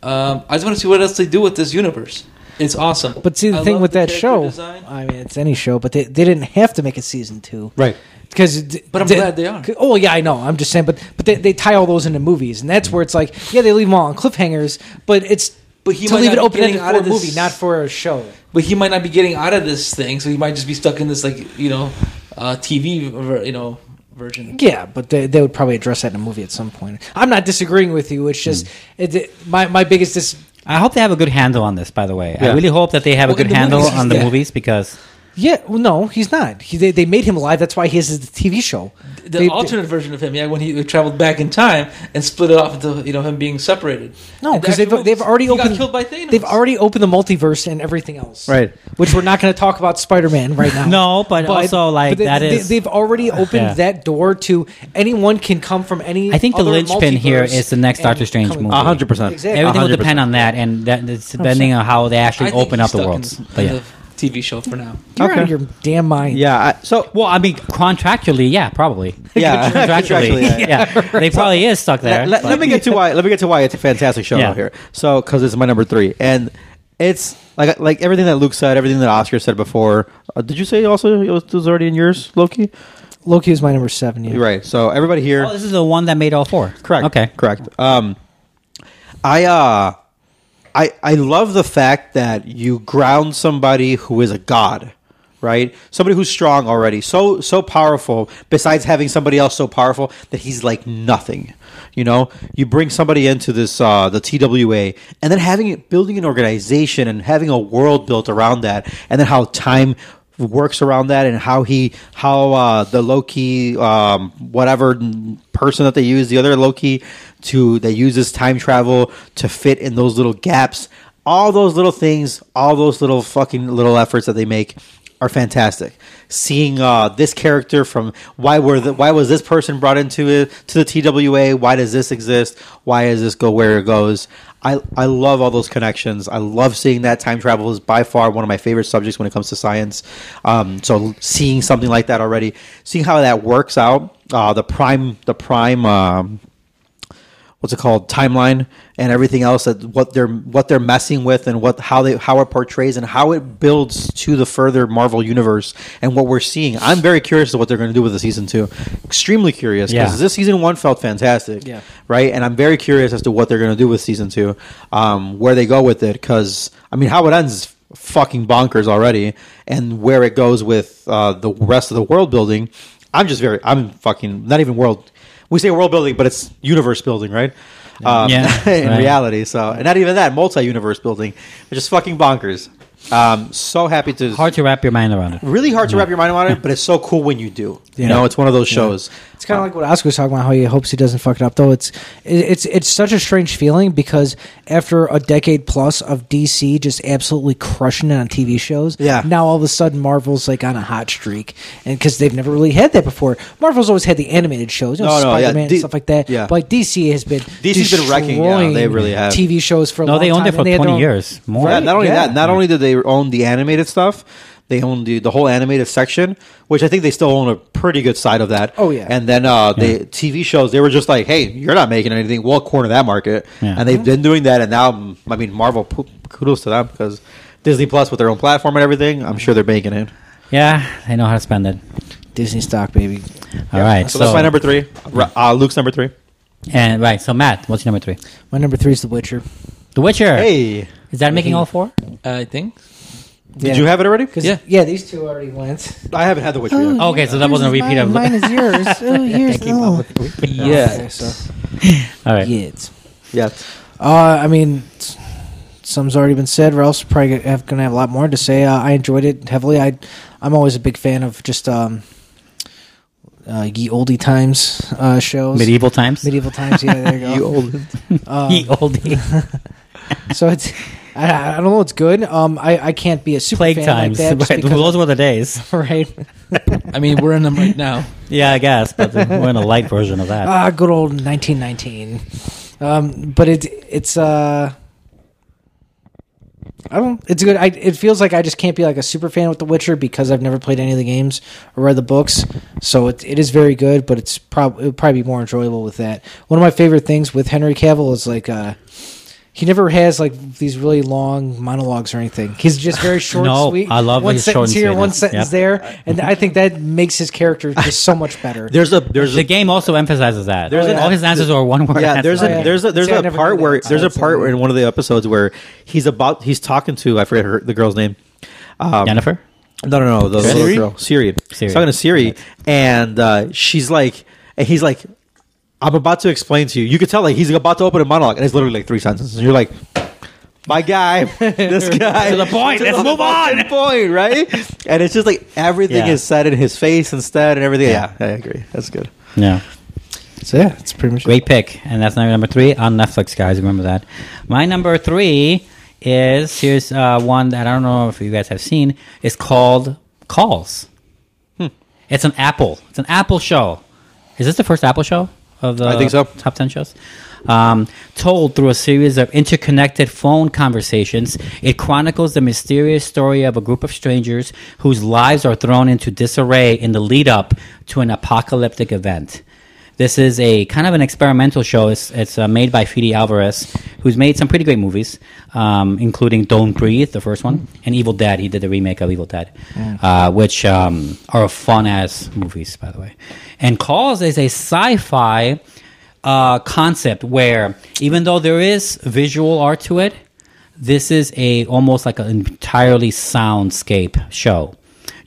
Speaker 5: Um, I just want to see what else they do with this universe. It's awesome.
Speaker 6: But see, the
Speaker 5: I
Speaker 6: thing
Speaker 5: love
Speaker 6: with
Speaker 5: the
Speaker 6: that
Speaker 5: character
Speaker 6: show,
Speaker 5: design.
Speaker 6: I mean, it's any show, but they, they didn't have to make a season two,
Speaker 7: Right.
Speaker 6: Because,
Speaker 5: But I'm glad they are.
Speaker 6: Oh yeah, I know. I'm just saying, but but they, they tie all those into movies, and that's where it's like, yeah, they leave them all on cliffhangers, but it's
Speaker 5: But he
Speaker 6: to
Speaker 5: might
Speaker 6: leave it
Speaker 5: not be
Speaker 6: open
Speaker 5: getting
Speaker 6: ended for
Speaker 5: out
Speaker 6: a
Speaker 5: of this-
Speaker 6: movie, not for a show.
Speaker 5: but he might not be getting out of this thing, so he might just be stuck in this like you know uh, TV ver- you know version.
Speaker 6: Yeah, but they, they would probably address that in a movie at some point. I'm not disagreeing with you. It's just it, it- my my biggest dis-
Speaker 4: I hope they have a good handle on this, by the way.
Speaker 7: Yeah.
Speaker 4: I really hope that they have
Speaker 5: Well,
Speaker 4: a good
Speaker 5: in the
Speaker 4: handle
Speaker 5: movies,
Speaker 4: on the
Speaker 5: yeah.
Speaker 4: movies because
Speaker 6: yeah. Well, no, he's not. He, they, they made him alive. That's why he has his TV show.
Speaker 5: The
Speaker 6: They-
Speaker 5: alternate version of him, yeah, when he traveled back in time and split it off into you know him being separated.
Speaker 6: No,
Speaker 5: And the
Speaker 6: because they've
Speaker 5: actual-
Speaker 6: they've already
Speaker 5: he got
Speaker 6: opened
Speaker 5: killed by Thanos.
Speaker 6: They've already opened the multiverse and everything else,
Speaker 7: Right.
Speaker 6: Which we're not going to talk about Spider Man right now.
Speaker 4: No, but also, like, that is-
Speaker 6: they've already opened
Speaker 4: Yeah.
Speaker 6: that door to anyone can come from any.
Speaker 4: I think the
Speaker 6: other
Speaker 4: linchpin here
Speaker 6: multiverse
Speaker 4: is the next
Speaker 6: and
Speaker 4: Doctor Strange
Speaker 6: coming-
Speaker 4: movie.
Speaker 7: A hundred percent.
Speaker 6: Exactly.
Speaker 4: everything will
Speaker 7: 100%.
Speaker 4: depend on that, and that it's depending on how they
Speaker 5: I
Speaker 4: actually
Speaker 5: think
Speaker 4: open
Speaker 5: he's
Speaker 4: up the
Speaker 5: stuck in-
Speaker 4: worlds.
Speaker 5: in
Speaker 4: But yeah.
Speaker 5: the TV show for now.
Speaker 6: You're out of
Speaker 7: Okay.
Speaker 6: your damn mind.
Speaker 7: Yeah. I, so
Speaker 4: Well, I mean, contractually, yeah, probably.
Speaker 7: Yeah.
Speaker 4: contractually,
Speaker 7: Contractually, yeah,
Speaker 4: yeah, They probably is stuck there.
Speaker 7: let, let-
Speaker 4: but-
Speaker 7: let me get to why. Let me get to why it's a fantastic show
Speaker 4: Yeah.
Speaker 7: out here. So because it's my number three, and it's like like everything that Luke said, everything that Oscar said before. Uh, did you say also it was, it was already in yours, Loki?
Speaker 6: Loki is my number seven. Yeah.
Speaker 7: You're right. So everybody here,
Speaker 4: Oh, this is the one that made all four.
Speaker 7: correct?
Speaker 4: Okay.
Speaker 7: correct. Um, I uh, I I love the fact that you ground somebody who is a god right? Somebody who's strong already, so so powerful. Besides having somebody else so powerful that he's like nothing, you know. You bring somebody into this uh, the TWA, and then having it building an organization and having a world built around that, and then how time works around that and how he how uh, the Loki um, whatever person that they use the other Loki to that uses time travel to fit in those little gaps all those little things all those little fucking little efforts that they make are fantastic seeing uh, this character from why were the, why was this person brought into it to the TWA why does this exist why does this go where it goes I, I love all those connections. I love seeing that time travel is by far one of my favorite subjects when it comes to science. Um, so seeing something like that already, seeing how that works out, uh, the prime the prime um, what's it called timeline and everything else that what they're what they're messing with and what how they how it portrays and how it builds to the further Marvel universe and what we're seeing. I'm very curious to what they're going to do with the season two. Extremely curious because
Speaker 4: Yeah.
Speaker 7: this season one felt fantastic,
Speaker 6: Yeah.
Speaker 7: right? And I'm very curious as to what they're going to do with season two, um, where they go with it. Because I mean, how it ends is fucking bonkers already, and where it goes with uh, the rest of the world building. I'm just very, I'm fucking not even world. We say world building, but it's universe building, right? Um,
Speaker 4: Yeah.
Speaker 7: in
Speaker 4: Right.
Speaker 7: reality, so and not even that multi-universe building, but just fucking bonkers. Um, so happy to
Speaker 4: Hard to wrap your mind around it.
Speaker 7: really hard to wrap your mind around it, but it's so cool when you do. You know, it's one of those shows.
Speaker 6: It's kind of like what Oscar was talking about, how he hopes he doesn't fuck it up. Though it's it, it's it's such a strange feeling because after a decade plus of DC just absolutely crushing it on TV shows,
Speaker 7: Yeah.
Speaker 6: now all of a sudden Marvel's like on a hot streak, and because they've never really had that before. Marvel's always had the animated shows, you know,
Speaker 7: No, no, yeah,
Speaker 6: Spider Man and
Speaker 7: D-
Speaker 6: stuff like that.
Speaker 7: yeah.
Speaker 6: But like DC has been
Speaker 7: DC's been wrecking, yeah, they
Speaker 6: destroying
Speaker 7: really have.
Speaker 6: TV shows for a
Speaker 4: No,
Speaker 6: long
Speaker 4: they owned
Speaker 6: time,
Speaker 4: it for
Speaker 6: and had their
Speaker 4: 20
Speaker 6: own-
Speaker 4: years more.
Speaker 7: Yeah, not only
Speaker 6: yeah.
Speaker 7: that, not only did they own the animated stuff, they owned the, the whole animated section, which I think they still own a pretty good side of that.
Speaker 6: Oh, yeah.
Speaker 7: And then uh, the TV shows, they were just like, hey, you're not making anything. We'll corner that market.
Speaker 4: Yeah.
Speaker 7: And they've been doing that. And now, mm, I mean, Marvel, po- kudos to them because Disney Plus with their own platform and everything, I'm sure they're making it.
Speaker 4: Yeah, they know how to spend it.
Speaker 6: Disney stock, baby.
Speaker 4: All right,
Speaker 7: So, that's my number three. Ra- Uh, Luke's number three.
Speaker 4: And right, so Matt, what's your number three?
Speaker 6: My number three is The Witcher.
Speaker 4: The Witcher.
Speaker 7: Hey,
Speaker 4: Is that making all four?
Speaker 5: I think.
Speaker 7: did you have it already? Uh,
Speaker 6: 'Cause-
Speaker 5: Yeah.
Speaker 6: yeah, these two already went.
Speaker 7: I haven't had the Witcher yet.
Speaker 4: Okay, so that wasn't a repeat of.
Speaker 6: mine is yours. Oh, yours. Oh.
Speaker 5: Yeah.
Speaker 4: All right.
Speaker 6: Yeah, it's-
Speaker 7: Yeah.
Speaker 6: Uh, I mean, s- some's already been said. Or else probably gonna have, gonna have a lot more to say. Uh, I enjoyed it heavily. I, I'm always a big fan of just um, uh, ye oldie times uh, shows.
Speaker 4: Medieval times.
Speaker 6: Medieval times. Yeah, there you go. Um,
Speaker 4: Ye olde.
Speaker 6: so it's. I, I don't know. It's good. Um, I, I can't be a super
Speaker 4: Plague
Speaker 6: fan
Speaker 4: times.
Speaker 6: like that just
Speaker 4: right.
Speaker 6: because-
Speaker 4: Those were the days.
Speaker 6: right.
Speaker 5: I mean, we're in them right now.
Speaker 4: Yeah, I guess, but we're in a light version of that.
Speaker 6: Ah, good old 1919. Um, but it it's uh, I don't. It's good. I it feels like I just can't be like a super fan with The Witcher because I've never played any of the games or read the books. So it it is very good, but it's probably it would probably be more enjoyable with that. One of my favorite things with Henry Cavill is like uh. He never has like these really long monologues or anything. He's just very short,
Speaker 4: No,
Speaker 6: sweet.
Speaker 4: I love
Speaker 6: one
Speaker 4: his short
Speaker 6: sentence
Speaker 4: and
Speaker 6: here,
Speaker 4: sweet,
Speaker 6: one
Speaker 4: yeah.
Speaker 6: sentence
Speaker 4: Yep.
Speaker 6: there, and I think that makes his character just so much better.
Speaker 7: There's a there's
Speaker 4: The
Speaker 7: a
Speaker 4: game also emphasizes that.
Speaker 7: There's an-
Speaker 4: all his answers are one word.
Speaker 7: yeah,
Speaker 4: answers.
Speaker 7: there's
Speaker 6: yeah.
Speaker 7: a there's a there's
Speaker 6: See, I
Speaker 7: a
Speaker 6: never
Speaker 7: part
Speaker 6: knew
Speaker 7: where
Speaker 6: that.
Speaker 7: there's a
Speaker 6: That's
Speaker 7: part
Speaker 6: amazing.
Speaker 7: where in one of the episodes where he's about he's talking to I forget her the girl's name. Um,
Speaker 4: Jennifer.
Speaker 7: No, no, no, the
Speaker 4: Siri?
Speaker 7: little girl, Siri.
Speaker 4: Siri.
Speaker 7: He's talking to Siri, and uh, she's like, and he's like, I'm about to explain to you. You could tell like he's about to open a monologue, and it's literally like three sentences, and you're like. My guy, this guy
Speaker 4: To the point, let's move
Speaker 7: fucking Point, right? And it's just like everything
Speaker 4: Yeah.
Speaker 7: is said in his face instead, and everything. Yeah, I agree. That's good.
Speaker 4: Yeah.
Speaker 6: So yeah, it's pretty much it.
Speaker 4: Great pick. And that's my number three on Netflix, guys. Remember that. My number three is here's uh, one that I don't know if you guys have seen. It's called Calls.
Speaker 7: Hmm.
Speaker 4: It's an Apple. It's an Apple show. Is this the first Apple show of the
Speaker 7: I think so.
Speaker 4: top 10 shows? Um, told through a series of interconnected phone conversations, it chronicles the mysterious story of a group of strangers whose lives are thrown into disarray in the lead up to an apocalyptic event. This is a kind of an experimental show. It's, it's uh, made by Fede Alvarez, who's made some pretty great movies, um, including Don't Breathe, the first one, and Evil Dead. He did the remake of Evil Dead, uh, which um, are fun ass movies, by the way. And Calls is a sci fi uh, concept where even though there is visual art to it, this is a almost like an entirely soundscape show.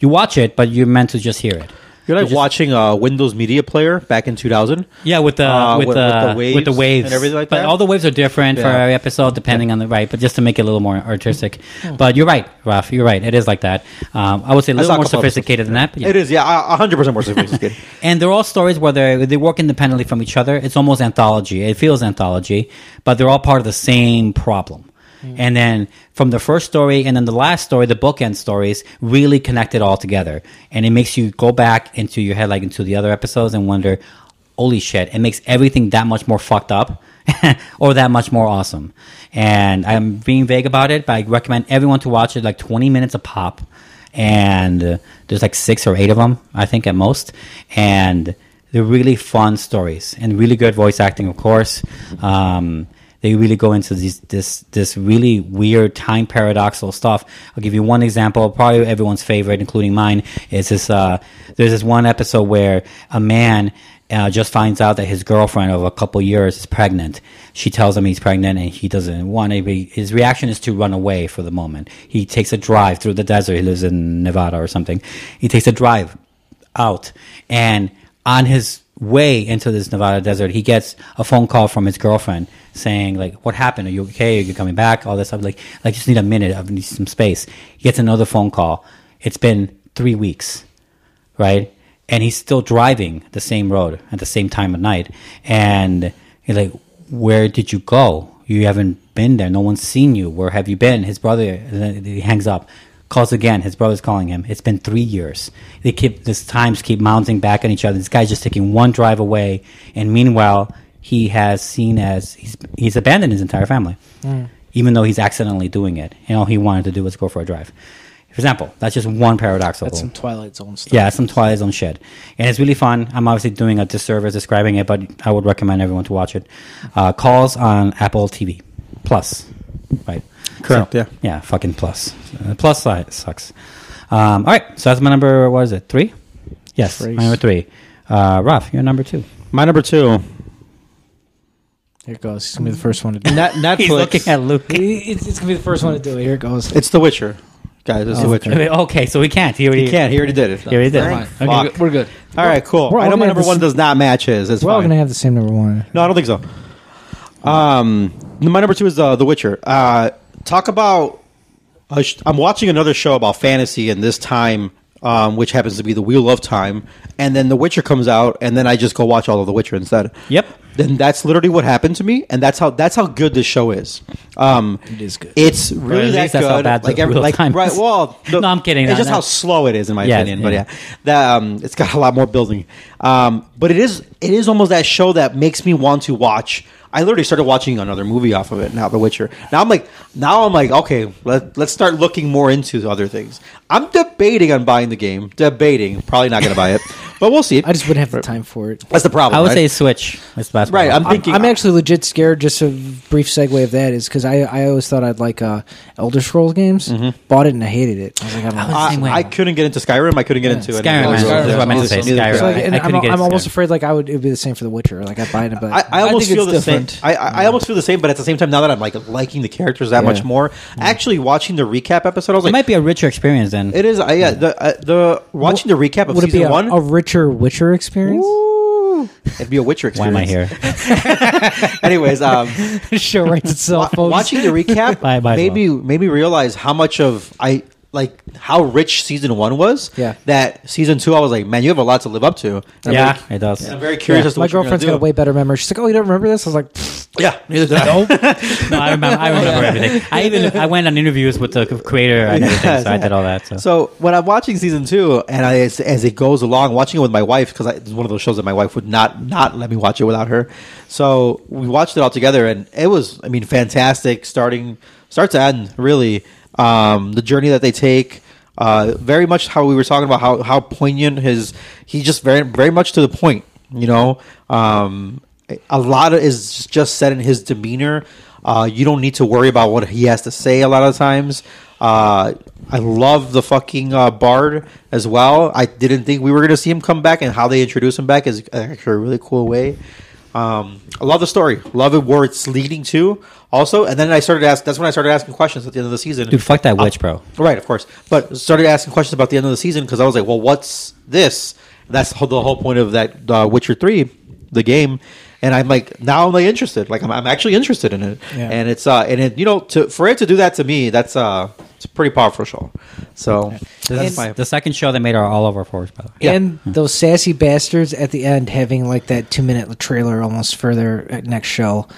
Speaker 4: you watch it, but you're meant to just hear it.
Speaker 7: You're like
Speaker 4: just-
Speaker 7: watching a Windows Media Player back in 2000.
Speaker 4: Yeah, with the
Speaker 7: Uh,
Speaker 4: with,
Speaker 7: with-
Speaker 4: the,
Speaker 7: with the waves
Speaker 4: with the waves
Speaker 7: and everything like
Speaker 4: but
Speaker 7: that?
Speaker 4: all the waves are different for
Speaker 7: Yeah.
Speaker 4: every episode, depending on the right. But just to make it a little more artistic. But you're right, Raf. You're right. It is like that. Um, I would say a
Speaker 7: I saw
Speaker 4: little
Speaker 7: a
Speaker 4: more
Speaker 7: couple episodes.
Speaker 4: sophisticated than that. But yeah.
Speaker 7: It is, yeah, a- 100% more sophisticated.
Speaker 4: And they're all stories where they they work independently from each other. It's almost anthology. It feels anthology, but they're all part of the same problem. And then from the first story and then the last story, the bookend stories really connect it all together, and it makes you go back into your head, like into the other episodes, and wonder, holy shit! It makes everything that much more fucked up. or that much more awesome. And I'm being vague about it, but I recommend everyone to watch it like 20 minutes a pop and uh, there's like six or eight of them, I think, at most. And they're really fun stories and really good voice acting, of course. Um, they really go into these, this this really weird time paradoxical stuff. I'll give you one example, probably everyone's favorite, including mine. Is this? Uh, there's this one episode where a man uh, just finds out that his girlfriend of a couple years is pregnant. She tells him he's pregnant, and he doesn't want to be. His reaction is to run away for the moment. He takes a drive through the desert. He lives in Nevada or something. He takes a drive out, and on his way into this Nevada desert, he gets a phone call from his girlfriend saying, "Like, what happened? Are you okay? Are you coming back? All this stuff. Like, I just need a minute. I need some space." He gets another phone call. It's been three weeks right? And he's still driving the same road at the same time of night. And he's like, Where did you go? You haven't been there. No one's seen you. Where have you been? His brother, and then he hangs up, calls again. His brother's calling him. It's been three years. They keep, this times keep mounting back on each other. This guy's just taking one drive away. And meanwhile, he has seen as he's, he's abandoned his entire family, even though he's accidentally doing it. And all he wanted to do was go for a drive. For example, that's just one paradoxical.
Speaker 6: That's some Twilight Zone stuff.
Speaker 4: Yeah, some Twilight Zone shit. And it's really fun. I'm obviously doing a disservice describing it, but I would recommend everyone to watch it. Uh, calls on Apple TV Plus. Right.
Speaker 7: Correct,
Speaker 4: So,
Speaker 7: yeah.
Speaker 4: Yeah, fucking plus. Uh, plus side sucks. Um, all right, so that's my number, what is it, three? Yes, my
Speaker 6: Threes.
Speaker 4: number three. Uh, Ralph, you're number two.
Speaker 7: My number two,
Speaker 6: Here it goes. It's gonna be the first one to do. it.
Speaker 7: Net- Netflix.
Speaker 4: He's looking at Luke.
Speaker 6: It's, it's gonna be the first one to do it. Here it goes.
Speaker 7: it's The Witcher. Guys, it's The Witcher.
Speaker 4: okay, so he can't. He already
Speaker 7: He can't. He already did it.
Speaker 4: He already did.
Speaker 5: Never mind.
Speaker 4: Okay,
Speaker 5: We're
Speaker 7: Fuck.
Speaker 5: good- We're good.
Speaker 7: All right, cool.
Speaker 6: We're all
Speaker 7: I know
Speaker 6: gonna
Speaker 7: my
Speaker 6: have
Speaker 7: number
Speaker 6: the
Speaker 7: one
Speaker 6: s-
Speaker 7: does not match his. It's
Speaker 6: We're all
Speaker 7: fine.
Speaker 6: gonna have the same number one.
Speaker 7: No, I don't think so. Um, my number two is uh, The Witcher. Uh, talk about. a sh- I'm watching another show about fantasy, and this time, um, which happens to be The Wheel of Time, and then The Witcher comes out, and then I just go watch all of The Witcher instead.
Speaker 4: Yep.
Speaker 7: Then that's literally what happened to me, and that's how that's how good this show is. Um, it
Speaker 6: is good.
Speaker 7: It's
Speaker 4: at
Speaker 7: really
Speaker 4: least
Speaker 7: that
Speaker 4: that's
Speaker 7: good.
Speaker 4: how bad The
Speaker 7: like, every-
Speaker 4: Wheel of
Speaker 7: like,
Speaker 4: Time
Speaker 7: right?
Speaker 4: is.
Speaker 7: Well, the-
Speaker 4: No, I'm kidding.
Speaker 7: It's
Speaker 4: No,
Speaker 7: just
Speaker 4: no.
Speaker 7: how slow it is, in my
Speaker 4: Yeah,
Speaker 7: opinion. But
Speaker 4: yeah.
Speaker 7: yeah, that um, it's got a lot more building. Um, but it is it is almost that show that makes me want to watch. I literally started watching another movie off of it. Now The Witcher. Now I'm like, now I'm like, okay, let, let's start looking more into the other things. I'm debating on buying the game. Debating, probably not going to buy it, but we'll see.
Speaker 6: I just wouldn't have the time for it.
Speaker 7: That's the problem.
Speaker 4: I would
Speaker 7: right?
Speaker 4: say Switch. That's the best
Speaker 7: right.
Speaker 4: one.
Speaker 7: I'm thinking.
Speaker 6: I'm actually legit scared. Just a brief segue of that is because I, I always thought I'd like uh, Elder Scrolls games. Bought it and I hated it. I was like,
Speaker 4: was
Speaker 6: I'm
Speaker 4: the
Speaker 7: Mm-hmm. I,
Speaker 4: same way.
Speaker 7: I couldn't get into Skyrim. I couldn't get into it.
Speaker 4: Skyrim,
Speaker 5: man. That's what I meant to say, Skyrim.
Speaker 6: So, like,
Speaker 4: I-
Speaker 6: and
Speaker 4: I
Speaker 6: I'm,
Speaker 4: couldn't get
Speaker 6: I'm almost
Speaker 4: scared.
Speaker 6: afraid like I would it would be the same for The Witcher. Like I buy it, but
Speaker 7: I, I almost
Speaker 5: think
Speaker 7: feel
Speaker 5: it's
Speaker 7: the
Speaker 5: different.
Speaker 7: same. I, I, I almost feel the same, but at the same time, now that I'm like liking the characters that much more, actually watching the recap episode, I was
Speaker 4: it
Speaker 7: like,
Speaker 4: might be a richer experience than
Speaker 7: it is. I, yeah, the uh, the watching the recap of
Speaker 6: would it
Speaker 7: season
Speaker 6: be a,
Speaker 7: one,
Speaker 6: a richer Witcher experience?
Speaker 7: it'd be a Witcher
Speaker 4: Why
Speaker 7: experience.
Speaker 4: Am I Here?
Speaker 7: Anyways, um,
Speaker 6: The show writes itself.
Speaker 7: wa-
Speaker 6: folks.
Speaker 7: watching the recap
Speaker 4: Bye, bye,
Speaker 7: made me made me realize how much of I like how rich season one was.
Speaker 6: Yeah.
Speaker 7: that season two, I was like, man, you have a lot to live up to. And I'm
Speaker 4: yeah,
Speaker 7: like-
Speaker 4: it does.
Speaker 7: and I'm very curious as to
Speaker 6: my
Speaker 7: what you're gonna
Speaker 6: girlfriend's got
Speaker 7: do.
Speaker 6: a way better memory. She's like, oh, you don't remember this? I was like, "Pfft,
Speaker 7: Yeah, neither did I.
Speaker 4: No, I remember. I remember everything. I even I went on interviews with the creator and everything, so I did all that. So,
Speaker 7: So when I'm watching season two, and I, as, as it goes along, watching it with my wife because it's one of those shows that my wife would not not let me watch it without her. So we watched it all together, and it was, I mean, fantastic. Starting start to end, really. Um, the journey that they take, uh, very much how we were talking about how how poignant his he's just very very much to the point. You know, um, a lot of is just said in his demeanor. Uh, you don't need to worry about what he has to say a lot of times. Uh, I love the fucking uh, Bard as well. I didn't think we were going to see him come back, and how they introduce him back is actually a really cool way. Um, I love the story. Love it where it's leading to. Also, and then I started asking. That's when I started asking questions at the end of the season. Uh,
Speaker 4: Dude, fuck that witch, bro.
Speaker 7: Right, of course. But started asking questions about the end of the season because I was like, well, what's this? That's ho- the whole point of that uh, Witcher 3, the game. And I'm like, now I'm like interested. Like, I'm, I'm actually interested in it.
Speaker 6: Yeah.
Speaker 7: And it's, uh, and it, you know, to, for it to do that to me, that's, uh, it's a pretty powerful show. So, that's my,
Speaker 4: The second show that made our all over for us, by the way.
Speaker 6: And those sassy bastards at the end having like that two minute trailer almost for their uh, next show.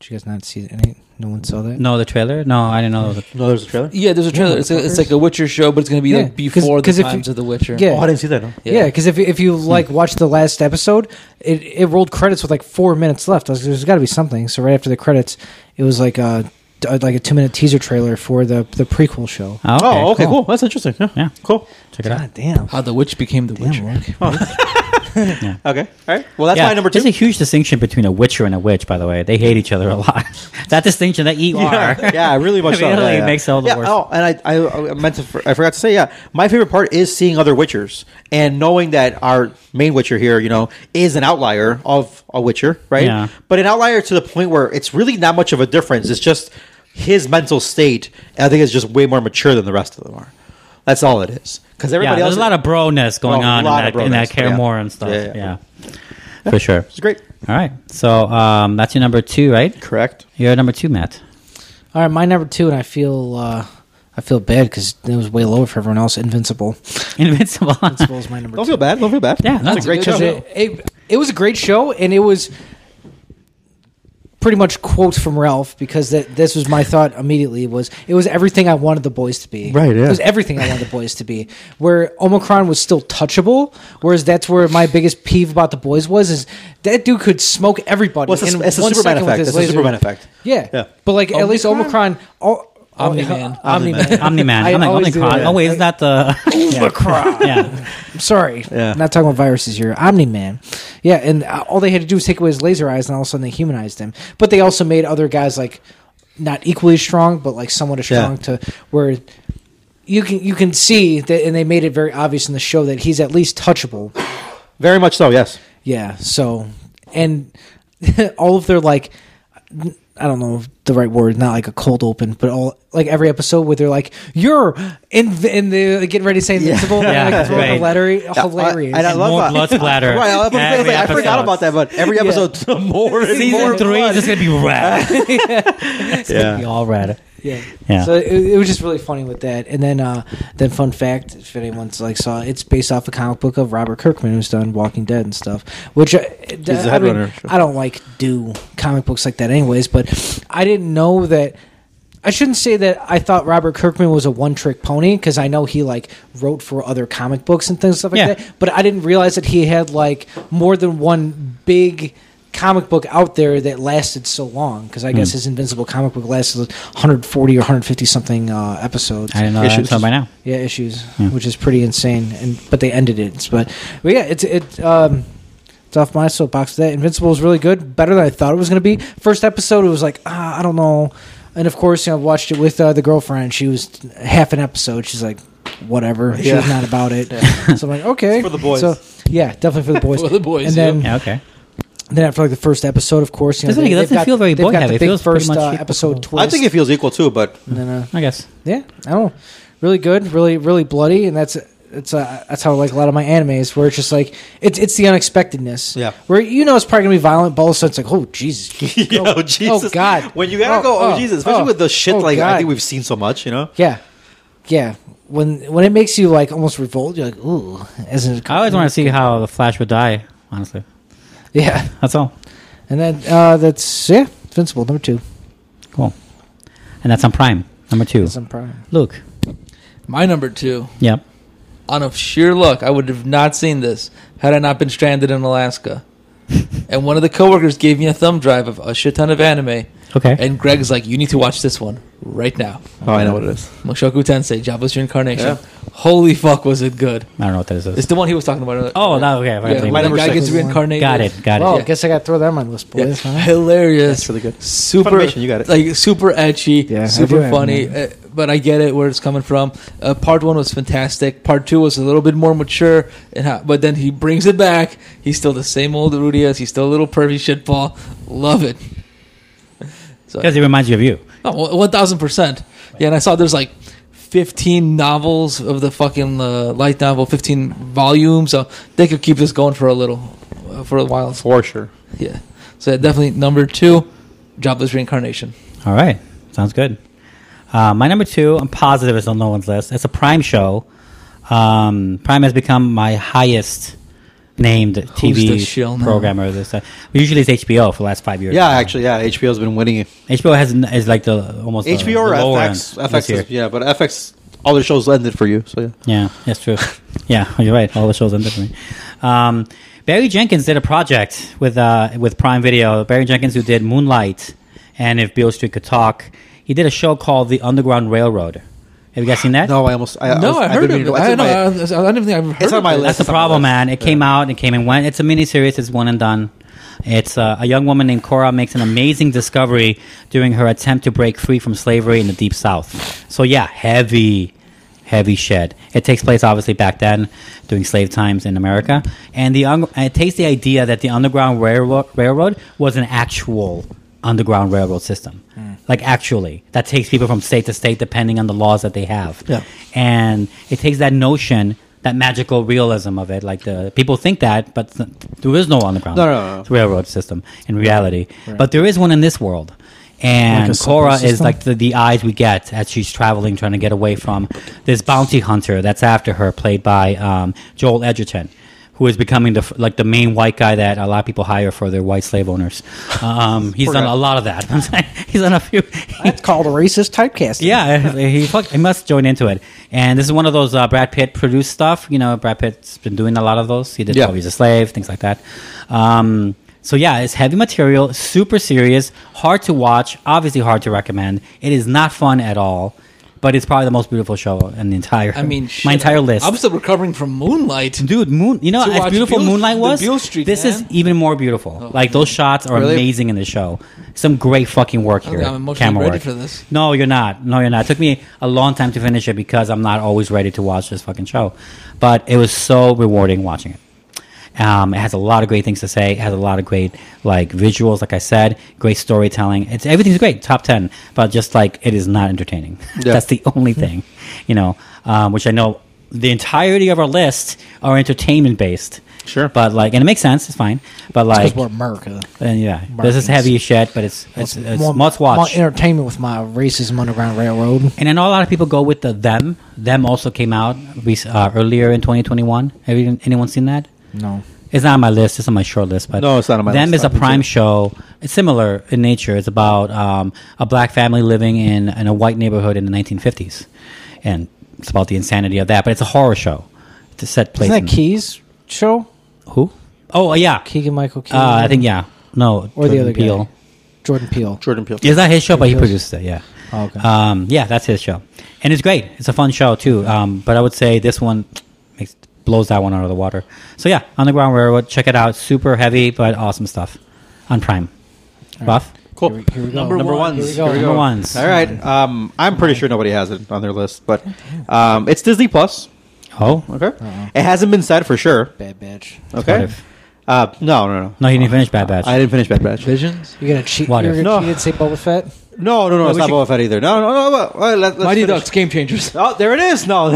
Speaker 6: Did you guys not see any? No one saw that?
Speaker 4: No, the trailer? No, I didn't know. The,
Speaker 7: no, there's a trailer?
Speaker 5: Yeah, there's a trailer. It's, a, it's like a Witcher show, but it's gonna be
Speaker 6: Yeah,
Speaker 5: like
Speaker 6: 'cause-
Speaker 5: before
Speaker 6: 'cause
Speaker 5: the
Speaker 6: if you-
Speaker 5: times of the Witcher.
Speaker 6: Yeah.
Speaker 7: Oh, I didn't see that. No.
Speaker 6: Yeah, because if, if you like watch the last episode, it, it rolled credits with like four minutes left. I was, there's got to be something. So right after the credits, it was like a uh, like a two minute teaser trailer for the the prequel show.
Speaker 4: oh, okay.
Speaker 7: oh, okay, cool. That's interesting. Yeah.
Speaker 4: Yeah.
Speaker 7: Cool.
Speaker 4: Check it out.
Speaker 6: God damn!
Speaker 5: How the witch became the
Speaker 6: Damn,
Speaker 5: witcher.
Speaker 6: Rick.
Speaker 7: Okay. All right. Well, that's
Speaker 4: Yeah,
Speaker 7: my number two.
Speaker 4: There's a huge distinction between a witcher and a witch, by the way. They hate each other a lot. that distinction, that ER.
Speaker 7: Yeah, yeah, really
Speaker 4: I mean,
Speaker 7: much so.
Speaker 4: it really
Speaker 7: yeah, yeah.
Speaker 4: makes all the
Speaker 7: yeah,
Speaker 4: worse.
Speaker 7: Oh, and I, I, I meant to, I forgot to say, yeah, my favorite part is seeing other Witchers and knowing that our main Witcher here, you know, is an outlier of a Witcher, right?
Speaker 4: Yeah.
Speaker 7: But an outlier to the point where it's really not much of a difference. It's just his mental state. I think it's just way more mature than the rest of them are. That's all it is. Because
Speaker 4: Yeah,
Speaker 7: everybody else,
Speaker 4: there's a lot of broness going
Speaker 7: Oh, a
Speaker 4: on in
Speaker 7: lot of
Speaker 4: that, in that
Speaker 7: broness,
Speaker 4: Care
Speaker 7: yeah.
Speaker 4: More and stuff.
Speaker 7: Yeah,
Speaker 4: Yeah,
Speaker 7: yeah, yeah.
Speaker 4: for sure.
Speaker 7: it's great.
Speaker 4: All right. So um, that's your number two, right?
Speaker 7: Correct.
Speaker 4: You're number two, Matt.
Speaker 6: All right, my number two, and I feel uh, I feel bad because it was way lower for everyone else. Invincible.
Speaker 4: Invincible.
Speaker 6: Invincible is my number.
Speaker 7: Don't
Speaker 6: two.
Speaker 7: feel bad. Don't feel bad.
Speaker 4: Yeah,
Speaker 7: It's
Speaker 4: no,
Speaker 7: a great
Speaker 5: it's a
Speaker 7: show.
Speaker 5: good
Speaker 6: It, it, it was a great show, and it was pretty much quotes from Ralph because that this was my thought immediately was it was everything I wanted the boys to be.
Speaker 7: Right, yeah.
Speaker 6: It was everything I wanted the boys to be. Where Omicron was still touchable, whereas that's where my biggest peeve about the boys was is that dude could smoke everybody
Speaker 7: Well, it's a-
Speaker 6: in
Speaker 7: it's a
Speaker 6: one
Speaker 7: Superman
Speaker 6: second with
Speaker 7: effect.
Speaker 6: his
Speaker 7: It's a
Speaker 6: laser.
Speaker 7: Superman effect.
Speaker 6: Yeah.
Speaker 7: Yeah.
Speaker 6: But like at least Omicron oh,
Speaker 5: Omni-Man.
Speaker 6: Omni-Man.
Speaker 4: Omni Man.
Speaker 6: I
Speaker 4: I'm like,
Speaker 6: always
Speaker 4: Omni
Speaker 6: do
Speaker 4: Cron.
Speaker 6: that.
Speaker 4: Oh, wait, isn't that the. Omicron. yeah.
Speaker 6: Sorry,
Speaker 7: Yeah.
Speaker 6: not talking about viruses here. Omni Man, yeah, and uh, all they had to do was take away his laser eyes, and all of a sudden they humanized him. But they also made other guys like not equally strong, but like somewhat as
Speaker 7: Yeah.
Speaker 6: strong to where you can you can see that, and they made it very obvious in the show that he's at least touchable.
Speaker 7: Very much so. Yes.
Speaker 6: Yeah. So, and all of their like, I don't know the right word, not like a cold open, but all like every episode where they're like, "You're in," and they're getting ready to say invincible. Yeah.
Speaker 4: Yeah,
Speaker 6: Like, throwing
Speaker 4: right.
Speaker 6: the letter- hilarious.
Speaker 7: and I love
Speaker 4: more
Speaker 7: that.
Speaker 4: blood splatter
Speaker 7: right, I, love-
Speaker 4: every
Speaker 7: I
Speaker 4: episode.
Speaker 7: forgot about that, but every episode, more and more
Speaker 4: Season three
Speaker 7: blood.
Speaker 4: is just going to be rad. We all rad.
Speaker 6: Yeah.
Speaker 4: Yeah.
Speaker 6: So it, it was just really funny with that. And then, uh, then fun fact, if anyone's like saw, it, it's based off a comic book of Robert Kirkman, who's done Walking Dead and stuff. Which uh, I,
Speaker 7: the
Speaker 6: mean,
Speaker 7: headrunner, sure.
Speaker 6: I don't like do comic books like that, anyways. But I didn't know that. I shouldn't say that I thought Robert Kirkman was a one-trick pony because I know he like wrote for other comic books and things stuff like
Speaker 4: Yeah.
Speaker 6: that. But I didn't realize that he had like more than one big comic book out there that lasted so long because I
Speaker 4: Hmm.
Speaker 6: guess his Invincible comic book lasted 140 or 150 something uh, episodes.
Speaker 4: I didn't know that
Speaker 7: Issues.
Speaker 4: until by now.
Speaker 6: Yeah, issues, which is pretty insane. And but they ended it. But, but yeah, it's it. Um, it's off my soapbox. That Invincible is really good, better than I thought it was going to be. First episode, it was like ah, I don't know. And of course, you know, I watched it with uh, the girlfriend. She was half an episode. She's like, whatever. She was not about it. So I'm like, okay,
Speaker 7: for the boys.
Speaker 6: So, yeah, definitely for the boys.
Speaker 5: For the boys,
Speaker 6: And
Speaker 5: yeah.
Speaker 6: then
Speaker 4: Yeah, okay.
Speaker 6: then after like the first episode, of course, you know,
Speaker 4: Doesn't it-
Speaker 6: they,
Speaker 4: doesn't
Speaker 6: they've got-
Speaker 4: feel very
Speaker 6: they've
Speaker 4: boy
Speaker 6: got
Speaker 4: heavy.
Speaker 6: the
Speaker 4: It
Speaker 6: big
Speaker 4: feels pretty
Speaker 6: first
Speaker 4: much
Speaker 6: uh,
Speaker 4: equal.
Speaker 6: episode twist.
Speaker 7: I think it feels equal too, but
Speaker 6: and then, uh,
Speaker 4: I guess.
Speaker 6: yeah, I don't. Really good, really, really bloody, and that's it's uh, that's how like a lot of my animes where it's just like it's it's the unexpectedness.
Speaker 7: Yeah.
Speaker 6: where you know it's probably gonna be violent, but all of a sudden it's like, oh Jesus,
Speaker 7: Yo,
Speaker 6: oh,
Speaker 7: Jesus.
Speaker 6: oh God,
Speaker 7: When you gotta go, oh, Jesus, especially
Speaker 6: oh,
Speaker 7: with the shit
Speaker 6: oh,
Speaker 7: like I
Speaker 6: God.
Speaker 7: think we've seen so much, you know.
Speaker 6: yeah, yeah. When when it makes you like almost revolt, you're like, ooh, as in,
Speaker 4: I always want to see how the Flash would die, honestly.
Speaker 6: yeah,
Speaker 4: That's all.
Speaker 6: and then uh, that's yeah, Invincible number two,
Speaker 4: Cool. And that's on Prime, number two.
Speaker 6: some prime.
Speaker 4: Luke.
Speaker 5: My number two.
Speaker 4: Yep.
Speaker 5: on a sheer luck, I would have not seen this had I not been stranded in Alaska. and one of the coworkers gave me a thumb drive of a shit ton of anime.
Speaker 4: Okay.
Speaker 5: And Greg's like, "You need to watch this one right now."
Speaker 7: Oh, I know what it is.
Speaker 5: Mushoku Tensei, Jobless Reincarnation. Holy fuck, was it good!
Speaker 4: I don't know what that is.
Speaker 5: It's the one he was talking about. earlier.
Speaker 4: Oh, that- okay,
Speaker 5: Yeah,
Speaker 4: right.
Speaker 5: when
Speaker 4: My
Speaker 5: the
Speaker 7: number
Speaker 5: guy
Speaker 7: six
Speaker 5: gets
Speaker 7: is the one.
Speaker 5: reincarnated.
Speaker 4: got it. Got it.
Speaker 6: Well,
Speaker 5: Yeah.
Speaker 6: I guess I got to throw that on my list,
Speaker 5: Yeah.
Speaker 6: boys. huh?
Speaker 5: Hilarious.
Speaker 7: That's really good.
Speaker 5: Super,
Speaker 7: Funimation, you got it.
Speaker 5: Like super edgy,
Speaker 6: Yeah, I do
Speaker 5: super
Speaker 6: have
Speaker 5: funny.
Speaker 6: that.
Speaker 5: Uh, but I get it where it's coming from. Uh, part one was fantastic. Part two was a little bit more mature, and how, but then he brings it back. He's still the same old Rudy as he's still a little pervy shitball. Love it. So
Speaker 4: Because it reminds you of you.
Speaker 5: Oh, one thousand percent. Yeah, and I saw there's like fifteen novels of the fucking uh, light novel, fifteen volumes. So they could keep this going for a little, uh, for a while.
Speaker 7: For sure.
Speaker 5: Yeah. So definitely number two, jobless reincarnation.
Speaker 4: All right, sounds good. Uh, my number two, I'm positive it's on no one's list. It's a Prime show. Um, Prime has become my highest named
Speaker 5: the
Speaker 4: TV
Speaker 5: shill now?
Speaker 4: programmer. This time. usually it's HBO for the last five years.
Speaker 7: Yeah, actually, yeah. HBO's been winning it.
Speaker 4: HBO has n- is like the almost the-
Speaker 7: HBO or
Speaker 4: uh, the lower
Speaker 7: FX?
Speaker 4: end this
Speaker 7: FX,
Speaker 4: year.
Speaker 7: is, yeah, but FX, all the shows ended for you. So yeah.
Speaker 4: Yeah, that's true. yeah, you're right. All the shows end differently. Um, Barry Jenkins did a project with uh, with Prime Video. Barry Jenkins, who did Moonlight and If Beale Street Could Talk, he did a show called The Underground Railroad. Have you guys seen that?
Speaker 7: No, I almost. I,
Speaker 5: no,
Speaker 7: was-
Speaker 5: I heard
Speaker 7: didn't
Speaker 5: of
Speaker 7: mean
Speaker 5: it.
Speaker 7: to- that's
Speaker 5: I,
Speaker 7: in
Speaker 5: no,
Speaker 7: my-
Speaker 5: I, I don't even think I've heard
Speaker 7: It's on
Speaker 5: of
Speaker 7: my
Speaker 5: it.
Speaker 7: list.
Speaker 4: That's the
Speaker 7: Something
Speaker 4: problem,
Speaker 7: like
Speaker 4: man. It came out, it came and went. It's a miniseries. It's one and done. It's uh, a young woman named Cora makes an amazing discovery during her attempt to break free from slavery in the Deep South. So yeah, heavy, heavy shit. It takes place obviously back then during slave times in America, and the un- it takes the idea that the Underground Railroad, Railroad was an actual underground railroad system, like actually that takes people from state to state depending on the laws that they have
Speaker 7: Yeah.
Speaker 4: and it takes that notion that magical realism of it like the people think that but th- there is no underground
Speaker 7: No, no, no, no.
Speaker 4: railroad system in reality but there is one in this world and
Speaker 6: Like a
Speaker 4: cora
Speaker 6: support
Speaker 4: is
Speaker 6: system?
Speaker 4: like the, the eyes we get as she's traveling trying to get away from this bounty hunter that's after her played by um, joel edgerton who is becoming the f- like the main white guy that a lot of people hire for their white slave owners um, he's
Speaker 7: Poor
Speaker 4: done
Speaker 7: guy.
Speaker 4: a lot of that I'm saying, he's done a few
Speaker 6: That's called racist typecasting.
Speaker 4: yeah, he fuck, he must join into it. And this is one of those uh, Brad Pitt produced stuff. You know, Brad Pitt's been doing a lot of those. He did
Speaker 7: Yeah.
Speaker 4: Twelve Years a Slave, things like that. Um, so yeah, it's heavy material, super serious, hard to watch, obviously hard to recommend. It is not fun at all, but it's probably the most beautiful show in the entire.
Speaker 5: I mean,
Speaker 4: my
Speaker 5: shit,
Speaker 4: entire list.
Speaker 5: I'm still recovering from Moonlight.
Speaker 4: Dude, moon. You know,
Speaker 5: To
Speaker 4: as
Speaker 5: watch
Speaker 4: beautiful
Speaker 5: Beale-
Speaker 4: Moonlight
Speaker 5: the
Speaker 4: was,
Speaker 5: Beale Street,
Speaker 4: this is
Speaker 5: man. Oh,
Speaker 4: even more beautiful. like those shots are
Speaker 7: Really?
Speaker 4: amazing in the show. Some great fucking work
Speaker 5: don't
Speaker 4: here.
Speaker 5: think I'm emotionally
Speaker 4: Camera
Speaker 5: ready
Speaker 4: work.
Speaker 5: for this.
Speaker 4: No, you're not. No, you're not. It took me a long time to finish it because I'm not always ready to watch this fucking show. But it was so rewarding watching it. Um, it has a lot of great things to say. It has a lot of great like visuals, like I said, great storytelling. It's everything's great, top ten. But just like it is not entertaining.
Speaker 7: Yeah.
Speaker 4: That's the only thing, you know. Um, which I know the entirety of our list are entertainment based.
Speaker 7: Sure.
Speaker 4: but like, and it makes sense. It's fine. But
Speaker 6: because
Speaker 4: like,
Speaker 6: we're America.
Speaker 4: and yeah, this is
Speaker 6: Americans.
Speaker 4: heavy as shit. But it's it's, it's must watch.
Speaker 6: more entertainment with my racism underground railroad.
Speaker 4: And I know a lot of people go with the them. Them also came out rec- uh, earlier in 2021. Have you, anyone seen that?
Speaker 6: No,
Speaker 4: It's not on my list. It's on my short list. But
Speaker 7: No, it's not on my
Speaker 4: them
Speaker 7: list.
Speaker 4: is a
Speaker 7: I haven't
Speaker 4: prime
Speaker 7: seen it.
Speaker 4: show. It's similar in nature. It's about um, a black family living in, in a white neighborhood in the 1950s, and it's about the insanity of that. But it's a horror show. It's a set place.
Speaker 6: isn't that
Speaker 4: in-
Speaker 6: Keys show?
Speaker 4: Who? Oh yeah,
Speaker 6: Keegan Michael Key.
Speaker 4: uh, I think yeah. No,
Speaker 6: or the
Speaker 4: Jordan
Speaker 6: other
Speaker 4: Peele.
Speaker 6: guy, Jordan Peele.
Speaker 7: Jordan Peele.
Speaker 4: It's not his show, but he
Speaker 6: Peele's?
Speaker 4: produced it. Yeah.
Speaker 6: Oh, okay.
Speaker 4: Um, yeah, that's his show, and it's great. It's a fun show too. Um, but I would say this one makes, blows that one out of the water. So yeah, Underground Railroad, check it out. Super heavy, but awesome stuff on Prime. Buff.
Speaker 7: Cool.
Speaker 6: Here we, here we go.
Speaker 7: Oh, Number
Speaker 6: one.
Speaker 7: ones.
Speaker 6: Here we go.
Speaker 7: Here we
Speaker 4: Number
Speaker 7: go.
Speaker 4: ones.
Speaker 7: All right. Um, I'm pretty sure nobody has it on their list, but um, it's Disney Plus.
Speaker 4: Oh
Speaker 7: Okay. It hasn't been said for sure.
Speaker 6: Bad bitch.
Speaker 7: Okay.
Speaker 4: if.
Speaker 7: Uh, no, no, no.
Speaker 4: no, he didn't finish Bad Batch.
Speaker 7: I didn't finish Bad Batch.
Speaker 5: Visions.
Speaker 6: You're gonna cheat.
Speaker 4: What
Speaker 6: You're
Speaker 4: if-
Speaker 6: gonna
Speaker 7: No.
Speaker 6: cheat and say Boba Fett.
Speaker 7: No, no, no. it's
Speaker 5: we
Speaker 7: not
Speaker 5: should-
Speaker 7: Boba Fett either. No, no, no. no, well, let, let's
Speaker 5: Mighty
Speaker 7: finish.
Speaker 5: Ducks, Game Changers.
Speaker 7: Oh, there it is. No,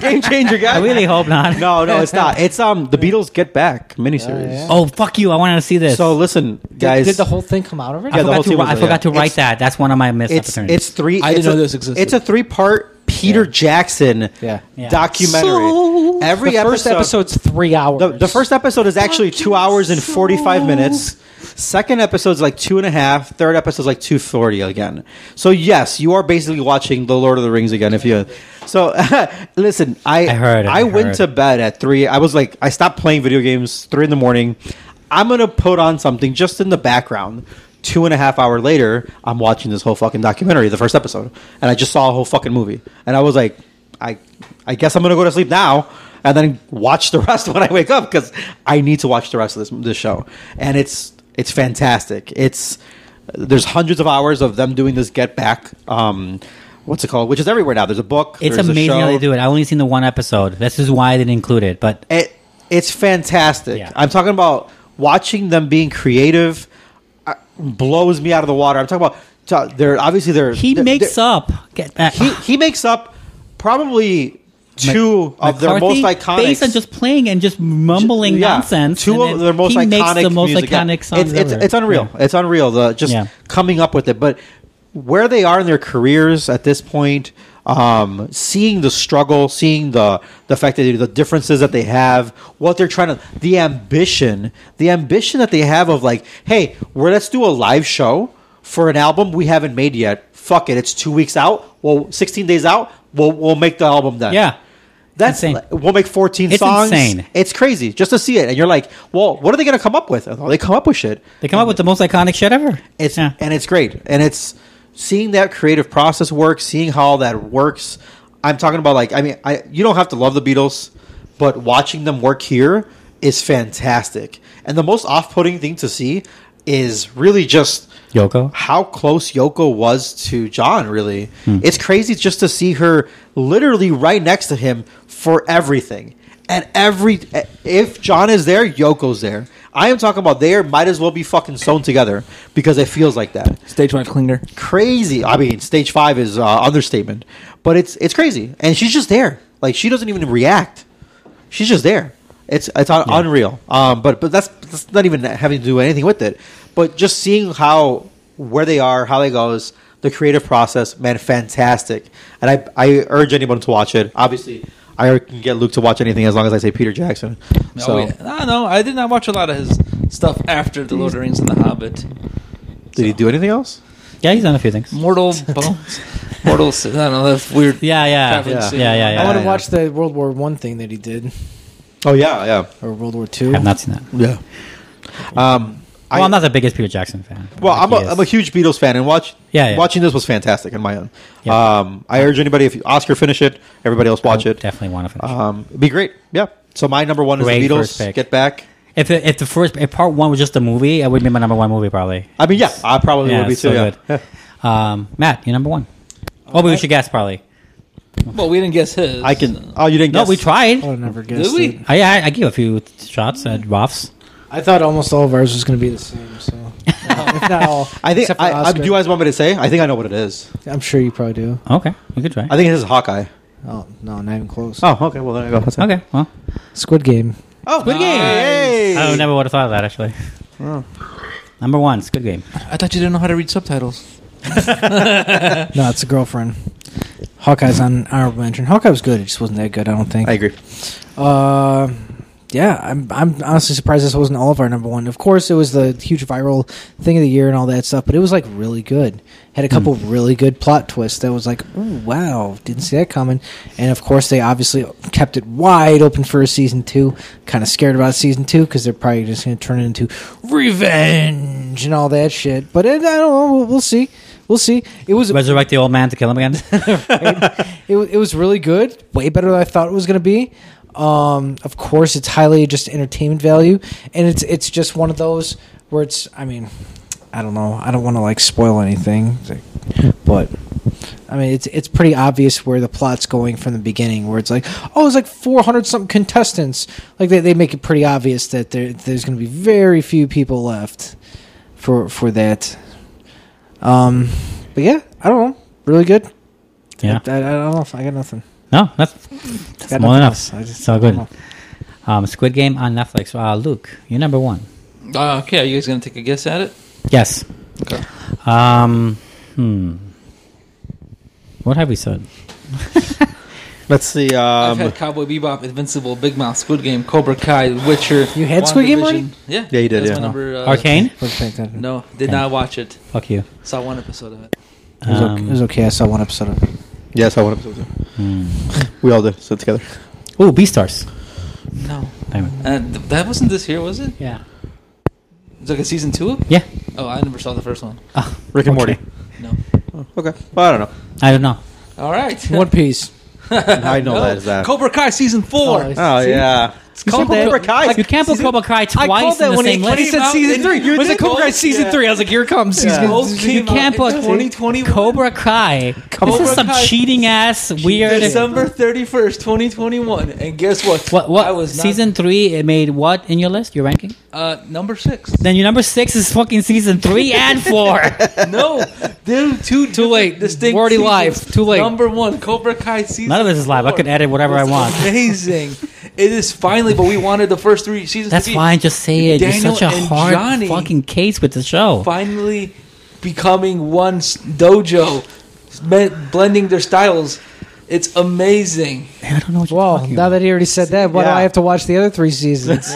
Speaker 7: game changer, guy.
Speaker 4: I really hope not.
Speaker 7: No, no, it's not. It's um the Beatles Get Back miniseries.
Speaker 4: Oh fuck you! I wanted to see this.
Speaker 7: So listen,
Speaker 6: Did,
Speaker 7: guys.
Speaker 6: did the whole thing come out already?
Speaker 4: I
Speaker 7: yeah, the
Speaker 4: forgot,
Speaker 7: whole
Speaker 4: to,
Speaker 7: team
Speaker 4: ri-
Speaker 7: was
Speaker 4: I
Speaker 7: there,
Speaker 4: forgot to
Speaker 7: yeah.
Speaker 4: write
Speaker 7: It's-
Speaker 4: that. That's one of my missed
Speaker 7: it's
Speaker 4: opportunities.
Speaker 7: it's three.
Speaker 5: I didn't
Speaker 7: it's
Speaker 5: know
Speaker 7: a-
Speaker 5: this existed.
Speaker 7: It's a three part Peter Jackson
Speaker 6: Yeah. Yeah.
Speaker 7: documentary. Every
Speaker 6: the first
Speaker 7: episode.
Speaker 6: episode's three hours.
Speaker 7: The, the first episode is actually two hours and forty five minutes. Second episode's like two and a half. Third episode's like two forty again. So yes, you are basically watching The Lord of the Rings again. If you so, listen, I
Speaker 4: I heard it,
Speaker 7: I,
Speaker 4: I
Speaker 7: went
Speaker 4: heard
Speaker 7: to
Speaker 4: it.
Speaker 7: bed at three. I was like, I stopped playing video games three in the morning. I'm gonna put on something just in the background. Two and a half hour later, I'm watching this whole fucking documentary, the first episode, and I just saw a whole fucking movie, and I was like, I, I guess I'm gonna go to sleep now, and then watch the rest when I wake up because I need to watch the rest of this this show, and it's it's fantastic. It's there's hundreds of hours of them doing this get back. Um, what's it called? Which is everywhere now. There's a book.
Speaker 4: It's
Speaker 7: there's a
Speaker 4: amazing how
Speaker 7: show.
Speaker 4: they do it. I only seen the one episode. This is why they didn't include it. But
Speaker 7: It it's fantastic.
Speaker 4: Yeah.
Speaker 7: I'm talking about watching them being creative uh, blows me out of the water. I'm talking about ta- they're obviously they're
Speaker 4: he
Speaker 7: they're-
Speaker 4: makes
Speaker 7: they're-
Speaker 4: up. Get back.
Speaker 7: he he makes up probably two of their most iconic
Speaker 4: based on just playing and just mumbling
Speaker 7: yeah,
Speaker 4: nonsense.
Speaker 7: Two
Speaker 4: and then
Speaker 7: of their most
Speaker 4: he
Speaker 7: iconic
Speaker 4: makes the most
Speaker 7: music. Yeah.
Speaker 4: iconic songs.
Speaker 7: It's, it's,
Speaker 4: ever.
Speaker 7: it's unreal.
Speaker 4: Yeah.
Speaker 7: It's unreal. The just
Speaker 4: Yeah.
Speaker 7: coming up with it, but where they are in their careers at this point, um, seeing the struggle, seeing the the fact that the differences that they have, what they're trying to, the ambition, the ambition that they have of like, hey, we're let's do a live show for an album we haven't made yet. Fuck it, it's two weeks out. Well, sixteen days out. We'll we'll make the album then.
Speaker 4: Yeah.
Speaker 7: That's
Speaker 4: Insane.
Speaker 7: we'll make fourteen
Speaker 4: It's
Speaker 7: songs.
Speaker 4: insane.
Speaker 7: It's crazy just to see it, and you're like, "Well, what are they going to come up with?" And they come up with shit.
Speaker 4: They come up with the most iconic shit ever.
Speaker 7: It's
Speaker 4: Yeah.
Speaker 7: and it's great, and it's seeing that creative process work, seeing how that works. I'm talking about like, I mean, I you don't have to love the Beatles, but watching them work here is fantastic. And the most off-putting thing to see is really just
Speaker 4: Yoko.
Speaker 7: how close Yoko was to John, really. It's crazy just to see her literally right next to him for everything. And every if John is there, Yoko's there. I am talking about there might as well be fucking sewn together because it feels like that
Speaker 5: Stage Mike Klinger.
Speaker 7: crazy. I mean, stage five is uh, understatement, but it's it's crazy, and she's just there. Like she doesn't even react. She's just there. It's it's un- unreal. Um, but but that's, that's not even having to do anything with it. But just seeing how where they are, how they goes, the creative process, man, fantastic. And I I urge anyone to watch it. Obviously, I can get Luke to watch anything as long as I say Peter Jackson. So
Speaker 5: So. No, no, I did not watch a lot of his stuff after The Lord of the Rings and The Hobbit.
Speaker 7: did he do anything else?
Speaker 4: Yeah, he's done a few things.
Speaker 5: Mortal Bones. Mortal. Sin- I don't know. That's weird.
Speaker 4: Yeah, yeah,
Speaker 5: Traveling
Speaker 4: yeah,
Speaker 5: Salmon.
Speaker 4: yeah, yeah.
Speaker 6: I want
Speaker 4: yeah.
Speaker 6: to watch the World War One thing that he did,
Speaker 7: Oh yeah, yeah,
Speaker 6: or World War Two.
Speaker 4: I've not seen that.
Speaker 7: yeah. Um,
Speaker 4: Well,
Speaker 7: I-
Speaker 4: I, am not the biggest Peter Jackson fan.
Speaker 7: Well,
Speaker 4: Like
Speaker 7: I'm
Speaker 4: he
Speaker 7: a,
Speaker 4: is.
Speaker 7: I'm a huge Beatles fan, and watch
Speaker 4: Yeah, yeah.
Speaker 7: watching this was fantastic on my own.
Speaker 4: Yeah. Oh,
Speaker 7: Um, I urge anybody if Oscar finish it, everybody else watch it.
Speaker 4: Definitely want to finish.
Speaker 7: Um, it'd be great. Yeah. So my number one is
Speaker 4: Great
Speaker 7: the
Speaker 4: first
Speaker 7: Beatles.
Speaker 4: pick.
Speaker 7: Get back.
Speaker 4: if it, if the first if part one was just a movie, it would be my number one movie probably.
Speaker 7: I mean, yeah, I probably
Speaker 4: Yeah,
Speaker 7: Oh, would be
Speaker 4: it's so
Speaker 7: too. yeah.
Speaker 4: good. Um, Matt, you're number one. Oh, but we should guess probably.
Speaker 5: Well, we didn't guess his.
Speaker 7: I can. Oh, you didn't.
Speaker 4: No,
Speaker 7: guess.
Speaker 4: we tried.
Speaker 6: I would have never guessed.
Speaker 5: Did we?
Speaker 6: it.
Speaker 4: I, I, I gave a few shots at Roths.
Speaker 6: I thought almost all of ours was going to be the same. So, if not all,
Speaker 7: I think.
Speaker 6: except for
Speaker 7: I, I, do
Speaker 6: Oscar.
Speaker 7: you guys want me to say? I think I know what it is.
Speaker 6: I'm sure you probably do.
Speaker 4: Okay, we could try.
Speaker 7: I think it is Hawkeye.
Speaker 6: Oh no, not even close.
Speaker 7: Oh, okay. Well, there you go. That's it.
Speaker 4: Okay, well,
Speaker 6: Squid Game.
Speaker 7: Oh, good game.
Speaker 4: I would never would have thought of that actually.
Speaker 6: Hmm.
Speaker 4: Number one, Squid Game.
Speaker 5: I thought you didn't know how to read subtitles.
Speaker 6: No, it's a girlfriend. Hawkeye's on honorable mention. Hawkeye was good. It just wasn't that good. I don't
Speaker 4: Oh.
Speaker 6: think.
Speaker 7: I agree.
Speaker 6: Uh, yeah, I'm I'm honestly surprised this wasn't all of our number one. Of course, it was the huge viral thing of the year and all that stuff, but it was like really good. Had a couple really good plot twists that was like, ooh, wow, didn't see that coming. And of course, they obviously kept it wide open for a season two. Kind of scared about season two because they're probably just going to turn it into revenge and all that shit. But it, I don't know. We'll, we'll see. We'll see. It was
Speaker 4: Resurrect the old man to kill him again.
Speaker 6: it, wa- it was really good, way better than I thought it was going to be. Um, of course, it's highly just entertainment value, and it's it's just one of those where it's. I mean, I don't know. I don't want to like spoil anything, it's like- but I mean, it's it's pretty obvious where the plot's going from the beginning, where it's like, oh, it's like four hundred something contestants. Like they, they make it pretty obvious that there there's going to be very few people left for for that. Um, but yeah, I don't know. Really good.
Speaker 4: yeah.
Speaker 6: I, uh, I don't know. I got nothing.
Speaker 4: No, that's,
Speaker 6: Got
Speaker 4: more
Speaker 6: nothing
Speaker 4: than
Speaker 6: else.
Speaker 4: enough.
Speaker 6: I just-
Speaker 4: so
Speaker 6: I
Speaker 4: good.
Speaker 6: don't
Speaker 4: Um, Squid Game on Netflix. Uh, Luke, you're number one.
Speaker 5: Uh, okay, are you guys gonna take a guess at it?
Speaker 4: Yes.
Speaker 5: Okay.
Speaker 4: Um, hmm. What have we said?
Speaker 7: Let's see.
Speaker 5: I've
Speaker 7: Um,
Speaker 5: had Cowboy Bebop, Invincible, Big Mouth, Squid Game, Cobra Kai, Witcher.
Speaker 6: You had Squid Game already?
Speaker 5: WandaVision. Yeah,
Speaker 7: Yeah, you did,
Speaker 5: That's
Speaker 7: yeah.
Speaker 5: my number, uh,
Speaker 4: Arcane?
Speaker 6: Let's take that.
Speaker 5: No, did
Speaker 4: Okay.
Speaker 5: not watch it.
Speaker 4: Fuck you.
Speaker 5: Saw one episode of it.
Speaker 6: It was, okay.
Speaker 4: Um,
Speaker 6: it was okay. I saw one episode of it.
Speaker 7: yes, I want to.
Speaker 4: Hmm.
Speaker 7: We all did. So together.
Speaker 4: Oh, Beastars.
Speaker 5: No,
Speaker 4: Damn it.
Speaker 5: and th- that wasn't this year, was it?
Speaker 4: Yeah.
Speaker 5: It's like a season two. of-
Speaker 4: Yeah.
Speaker 5: Oh, I never saw the first one.
Speaker 7: Rick and Morty. Oh,
Speaker 5: No.
Speaker 7: Okay. Well, I don't know.
Speaker 4: I don't know.
Speaker 5: All right.
Speaker 6: One Piece.
Speaker 7: I know that is that.
Speaker 5: Cobra Kai season four.
Speaker 6: Oh,
Speaker 7: Oh yeah.
Speaker 4: It's called Cobra Kai. You can't put Cobra Kai twice in the
Speaker 6: when
Speaker 4: same
Speaker 6: he,
Speaker 4: list.
Speaker 6: when he said season three.
Speaker 5: You
Speaker 6: When he said
Speaker 5: did?
Speaker 6: Cobra Kai season
Speaker 5: Yeah.
Speaker 6: three, I was like, here it comes. He's gonna-
Speaker 5: Both
Speaker 6: he's
Speaker 5: came
Speaker 4: you can't
Speaker 5: out
Speaker 4: put
Speaker 5: in 2021.
Speaker 4: Cobra Kai.
Speaker 5: Cobra
Speaker 4: this is some
Speaker 5: Kai.
Speaker 4: cheating ass weird.
Speaker 5: December thirty first, twenty twenty one, and guess what?
Speaker 4: What what
Speaker 5: I was not-
Speaker 4: season three? It made what in your list? Your ranking?
Speaker 5: uh, number six.
Speaker 4: Then your number six is fucking season three and four.
Speaker 5: no, they're two too
Speaker 6: late.
Speaker 5: Distinct.
Speaker 6: We're already
Speaker 5: seasons.
Speaker 6: live. Too late.
Speaker 5: Number one, Cobra Kai season.
Speaker 4: None of this is live. I
Speaker 5: four.
Speaker 4: could edit whatever I
Speaker 5: It's
Speaker 4: want.
Speaker 5: Amazing. It is finally, but we wanted the first three seasons.
Speaker 4: That's
Speaker 5: to be
Speaker 4: why I just say it.
Speaker 5: Daniel
Speaker 4: You're such a
Speaker 5: and
Speaker 4: hard
Speaker 5: Johnny
Speaker 4: fucking case with the show.
Speaker 5: finally becoming one s- dojo, me- blending their styles. It's amazing.
Speaker 4: Man, I don't know what you're
Speaker 6: Well,
Speaker 4: talking
Speaker 6: Oh, now
Speaker 4: about.
Speaker 6: that he already said that, why do
Speaker 7: Yeah.
Speaker 6: I have to watch the other three seasons?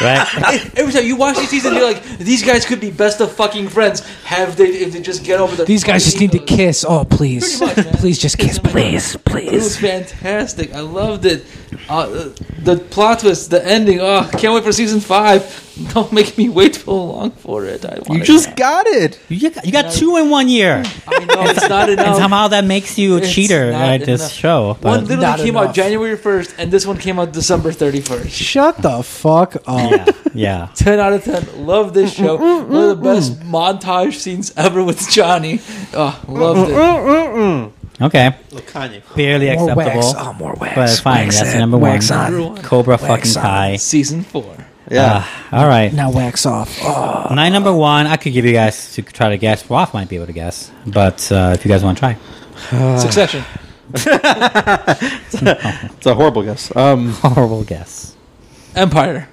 Speaker 4: Right?
Speaker 5: Every time you watch these seasons, you're like, these guys could be best of fucking friends. Have they? If they just get over the
Speaker 6: These guys just need to kiss. Oh, please,
Speaker 5: Pretty much, man.
Speaker 6: please just kiss, please,
Speaker 5: It was
Speaker 6: please.
Speaker 5: fantastic. I loved it. Uh, the plot twist, the ending. Oh, can't wait for season five. Don't make me wait so long for it. I want
Speaker 7: You
Speaker 5: it.
Speaker 7: just got it.
Speaker 4: You got, you got two in one year.
Speaker 5: I know it's not
Speaker 4: And
Speaker 5: enough.
Speaker 4: somehow that makes you a
Speaker 5: It's
Speaker 4: cheater
Speaker 5: not
Speaker 4: at this
Speaker 5: enough.
Speaker 4: show. But
Speaker 5: one literally
Speaker 6: Not
Speaker 5: came out
Speaker 6: enough.
Speaker 5: January first, and this one came out December thirty first.
Speaker 6: Shut the fuck up.
Speaker 4: yeah.
Speaker 5: 10 out of 10. Love this show. One of the best montage scenes ever with Johnny. Oh, loved it.
Speaker 4: Okay. Barely
Speaker 6: More wax.
Speaker 4: acceptable.
Speaker 6: Oh, more wax.
Speaker 4: But fine,
Speaker 6: Wax
Speaker 4: that's
Speaker 6: in,
Speaker 4: the number one.
Speaker 6: wax on.
Speaker 4: Cobra fucking
Speaker 6: on.
Speaker 4: Kai.
Speaker 5: Season 4.
Speaker 6: Uh,
Speaker 7: Yeah.
Speaker 4: All right.
Speaker 6: Now wax off. Oh,
Speaker 4: My number one, I could give you guys to try to guess. Roth might be able to guess, but uh, if you guys want to try,
Speaker 5: Succession.
Speaker 4: Ah.
Speaker 7: It's a horrible guess. Um,
Speaker 4: horrible guess.
Speaker 5: Empire.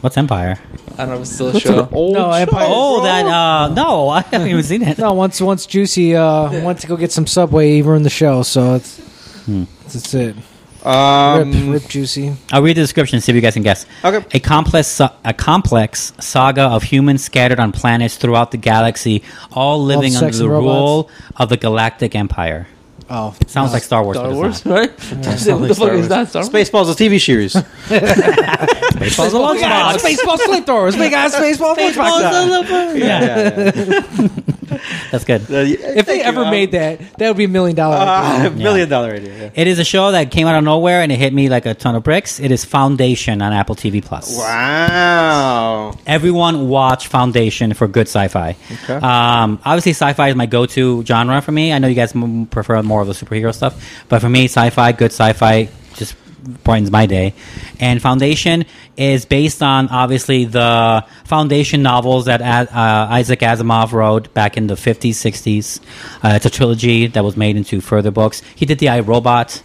Speaker 4: What's Empire?
Speaker 5: I don't know if it's still a show.
Speaker 7: old
Speaker 6: No, Empire-
Speaker 4: Oh, that uh, no, I haven't even seen it.
Speaker 6: no! Once, once Juicy uh, went to go get some Subway, he ruined the show. So it's
Speaker 4: Hmm.
Speaker 6: that's it.
Speaker 7: Um,
Speaker 6: rip, rip, Juicy.
Speaker 4: I'll read the description. See if you guys can guess.
Speaker 7: Okay.
Speaker 4: A complex, sa- a complex saga of humans scattered on planets throughout the galaxy, all living under
Speaker 6: sex
Speaker 4: the
Speaker 6: and robots.
Speaker 4: rule of the Galactic Empire.
Speaker 6: Oh,
Speaker 4: Sounds like Star Wars.
Speaker 5: Star
Speaker 4: but
Speaker 5: Wars,
Speaker 4: it's not.
Speaker 5: right? what the fuck is that? Star Wars?
Speaker 7: Spaceballs a TV series.
Speaker 4: Spaceballs a lunchbox.
Speaker 6: Baseball flamethrowers. Big ass baseball
Speaker 4: Spaceballs
Speaker 6: lunchbox.
Speaker 4: a lunchbox. Yeah, that's good.
Speaker 6: If they ever made that, that would be a million dollar. idea.
Speaker 7: um, a million dollar idea. Yeah.
Speaker 4: It is a show that came out of nowhere and it hit me like a ton of bricks. It is Foundation on Apple TV Plus.
Speaker 7: Wow.
Speaker 4: Everyone watch Foundation for good sci-fi.
Speaker 7: Okay.
Speaker 4: Um, obviously, sci-fi is my go-to genre for me. I know you guys m- prefer more of the superhero stuff, but for me, sci-fi, good sci-fi, just brightens my day. And Foundation is based on obviously the Foundation novels that A- uh, Isaac Asimov wrote back in the 50s, 60s. Uh, it's a trilogy that was made into further books. He did the I Robot.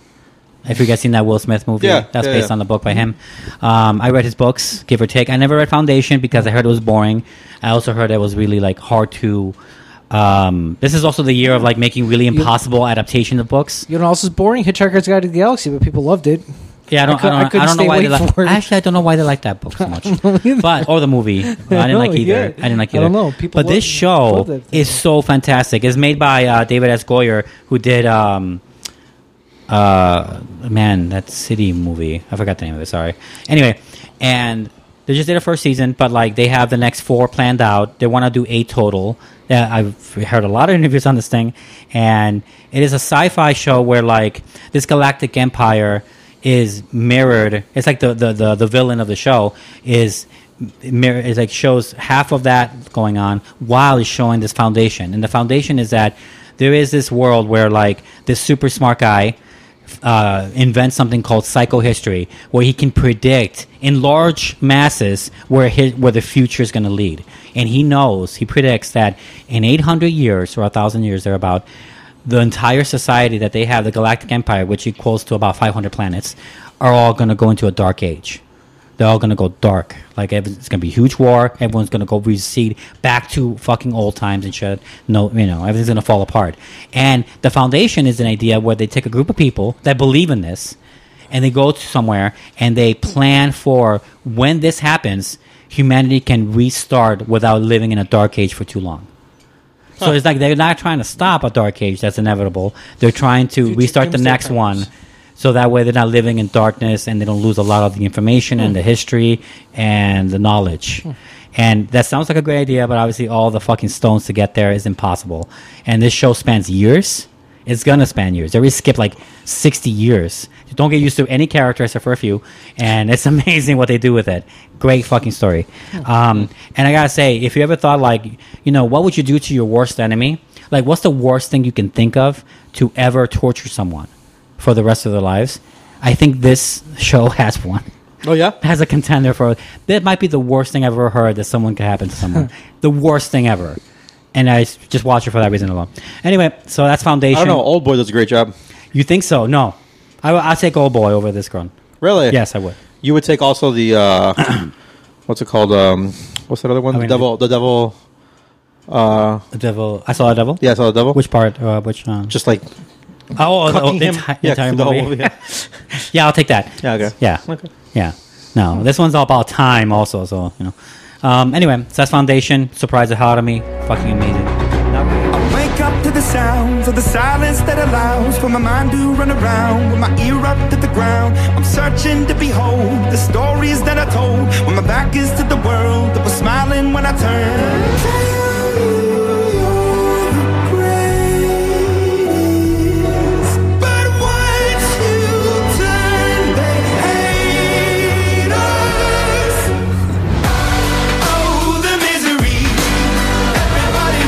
Speaker 4: If you guys seen that Will Smith movie,
Speaker 7: Yeah,
Speaker 4: that's
Speaker 7: yeah,
Speaker 4: based
Speaker 7: yeah.
Speaker 4: on the book by him. Um, I read his books, give or take. I never read Foundation because I heard it was boring. I also heard it was really like hard to. Um, this is also the year of like making really impossible adaptation of books.
Speaker 6: You know, what else is boring. Hitchhiker's Guide to the Galaxy, but people loved it.
Speaker 4: Yeah, I don't, I,
Speaker 6: I cou- I
Speaker 4: don't, I
Speaker 6: couldn't
Speaker 4: don't know
Speaker 6: stay
Speaker 4: why they
Speaker 6: awake
Speaker 4: like.
Speaker 6: for it.
Speaker 4: Actually, I don't know why they like that book so much, but or the movie. I didn't like
Speaker 6: know,
Speaker 4: either.
Speaker 6: yeah.
Speaker 4: I didn't like
Speaker 6: I
Speaker 4: either.
Speaker 6: don't know. People
Speaker 4: but this
Speaker 6: love-
Speaker 4: show
Speaker 6: love that
Speaker 4: is so fantastic. It's made by uh, David S. Goyer, who did um, uh, man, that city movie. I forgot the name of it. Sorry. Anyway, and they just did a first season, but like they have the next four planned out. They want to do eight total. Yeah, I've heard a lot of interviews on this thing, and it is a sci-fi show where like this galactic empire is mirrored. It's like the the the, the villain of the show is. Mirror is like shows half of that going on while it's showing this foundation, and the foundation is that there is this world where like this super smart guy uh, invent something called psychohistory, where he can predict in large masses where his, where the future is going to lead. And he knows, he predicts that in 800 years or 1,000 years thereabout, the entire society that they have, the Galactic Empire, which equals to about 500 planets, are all going to go into a dark age they're all gonna go dark. Like ev- it's gonna be a huge war. Everyone's gonna go recede back to fucking old times and shit. No, you know everything's gonna fall apart. And the foundation is an idea where they take a group of people that believe in this, and they go to somewhere and they plan for when this happens, humanity can restart without living in a dark age for too long. So it's like they're not trying to stop a dark age that's inevitable. They're trying to restart the
Speaker 5: Doomsday
Speaker 4: next
Speaker 5: Preppers.
Speaker 4: one so that way they're not living in darkness and they don't lose a lot of the information and the history and the knowledge. And that sounds like a great idea, but obviously all the fucking stones to get there is impossible. And this show spans years. It's gonna span years. They already skipped like sixty years. Don't get used to any character except for a few, and it's amazing what they do with it. Great fucking story. Um, and I gotta say, if you ever thought like, you know, what would you do to your worst enemy? Like, what's the worst thing you can think of to ever torture someone for the rest of their lives? I think this show has one
Speaker 7: Oh yeah.
Speaker 4: has a contender for that might be the worst thing I've ever heard that someone could happen to someone. the worst thing ever. And I s- just watch it for that reason alone. Anyway, so that's
Speaker 7: I
Speaker 4: Foundation.
Speaker 7: don't know. Old boy does a great job.
Speaker 4: You think so? No. I, will- I'll take Old Boy over this girl.
Speaker 7: Really?
Speaker 4: Yes, I would.
Speaker 7: You would take also the uh, what's it called? Um, what's that other one?
Speaker 4: I
Speaker 7: the
Speaker 4: mean,
Speaker 7: devil. The devil. Uh,
Speaker 4: The Devil. I saw a Devil?
Speaker 7: yeah, I saw the devil.
Speaker 4: Which part? Uh, which? Um,
Speaker 7: just like
Speaker 4: oh, oh, the,
Speaker 7: cucking
Speaker 4: the
Speaker 7: him.
Speaker 4: enti-
Speaker 7: Yeah,
Speaker 4: entire
Speaker 7: the whole
Speaker 4: movie.
Speaker 7: movie, yeah.
Speaker 4: Yeah, I'll take that.
Speaker 7: Yeah, okay.
Speaker 4: Yeah.
Speaker 7: Okay.
Speaker 4: Yeah. No, this one's all about time also, so, you know. Um, anyway, so that's Foundation. Surprise it hot on me. Fucking amazing.
Speaker 12: Wake up to the sounds of the silence that allows for my mind to run around with my ear up to the ground. I'm searching to behold the stories that I told when my back is to the world that was smiling when I turned. Oh, Everybody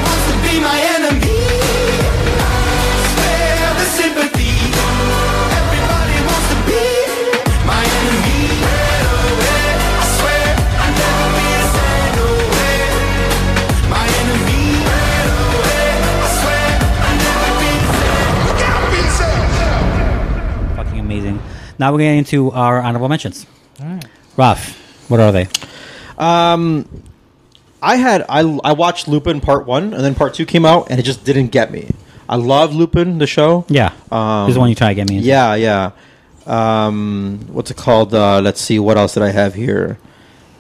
Speaker 12: wants to be my enemy. Spare the sympathy. Everybody wants to be my enemy. Ran away. I swear I'll never be the same. No way. My enemy. Ran away. I swear I'll never be the same. Look out for yourself.
Speaker 4: Fucking amazing. Now we're getting into our honorable mentions. Ralph, what are they?
Speaker 7: Um, I had I I watched Lupin part one, and then part two came out, and it just didn't get me. I love Lupin the show.
Speaker 4: Yeah.
Speaker 7: Um,
Speaker 4: this is the one you try to get me into.
Speaker 7: Yeah, yeah. Um, what's it called? Uh, let's see. What else did I have here?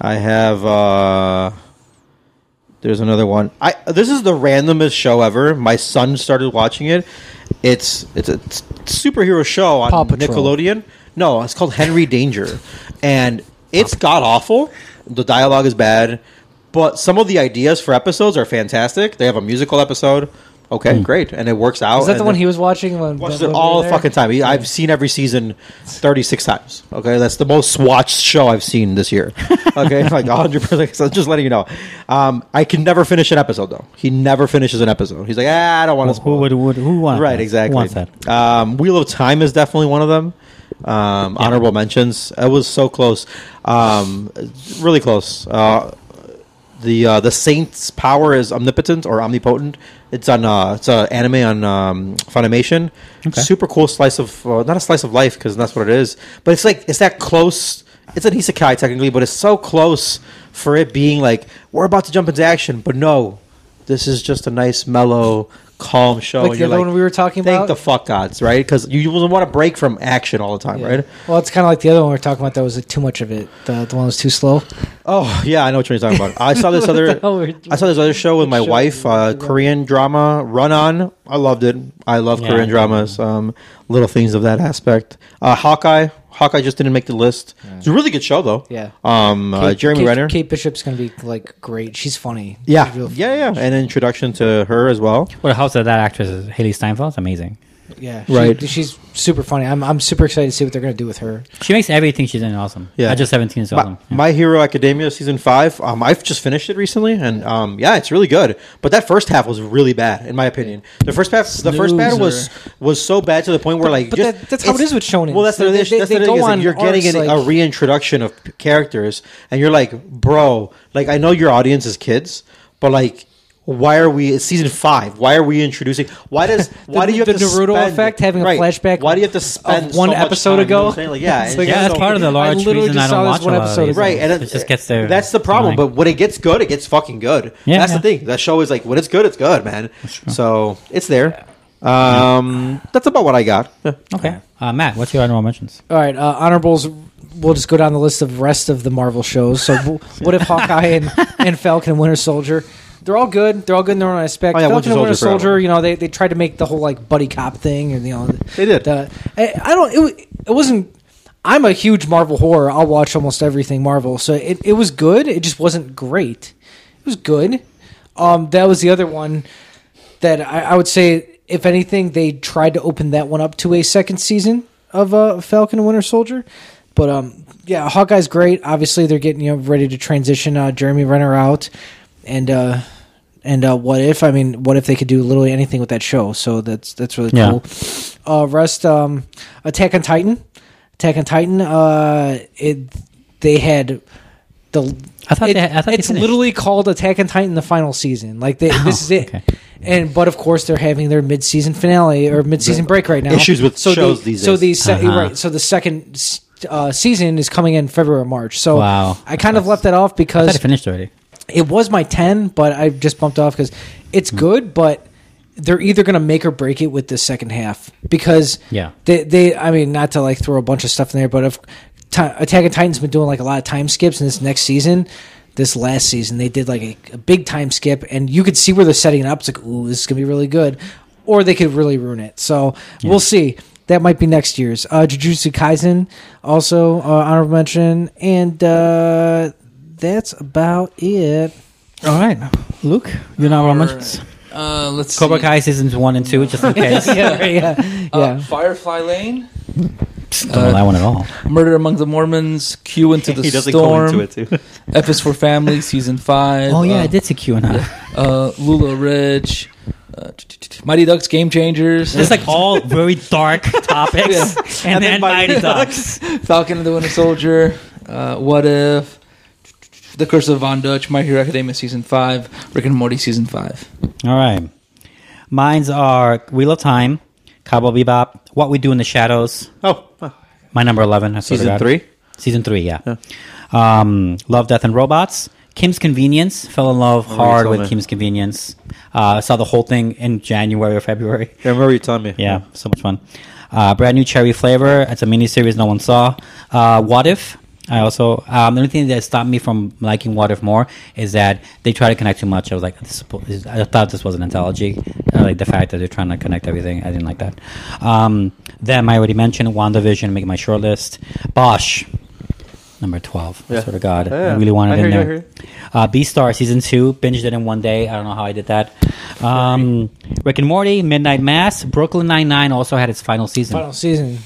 Speaker 7: I have. Uh, there's another one. I this is the randomest show ever. My son started watching it. It's it's a s- superhero show on
Speaker 6: Paw Patrol.
Speaker 7: Nickelodeon. No, it's called Henry Danger, and it's god awful. The dialogue is bad, but some of the ideas for episodes are fantastic. They have a musical episode. Okay, great, and it works out.
Speaker 6: Hmm. Is that
Speaker 7: Oh, and
Speaker 6: the one
Speaker 7: then-
Speaker 6: he was watching? When,
Speaker 7: watched
Speaker 6: when
Speaker 7: it
Speaker 6: we
Speaker 7: all
Speaker 6: were
Speaker 7: the
Speaker 6: there?
Speaker 7: fucking time. I've seen every season 36 times. Okay, that's the most watched show I've seen this year. Okay, like 100%. So just letting you know. Um, I can never finish an episode, though. He never finishes an episode. He's like, ah, I don't want to
Speaker 4: Who would, would who wants
Speaker 7: Right,
Speaker 4: that?
Speaker 7: exactly.
Speaker 4: Who wants that?
Speaker 7: Um, Wheel of Time is definitely one of them. Um, Honorable mentions. It was so close, um, really close. Uh, the uh, the Saint's power is omnipotent or omnipotent. It's on uh, it's an anime on um, Funimation. Super cool slice of uh, not a slice of life because that's what it is, but it's like it's that close. It's an isekai technically, but it's so close for it being like we're about to jump into action, but no, this is just a nice mellow. Calm show.
Speaker 6: Like
Speaker 7: and
Speaker 6: the
Speaker 7: you're
Speaker 6: other one we were talking
Speaker 7: Thank
Speaker 6: about?
Speaker 7: the fuck gods, right? Because you, you want to break from action all the time, right?
Speaker 6: Well, it's kind of like the other one we were talking about. That was like, too much of it. The, the one that was too slow.
Speaker 7: Oh yeah, I know what you're talking about. I saw this other,
Speaker 6: hell were you
Speaker 7: I saw this other show with my wife, uh, Korean drama Run On. I loved it. I love Korean dramas. Um, little things of that aspect. Uh, Hawkeye, Hawkeye just didn't make the list. It's a really good show though.
Speaker 6: Yeah.
Speaker 7: Um, uh,
Speaker 6: Kate-
Speaker 7: Jeremy
Speaker 6: Kate,
Speaker 7: Renner.
Speaker 6: Kate Bishop's gonna be like great. She's funny.
Speaker 7: yeah,
Speaker 6: She's real
Speaker 7: yeah, yeah. An introduction to her as well.
Speaker 4: What a house that that actress is. Haley Steinfeld's amazing.
Speaker 6: yeah.
Speaker 7: Right.
Speaker 6: She, she's super funny. I'm I'm super excited to see what they're gonna do with her.
Speaker 4: She makes everything she's in awesome.
Speaker 7: Yeah.
Speaker 4: I just 17 is
Speaker 7: My,
Speaker 4: awesome. Yeah.
Speaker 7: My Hero Academia season five. Um, I've just finished it recently, and um, yeah, it's really good. But that first half was really bad, in my opinion. The first half, the first half was was so bad to the point where like,
Speaker 6: but
Speaker 7: just-
Speaker 6: that- that's how it
Speaker 7: it's-
Speaker 6: is with shonen.
Speaker 7: Well, that's the
Speaker 6: They-
Speaker 7: that's
Speaker 6: they-
Speaker 7: the
Speaker 6: they
Speaker 7: thing
Speaker 6: go
Speaker 7: is, like,
Speaker 6: on
Speaker 7: you're getting
Speaker 6: arcs,
Speaker 7: an- a
Speaker 6: like-
Speaker 7: reintroduction of p- characters, and you're like, bro, like I know your audience is kids, but like. Why are we it's season five? Why are we introducing? Why does why do you have
Speaker 6: the
Speaker 7: to
Speaker 6: Naruto
Speaker 7: spend-
Speaker 6: effect, having a flashback
Speaker 7: Why do you have to
Speaker 6: of
Speaker 7: spend
Speaker 6: one
Speaker 7: so much
Speaker 6: episode
Speaker 7: time, you
Speaker 6: ago?
Speaker 7: know what I'm saying? Like, yeah,
Speaker 6: It's
Speaker 7: it's
Speaker 6: like,
Speaker 7: just
Speaker 4: yeah, that's
Speaker 7: so-
Speaker 4: part of the
Speaker 6: I
Speaker 4: large
Speaker 6: literally
Speaker 4: reason
Speaker 6: just
Speaker 4: I
Speaker 6: saw
Speaker 4: don't
Speaker 6: this
Speaker 4: watch a
Speaker 6: one
Speaker 4: lot of
Speaker 6: episode.
Speaker 4: these.
Speaker 7: right and
Speaker 4: it, just gets there.
Speaker 7: that's the problem but when it gets good it gets fucking good
Speaker 4: Yeah,
Speaker 7: that's
Speaker 4: yeah.
Speaker 7: the thing that show is like when it's good it's good man so it's there um that's about what i got
Speaker 4: okay, uh, Matt, what's your honorable mentions?
Speaker 6: All right, uh, honorables. We'll just go down the list of rest of the Marvel shows. So, w- what if Hawkeye and, and Falcon and Winter Soldier? They're all good. They're all good in their own aspect.
Speaker 7: Oh, yeah,
Speaker 6: Falcon
Speaker 7: Winter
Speaker 6: and Winter
Speaker 7: Soldier
Speaker 6: Soldier.
Speaker 7: forever.
Speaker 6: You know, they, they tried to make the whole like buddy cop thing, and you know,
Speaker 7: They did.
Speaker 6: the- I, I don't. It, wa- it wasn't. I'm a huge Marvel horror. I'll watch almost everything Marvel. So it, it was good. It just wasn't great. It was good. Um, that was the other one that I, I would say if anything, they tried to open that one up to a second season of uh, Falcon and Winter Soldier. But um, yeah, Hawkeye's great. Obviously, they're getting you know ready to transition uh, Jeremy Renner out, and uh, and uh, what if? I mean, what if they could do literally anything with that show? So that's that's really
Speaker 4: Yeah.
Speaker 6: cool. Uh, rest um, Attack on Titan. Attack on Titan. Uh, it they had the.
Speaker 4: I thought
Speaker 6: it-
Speaker 4: they had- I thought they
Speaker 6: it's
Speaker 4: finished.
Speaker 6: literally called Attack on Titan the final season. Like they, this is it.
Speaker 4: Oh, okay.
Speaker 6: And but of course they're having their mid-season finale or mid-season break right now.
Speaker 7: Issues with
Speaker 6: so
Speaker 7: shows
Speaker 6: the,
Speaker 7: these
Speaker 6: So
Speaker 7: days.
Speaker 6: the se-
Speaker 4: Uh-huh.
Speaker 6: right. So the second s- uh, season is coming in February or March. So
Speaker 4: Wow.
Speaker 6: I kind of left that
Speaker 4: I
Speaker 6: off
Speaker 4: thought
Speaker 6: because
Speaker 4: it finished already.
Speaker 6: it was my 10 but i just bumped off because
Speaker 4: Hmm.
Speaker 6: it's good but they're either going to make or break it with the second half because
Speaker 4: Yeah.
Speaker 6: they, they i mean not to like throw a bunch of stuff in there but if Ti- attack on titan's been doing like a lot of time skips and this next season this last season they did like a, a big time skip and you could see where they're setting it up it's like ooh this is going to be really good or they could really ruin it so we'll see that might be next year's uh jujutsu kaisen also uh, honorable mention and uh that's about it.
Speaker 4: All right, Luke, you're not wrong. much.
Speaker 5: Uh, let's
Speaker 4: Cobra
Speaker 5: see.
Speaker 4: Kai seasons one and two, just in case. I
Speaker 6: yeah, yeah,
Speaker 5: Uh,
Speaker 6: yeah.
Speaker 5: Firefly Lane,
Speaker 4: Don't know that one at all.
Speaker 5: Murder Among the Mormons, Q into the
Speaker 7: he doesn't
Speaker 5: Storm,
Speaker 7: go into it too.
Speaker 5: F is for Family, Season 5.
Speaker 4: Oh yeah,
Speaker 5: uh,
Speaker 4: I did see Q and I.
Speaker 5: Uh, Lula Ridge, uh, t- t- t- Mighty Ducks Game Changers,
Speaker 4: It's like all very dark topics, and, then Mighty Ducks.
Speaker 5: Falcon and the Winter Soldier, uh, What If, The Curse of Von Dutch, My Hero Academia Season 5, Rick and Morty Season 5.
Speaker 4: All right, mines are Wheel of Time, Cowboy Bebop, What We Do in the Shadows.
Speaker 7: Oh, oh,
Speaker 4: My number eleven, I swear to
Speaker 7: Season
Speaker 4: God.
Speaker 7: three?
Speaker 4: Season three, yeah. Um, Love, Death, and Robots. Kim's Convenience. Fell in love
Speaker 7: you
Speaker 4: hard
Speaker 7: told
Speaker 4: with
Speaker 7: me.
Speaker 4: Kim's Convenience. Uh, saw the whole thing in January or February.
Speaker 7: I remember you telling me.
Speaker 4: Yeah, so much fun. Uh, brand new cherry flavor. It's a mini series no one saw. Uh, what if? I also um, the only thing that stopped me from liking What If more is that they try to connect too much. I was like, this is, suppo- is- I thought this was an anthology. I like the fact that they're trying to connect everything. I didn't like that. Um, them I already mentioned. Wandavision make my short list. Bosch. Number twelve. I
Speaker 7: Yeah.
Speaker 4: swear to God, I
Speaker 7: Yeah.
Speaker 4: really wanted
Speaker 7: I
Speaker 4: in
Speaker 7: hear you, I
Speaker 4: there.
Speaker 7: hear you.
Speaker 4: Uh, B Star season two binged it in one day. I don't know how I did that. Um, Rick and Morty, Midnight Mass, Brooklyn Nine Nine also had its final season.
Speaker 6: Final season.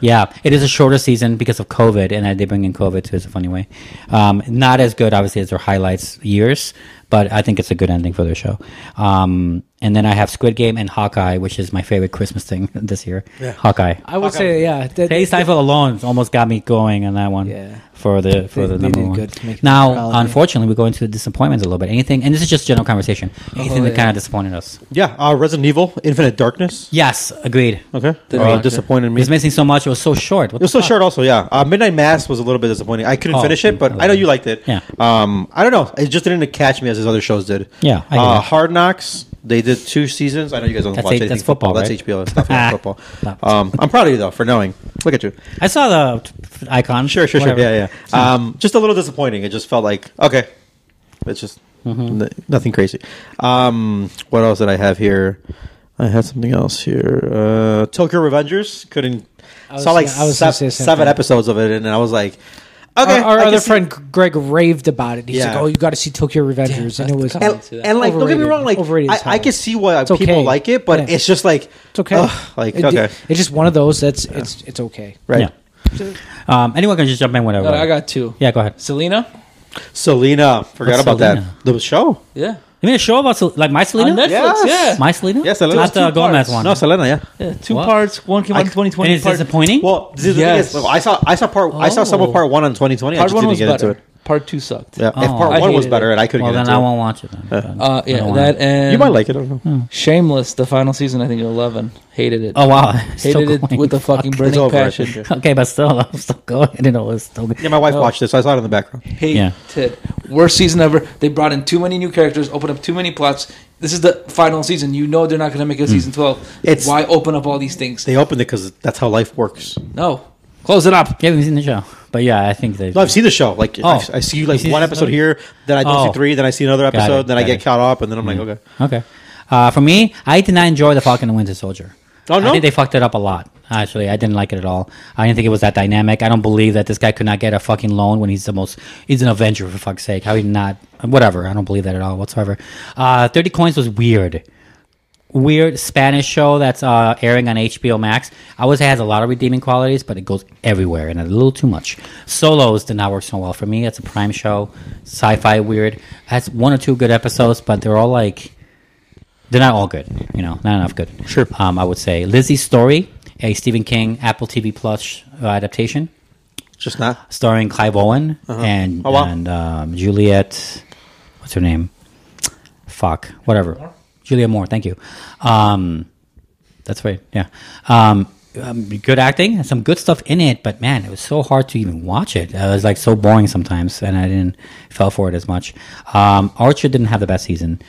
Speaker 4: Yeah, it is a shorter season because of COVID, and I did bring in COVID too. It's a funny way. Um, not as good, obviously, as their highlights years, but I think it's a good ending for their show. Um, and then I have Squid Game and Hawkeye, which is my favorite Christmas thing this year. Hawkeye.
Speaker 6: I would say, yeah. That,
Speaker 4: Haley Steinfeld alone almost got me going on that one.
Speaker 6: Yeah.
Speaker 4: For the for
Speaker 6: They-
Speaker 4: the
Speaker 6: they
Speaker 4: number
Speaker 6: did
Speaker 4: one.
Speaker 6: good to make it
Speaker 4: now,
Speaker 6: quality.
Speaker 4: unfortunately, we go into disappointments a little bit. Anything, and this is just general conversation.
Speaker 6: Oh,
Speaker 4: Anything that kind of disappointed us.
Speaker 7: Yeah, uh, Resident Evil, Infinite Darkness.
Speaker 4: Yes, agreed.
Speaker 7: Okay.
Speaker 5: Didn't
Speaker 7: Uh,
Speaker 5: like it.
Speaker 7: disappointed
Speaker 4: It
Speaker 7: me.
Speaker 4: was missing so much. It was so short. What
Speaker 7: It was so short, also. Yeah, uh, Midnight Mass was a little bit disappointing. I couldn't
Speaker 4: Oh,
Speaker 7: finish it, but
Speaker 4: I
Speaker 7: I know you liked it.
Speaker 4: Yeah.
Speaker 7: Um, I don't know. It just didn't catch me as his other shows did.
Speaker 4: Yeah, I hear
Speaker 7: Uh,
Speaker 4: that.
Speaker 7: Hard Knocks. They did two seasons. I know you guys don't
Speaker 4: That's
Speaker 7: watch
Speaker 4: eight-
Speaker 7: anything
Speaker 4: that's football,
Speaker 7: That's
Speaker 4: right?
Speaker 7: HBO stuff. yeah, football.
Speaker 4: Stop.
Speaker 7: Um, I'm proud of you though for knowing. Look at you.
Speaker 4: I saw the t- f- icon.
Speaker 7: Sure, sure,
Speaker 4: Whatever.
Speaker 7: sure. Yeah, yeah.
Speaker 6: Hmm.
Speaker 7: Um, just a little disappointing. It just felt like okay, it's just
Speaker 6: Mm-hmm.
Speaker 7: n- nothing crazy. Um, what else did I have here? I had something else here. Uh, Tokyo Revengers couldn't.
Speaker 6: was
Speaker 7: saw like
Speaker 6: gonna- I was
Speaker 7: se-
Speaker 6: gonna say the same
Speaker 7: seven
Speaker 6: thing.
Speaker 7: episodes of it, and I was like,
Speaker 6: Our-
Speaker 7: okay.
Speaker 6: Uh, our
Speaker 7: I can
Speaker 6: other
Speaker 7: see-
Speaker 6: friend Greg raved about it. He's
Speaker 7: Yeah.
Speaker 6: like, "Oh, you got to see Tokyo Revengers,"
Speaker 5: Damn, that's
Speaker 6: and it was
Speaker 5: the
Speaker 7: And,
Speaker 5: comments. Yeah.
Speaker 7: and, like, don't get me
Speaker 6: Overrated.
Speaker 7: wrong. Like,
Speaker 6: Overrated is
Speaker 7: I, I
Speaker 6: hell.
Speaker 7: can see why
Speaker 6: It's
Speaker 7: people
Speaker 6: okay.
Speaker 7: like it, but
Speaker 6: Yeah.
Speaker 7: it's just like
Speaker 6: it's okay.
Speaker 7: ugh, like
Speaker 6: It-
Speaker 7: okay,
Speaker 6: it's just one of those. That's it's it's okay.
Speaker 7: right?
Speaker 4: Yeah. Um, anyone can just jump in whenever.
Speaker 5: No, I got two.
Speaker 4: Yeah, go ahead.
Speaker 5: Selena?
Speaker 7: Selena, forgot
Speaker 4: What's
Speaker 7: about
Speaker 4: Selena?
Speaker 7: that. The show.
Speaker 5: Yeah.
Speaker 4: You mean a show about Sel- like my Selena?
Speaker 5: On Netflix,
Speaker 7: Yes.
Speaker 5: yeah.
Speaker 4: My Selena?
Speaker 7: Yes, Selena.
Speaker 4: Not the
Speaker 5: Two
Speaker 4: Gomez
Speaker 5: parts.
Speaker 4: one.
Speaker 7: No, Selena. Yeah.
Speaker 5: yeah. Two
Speaker 4: What?
Speaker 5: parts. One came out in
Speaker 7: I-
Speaker 4: and
Speaker 5: 2020.
Speaker 4: it's
Speaker 5: Part,
Speaker 4: disappointing.
Speaker 7: Well, the, the
Speaker 5: Yes.
Speaker 7: thing is, I saw I saw part I saw some of
Speaker 5: Oh.
Speaker 7: part one on 2020. I
Speaker 5: part
Speaker 7: just
Speaker 5: one
Speaker 7: didn't
Speaker 5: was
Speaker 7: get
Speaker 5: better.
Speaker 7: into it.
Speaker 5: part two sucked.
Speaker 7: Yeah, if
Speaker 4: Oh.
Speaker 7: part
Speaker 4: I
Speaker 7: one was
Speaker 5: hated
Speaker 7: better, and I couldn't
Speaker 4: well
Speaker 7: get
Speaker 4: then
Speaker 7: into
Speaker 4: I
Speaker 7: it.
Speaker 4: won't Hmm. watch it. Then.
Speaker 5: Uh,
Speaker 4: I
Speaker 5: yeah,
Speaker 4: don't
Speaker 5: that
Speaker 4: want
Speaker 5: and
Speaker 7: You might like it. I don't know.
Speaker 5: Shameless, the final season, I think 11. Hated it.
Speaker 4: Oh wow! Still
Speaker 5: Hated it
Speaker 4: going.
Speaker 5: with a fucking
Speaker 7: It's
Speaker 5: burning
Speaker 7: over, I
Speaker 5: passion.
Speaker 7: think.
Speaker 4: okay, but still, I'm still going. I didn't know it was still good.
Speaker 7: Yeah, my wife watched this. So I saw it in the background.
Speaker 5: Hate
Speaker 4: Yeah.
Speaker 5: it. Worst season ever. They brought in too many new characters, opened up too many plots. This is the final season. You know they're not going to
Speaker 4: Hmm.
Speaker 5: make a season 12.
Speaker 7: It's-
Speaker 5: Why open up all these things?
Speaker 7: They opened it because that's how life works.
Speaker 5: no. Close it up.
Speaker 4: You haven't seen the show, but yeah, I think they.
Speaker 7: No, I've seen the show. Like,
Speaker 4: Oh.
Speaker 7: I've- I see like
Speaker 4: You see
Speaker 7: one
Speaker 4: this
Speaker 7: episode
Speaker 4: episode?
Speaker 7: here, then I don't
Speaker 4: Oh.
Speaker 7: see three, then I see another
Speaker 4: it,
Speaker 7: episode, then I
Speaker 4: got
Speaker 7: get
Speaker 4: it. Hmm.
Speaker 7: caught up, and then I'm like, okay.
Speaker 4: Okay. Uh, for me, I did not enjoy the Falcon and Winter Soldier.
Speaker 7: Oh, no?
Speaker 4: I think they fucked it up a lot. Actually, I didn't like it at all. I didn't think it was that dynamic. I don't believe that this guy could not get a fucking loan when he's the most. He's an Avenger for fuck's sake. How he not? Whatever. I don't believe that at all whatsoever. Uh, Thirty coins was weird. weird Spanish show that's uh, airing on HBO Max. I would say has a lot of redeeming qualities, but it goes everywhere and a little too much. Solos did not work so well for me. It's a prime show, sci-fi weird. Has one or two good episodes, but they're all like they're not all good. You know, not enough good. Sure. Um, I would say Lizzie's Story, a Stephen King Apple TV Plus uh, adaptation,
Speaker 7: Just not.
Speaker 4: starring Clive Owen and
Speaker 7: Oh, wow.
Speaker 4: and um, Juliet. What's her name? Fuck, whatever. Julia Moore. Thank you. Um, that's right. Yeah. Um, um, good acting and some good stuff in it, but man, it was so hard to even watch it. Uh, it was like so boring sometimes, and I didn't fell for it as much. Um, Archer didn't have the best season.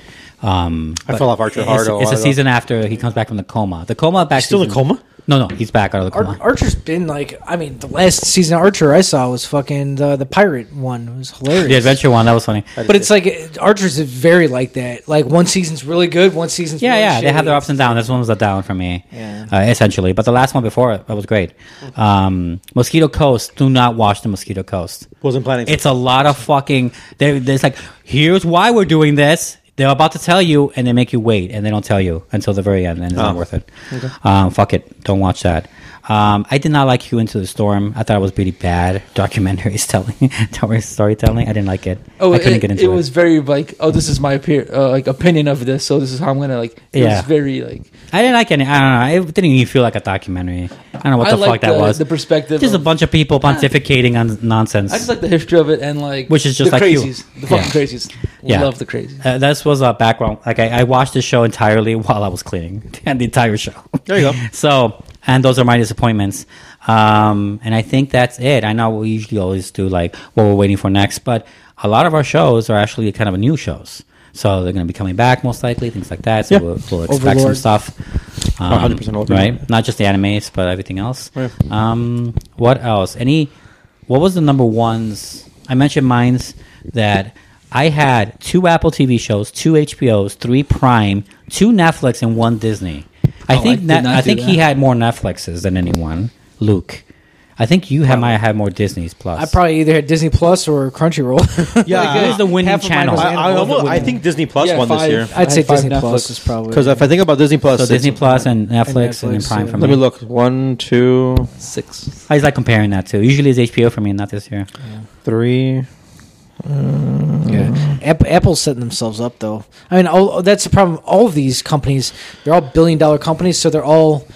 Speaker 4: Um,
Speaker 7: I
Speaker 4: but
Speaker 7: fell off Archer hard
Speaker 4: It's,
Speaker 7: a
Speaker 4: it's
Speaker 7: while
Speaker 4: a
Speaker 7: ago.
Speaker 4: season after he comes back from the coma. The coma back.
Speaker 7: He's still in
Speaker 4: season-
Speaker 7: coma?
Speaker 4: No, no, he's back out of the coma.
Speaker 6: Ar- Archer's been like, I mean, the last season of Archer I saw was fucking the, the pirate one. It was hilarious.
Speaker 4: the adventure one that was funny.
Speaker 6: But it's like uh, Archer's is very like that. Like one season's really good, one season's
Speaker 4: Yeah,
Speaker 6: really
Speaker 4: yeah, they have their
Speaker 6: shitty.
Speaker 4: ups and downs. This one was a down for me,
Speaker 6: Yeah.
Speaker 4: uh, essentially. But the last one before it, that was great. Um, Mosquito Coast. Do not watch the Mosquito Coast.
Speaker 7: Wasn't planning.
Speaker 4: It's a lot of fucking. They're, they're like, here's why we're doing this. They're about to tell you, and they make you wait, and they don't tell you until the very end, and it's
Speaker 5: Oh.
Speaker 4: not worth it. Um, fuck it, don't watch that. Um, I did not like Hugh into the Storm. I thought it was really bad documentaries telling, telling storytelling. I didn't like it.
Speaker 5: Oh,
Speaker 4: I couldn't
Speaker 5: it,
Speaker 4: get into
Speaker 5: it was very like, oh, this is my peer, uh, like opinion of this, so this is how I'm gonna like. It
Speaker 4: Yeah.
Speaker 5: was very like
Speaker 4: I didn't like any. I don't know. It didn't even feel like a documentary. I don't know what
Speaker 5: I
Speaker 4: the fuck
Speaker 5: like
Speaker 4: that
Speaker 5: the-
Speaker 4: was.
Speaker 5: the perspective
Speaker 4: Just a
Speaker 5: of-
Speaker 4: bunch of people pontificating on nonsense.
Speaker 5: I just like the history of it and like
Speaker 4: Which is just
Speaker 5: the
Speaker 4: like you.
Speaker 5: crazies, the fucking
Speaker 4: Yeah.
Speaker 5: crazies.
Speaker 4: Yeah.
Speaker 5: love the crazies.
Speaker 4: uh, this was a background. Like I, I watched the show entirely while I was cleaning, and the entire show.
Speaker 7: There you go.
Speaker 4: so, and those are my disappointments. Um, and I think that's it. I know we usually always do like what we're waiting for next, but a lot of our shows are actually kind of new shows. So they're going to be coming back most likely, things like that. So
Speaker 7: Yeah.
Speaker 4: we'll, we'll expect
Speaker 6: Overlord.
Speaker 4: some stuff. Um,
Speaker 7: 100% Overlord.
Speaker 4: right? Not just the animes, but everything else.
Speaker 7: Yeah.
Speaker 4: Um, what else? Any? What was the number ones? I mentioned mines that I had two Apple TV shows, two HBOs, three Prime, two Netflix, and one Disney. I
Speaker 5: Oh, I
Speaker 4: think
Speaker 5: did
Speaker 4: Net-
Speaker 5: not
Speaker 4: I
Speaker 5: do
Speaker 4: think he
Speaker 5: that.
Speaker 4: had more Netflixes than anyone. Luke, I think you had might have had more Disney's plus.
Speaker 6: I probably either had Disney Plus or Crunchyroll.
Speaker 7: yeah,
Speaker 4: Like, it was the winning
Speaker 6: half of mine
Speaker 4: channel.
Speaker 6: was
Speaker 7: I, I,
Speaker 6: animals.
Speaker 7: almost- I think Disney Plus
Speaker 5: Yeah,
Speaker 7: won
Speaker 5: five.
Speaker 7: this year.
Speaker 6: I'd say
Speaker 5: I had five
Speaker 6: Disney Plus
Speaker 5: Netflixes.
Speaker 6: is probably
Speaker 7: Because if I think about Disney Plus,
Speaker 4: so
Speaker 7: it's-
Speaker 4: Disney Plus and Netflix and, then
Speaker 6: Netflix,
Speaker 4: Prime
Speaker 6: yeah.
Speaker 4: for
Speaker 7: Let me
Speaker 4: me.
Speaker 7: look. One, two,
Speaker 5: Six.
Speaker 4: I was like comparing that too. Usually it's HBO for me, not this year.
Speaker 7: three.
Speaker 6: Yeah.
Speaker 4: Mm-hmm.
Speaker 6: App- Apple's setting themselves up though. I mean, all, that's the problem. All of these companies, they're all billion dollar companies, so they're all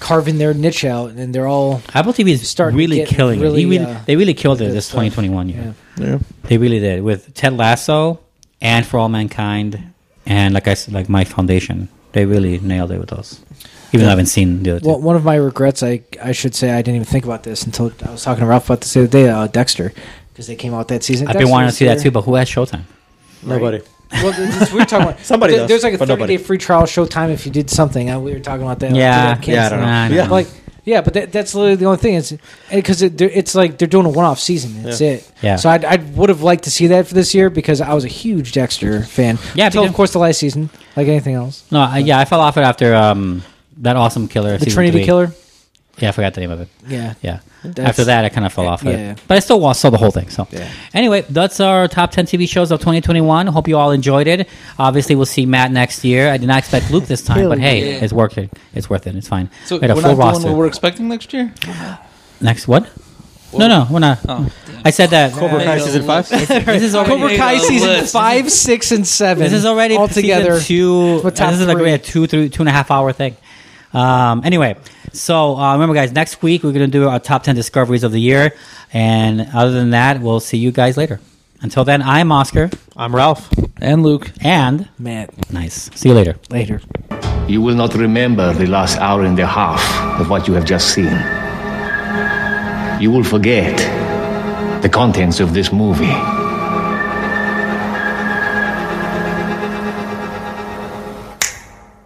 Speaker 6: carving their niche out, and they're all
Speaker 4: Apple TV is
Speaker 6: Starting to
Speaker 4: really
Speaker 6: get
Speaker 4: killing
Speaker 6: really,
Speaker 4: it. He really,
Speaker 6: uh,
Speaker 4: they really killed it
Speaker 6: good
Speaker 4: this
Speaker 6: stuff.
Speaker 4: 2021 year.
Speaker 6: Yeah.
Speaker 7: Yeah.
Speaker 4: They really did with Ted Lasso and For All Mankind, and like I said, like My Foundation. They really nailed it with those. Even though I haven't seen the other two.
Speaker 6: Well, one of my regrets, I I should say, I didn't even think about this until I was talking to Ralph about this the other day. Uh, Dexter, because they came out that season.
Speaker 4: I've been wanting to
Speaker 6: Dexter's
Speaker 4: see that
Speaker 6: there.
Speaker 4: too, but who has Showtime?
Speaker 7: Nobody.
Speaker 6: Well, it's- it's- we were talking about
Speaker 7: Somebody
Speaker 6: there- There's
Speaker 7: does,
Speaker 6: like a
Speaker 7: but
Speaker 6: 30
Speaker 7: nobody.
Speaker 6: day free trial Showtime if you did something. Uh, we were talking about that. like,
Speaker 4: Yeah.
Speaker 6: did
Speaker 7: Yeah, I
Speaker 6: cancel?
Speaker 7: don't know.
Speaker 4: Nah, I don't
Speaker 7: Yeah.
Speaker 4: know.
Speaker 6: Like, yeah, but that, that's literally the only thing. It's because it, they're- it's like they're doing a one-off season. That's
Speaker 7: Yeah.
Speaker 6: it.
Speaker 4: Yeah.
Speaker 6: So I'd, I would have liked to see that for this year because I was a huge Dexter fan.
Speaker 4: Yeah,
Speaker 6: Until
Speaker 4: me
Speaker 6: of
Speaker 4: too.
Speaker 6: course the last season, like anything else,
Speaker 4: no, I, yeah, I fell off it after um, that awesome killer.
Speaker 6: the Trinity Killer.
Speaker 4: Yeah, I forgot the name of it.
Speaker 6: Yeah.
Speaker 4: Yeah.
Speaker 6: That's-
Speaker 4: After that, I kind of fell off
Speaker 6: Yeah.
Speaker 4: it. But I still wa- saw the whole thing. So,
Speaker 6: Yeah.
Speaker 4: anyway, that's our top 10 TV shows of 2021. Hope you all enjoyed it. Obviously, we'll see Matt next year. I did not expect Luke this time, but hey,
Speaker 5: Yeah.
Speaker 4: it's working. It's worth it. It's fine.
Speaker 5: So
Speaker 4: we had a
Speaker 5: we're
Speaker 4: full
Speaker 5: not
Speaker 4: roster.
Speaker 5: doing what we're expecting next year.
Speaker 4: next, what? no, no, we're not.
Speaker 5: Oh,
Speaker 4: I said that.
Speaker 7: Cobra Kai season five.
Speaker 4: this is already.
Speaker 6: Cobra Kai
Speaker 5: Hey, uh,
Speaker 6: season
Speaker 5: list.
Speaker 6: five, six, and seven.
Speaker 4: This is already
Speaker 6: all
Speaker 4: season
Speaker 6: together.
Speaker 4: Two. uh,
Speaker 6: But top
Speaker 4: this is like
Speaker 6: three.
Speaker 4: a two, three, two and a half hour thing. Um, anyway, so uh, remember, guys, next week we're going to do our top ten discoveries of the year, and other than that, we'll see you guys later. Until then, I'm Oscar,
Speaker 7: I'm Ralph.
Speaker 5: And Luke.
Speaker 4: and
Speaker 6: Matt,
Speaker 4: nice. See you later.
Speaker 6: later.
Speaker 12: You will not remember the last hour and a half of what you have just seen. You will forget the contents of this movie.